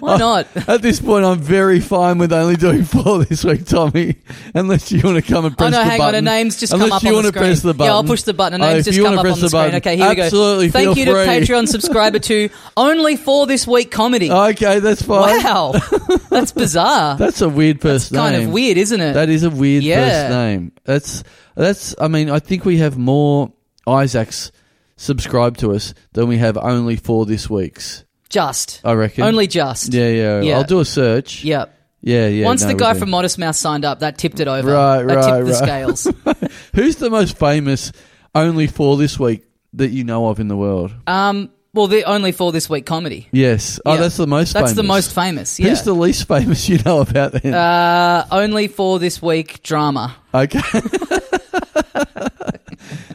[SPEAKER 1] Why not?
[SPEAKER 2] At this point, I'm very fine with only doing four this week, Tommy. Unless you want to come and
[SPEAKER 1] Oh
[SPEAKER 2] press
[SPEAKER 1] no,
[SPEAKER 2] the
[SPEAKER 1] hang on.
[SPEAKER 2] button.
[SPEAKER 1] A name's just
[SPEAKER 2] Unless
[SPEAKER 1] come up
[SPEAKER 2] you
[SPEAKER 1] on
[SPEAKER 2] want
[SPEAKER 1] the
[SPEAKER 2] to
[SPEAKER 1] screen.
[SPEAKER 2] press the button.
[SPEAKER 1] Yeah, I'll push the button. A
[SPEAKER 2] Oh,
[SPEAKER 1] name's
[SPEAKER 2] if
[SPEAKER 1] just
[SPEAKER 2] you
[SPEAKER 1] come
[SPEAKER 2] wanna
[SPEAKER 1] up on the
[SPEAKER 2] press the
[SPEAKER 1] screen.
[SPEAKER 2] button,
[SPEAKER 1] Okay, here
[SPEAKER 2] absolutely
[SPEAKER 1] we go.
[SPEAKER 2] feel
[SPEAKER 1] Thank you
[SPEAKER 2] free.
[SPEAKER 1] to Patreon subscriber two only for this week comedy.
[SPEAKER 2] Okay, that's fine.
[SPEAKER 1] wow, that's bizarre.
[SPEAKER 2] Uh, That's a weird first name.
[SPEAKER 1] kind of weird, isn't it?
[SPEAKER 2] That is a weird
[SPEAKER 1] Yeah.
[SPEAKER 2] first name. That's that's. I mean, I think we have more Isaacs subscribed to us than we have only four this weeks.
[SPEAKER 1] just
[SPEAKER 2] I reckon.
[SPEAKER 1] only just.
[SPEAKER 2] Yeah, yeah.
[SPEAKER 1] Yeah.
[SPEAKER 2] I'll do a search.
[SPEAKER 1] Yep.
[SPEAKER 2] Yeah, yeah.
[SPEAKER 1] Once
[SPEAKER 2] no,
[SPEAKER 1] the
[SPEAKER 2] we'll
[SPEAKER 1] guy
[SPEAKER 2] do.
[SPEAKER 1] from Modest Mouse signed up, that tipped it over.
[SPEAKER 2] Right,
[SPEAKER 1] that
[SPEAKER 2] right,
[SPEAKER 1] tipped the
[SPEAKER 2] right.
[SPEAKER 1] scales.
[SPEAKER 2] Who's the most famous only for this week that you know of in the world?
[SPEAKER 1] um, well, the only for this week comedy.
[SPEAKER 2] yes. Oh,
[SPEAKER 1] yeah.
[SPEAKER 2] that's the most
[SPEAKER 1] That's
[SPEAKER 2] famous.
[SPEAKER 1] the most famous. Yeah.
[SPEAKER 2] Who's the least famous you know about then?
[SPEAKER 1] uh, only for this week drama.
[SPEAKER 2] okay.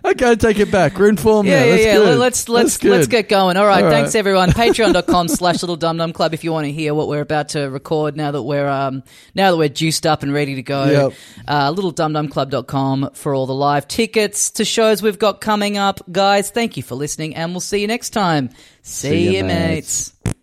[SPEAKER 2] okay, take it back. We're in form
[SPEAKER 1] Yeah,
[SPEAKER 2] now.
[SPEAKER 1] yeah,
[SPEAKER 2] That's
[SPEAKER 1] yeah.
[SPEAKER 2] good.
[SPEAKER 1] Let's
[SPEAKER 2] That's
[SPEAKER 1] let's
[SPEAKER 2] good.
[SPEAKER 1] let's get going. All right,
[SPEAKER 2] All right.
[SPEAKER 1] thanks everyone. Patreon.com slash little dum dum club if you want to hear what we're about to record now that we're um now that we're juiced up and ready to go.
[SPEAKER 2] Yep.
[SPEAKER 1] Uh littledumdumclub.com for all the live tickets to shows we've got coming up. Guys, thank you for listening and we'll see you next time. See,
[SPEAKER 2] ya,
[SPEAKER 1] you,
[SPEAKER 2] mates.
[SPEAKER 1] mates.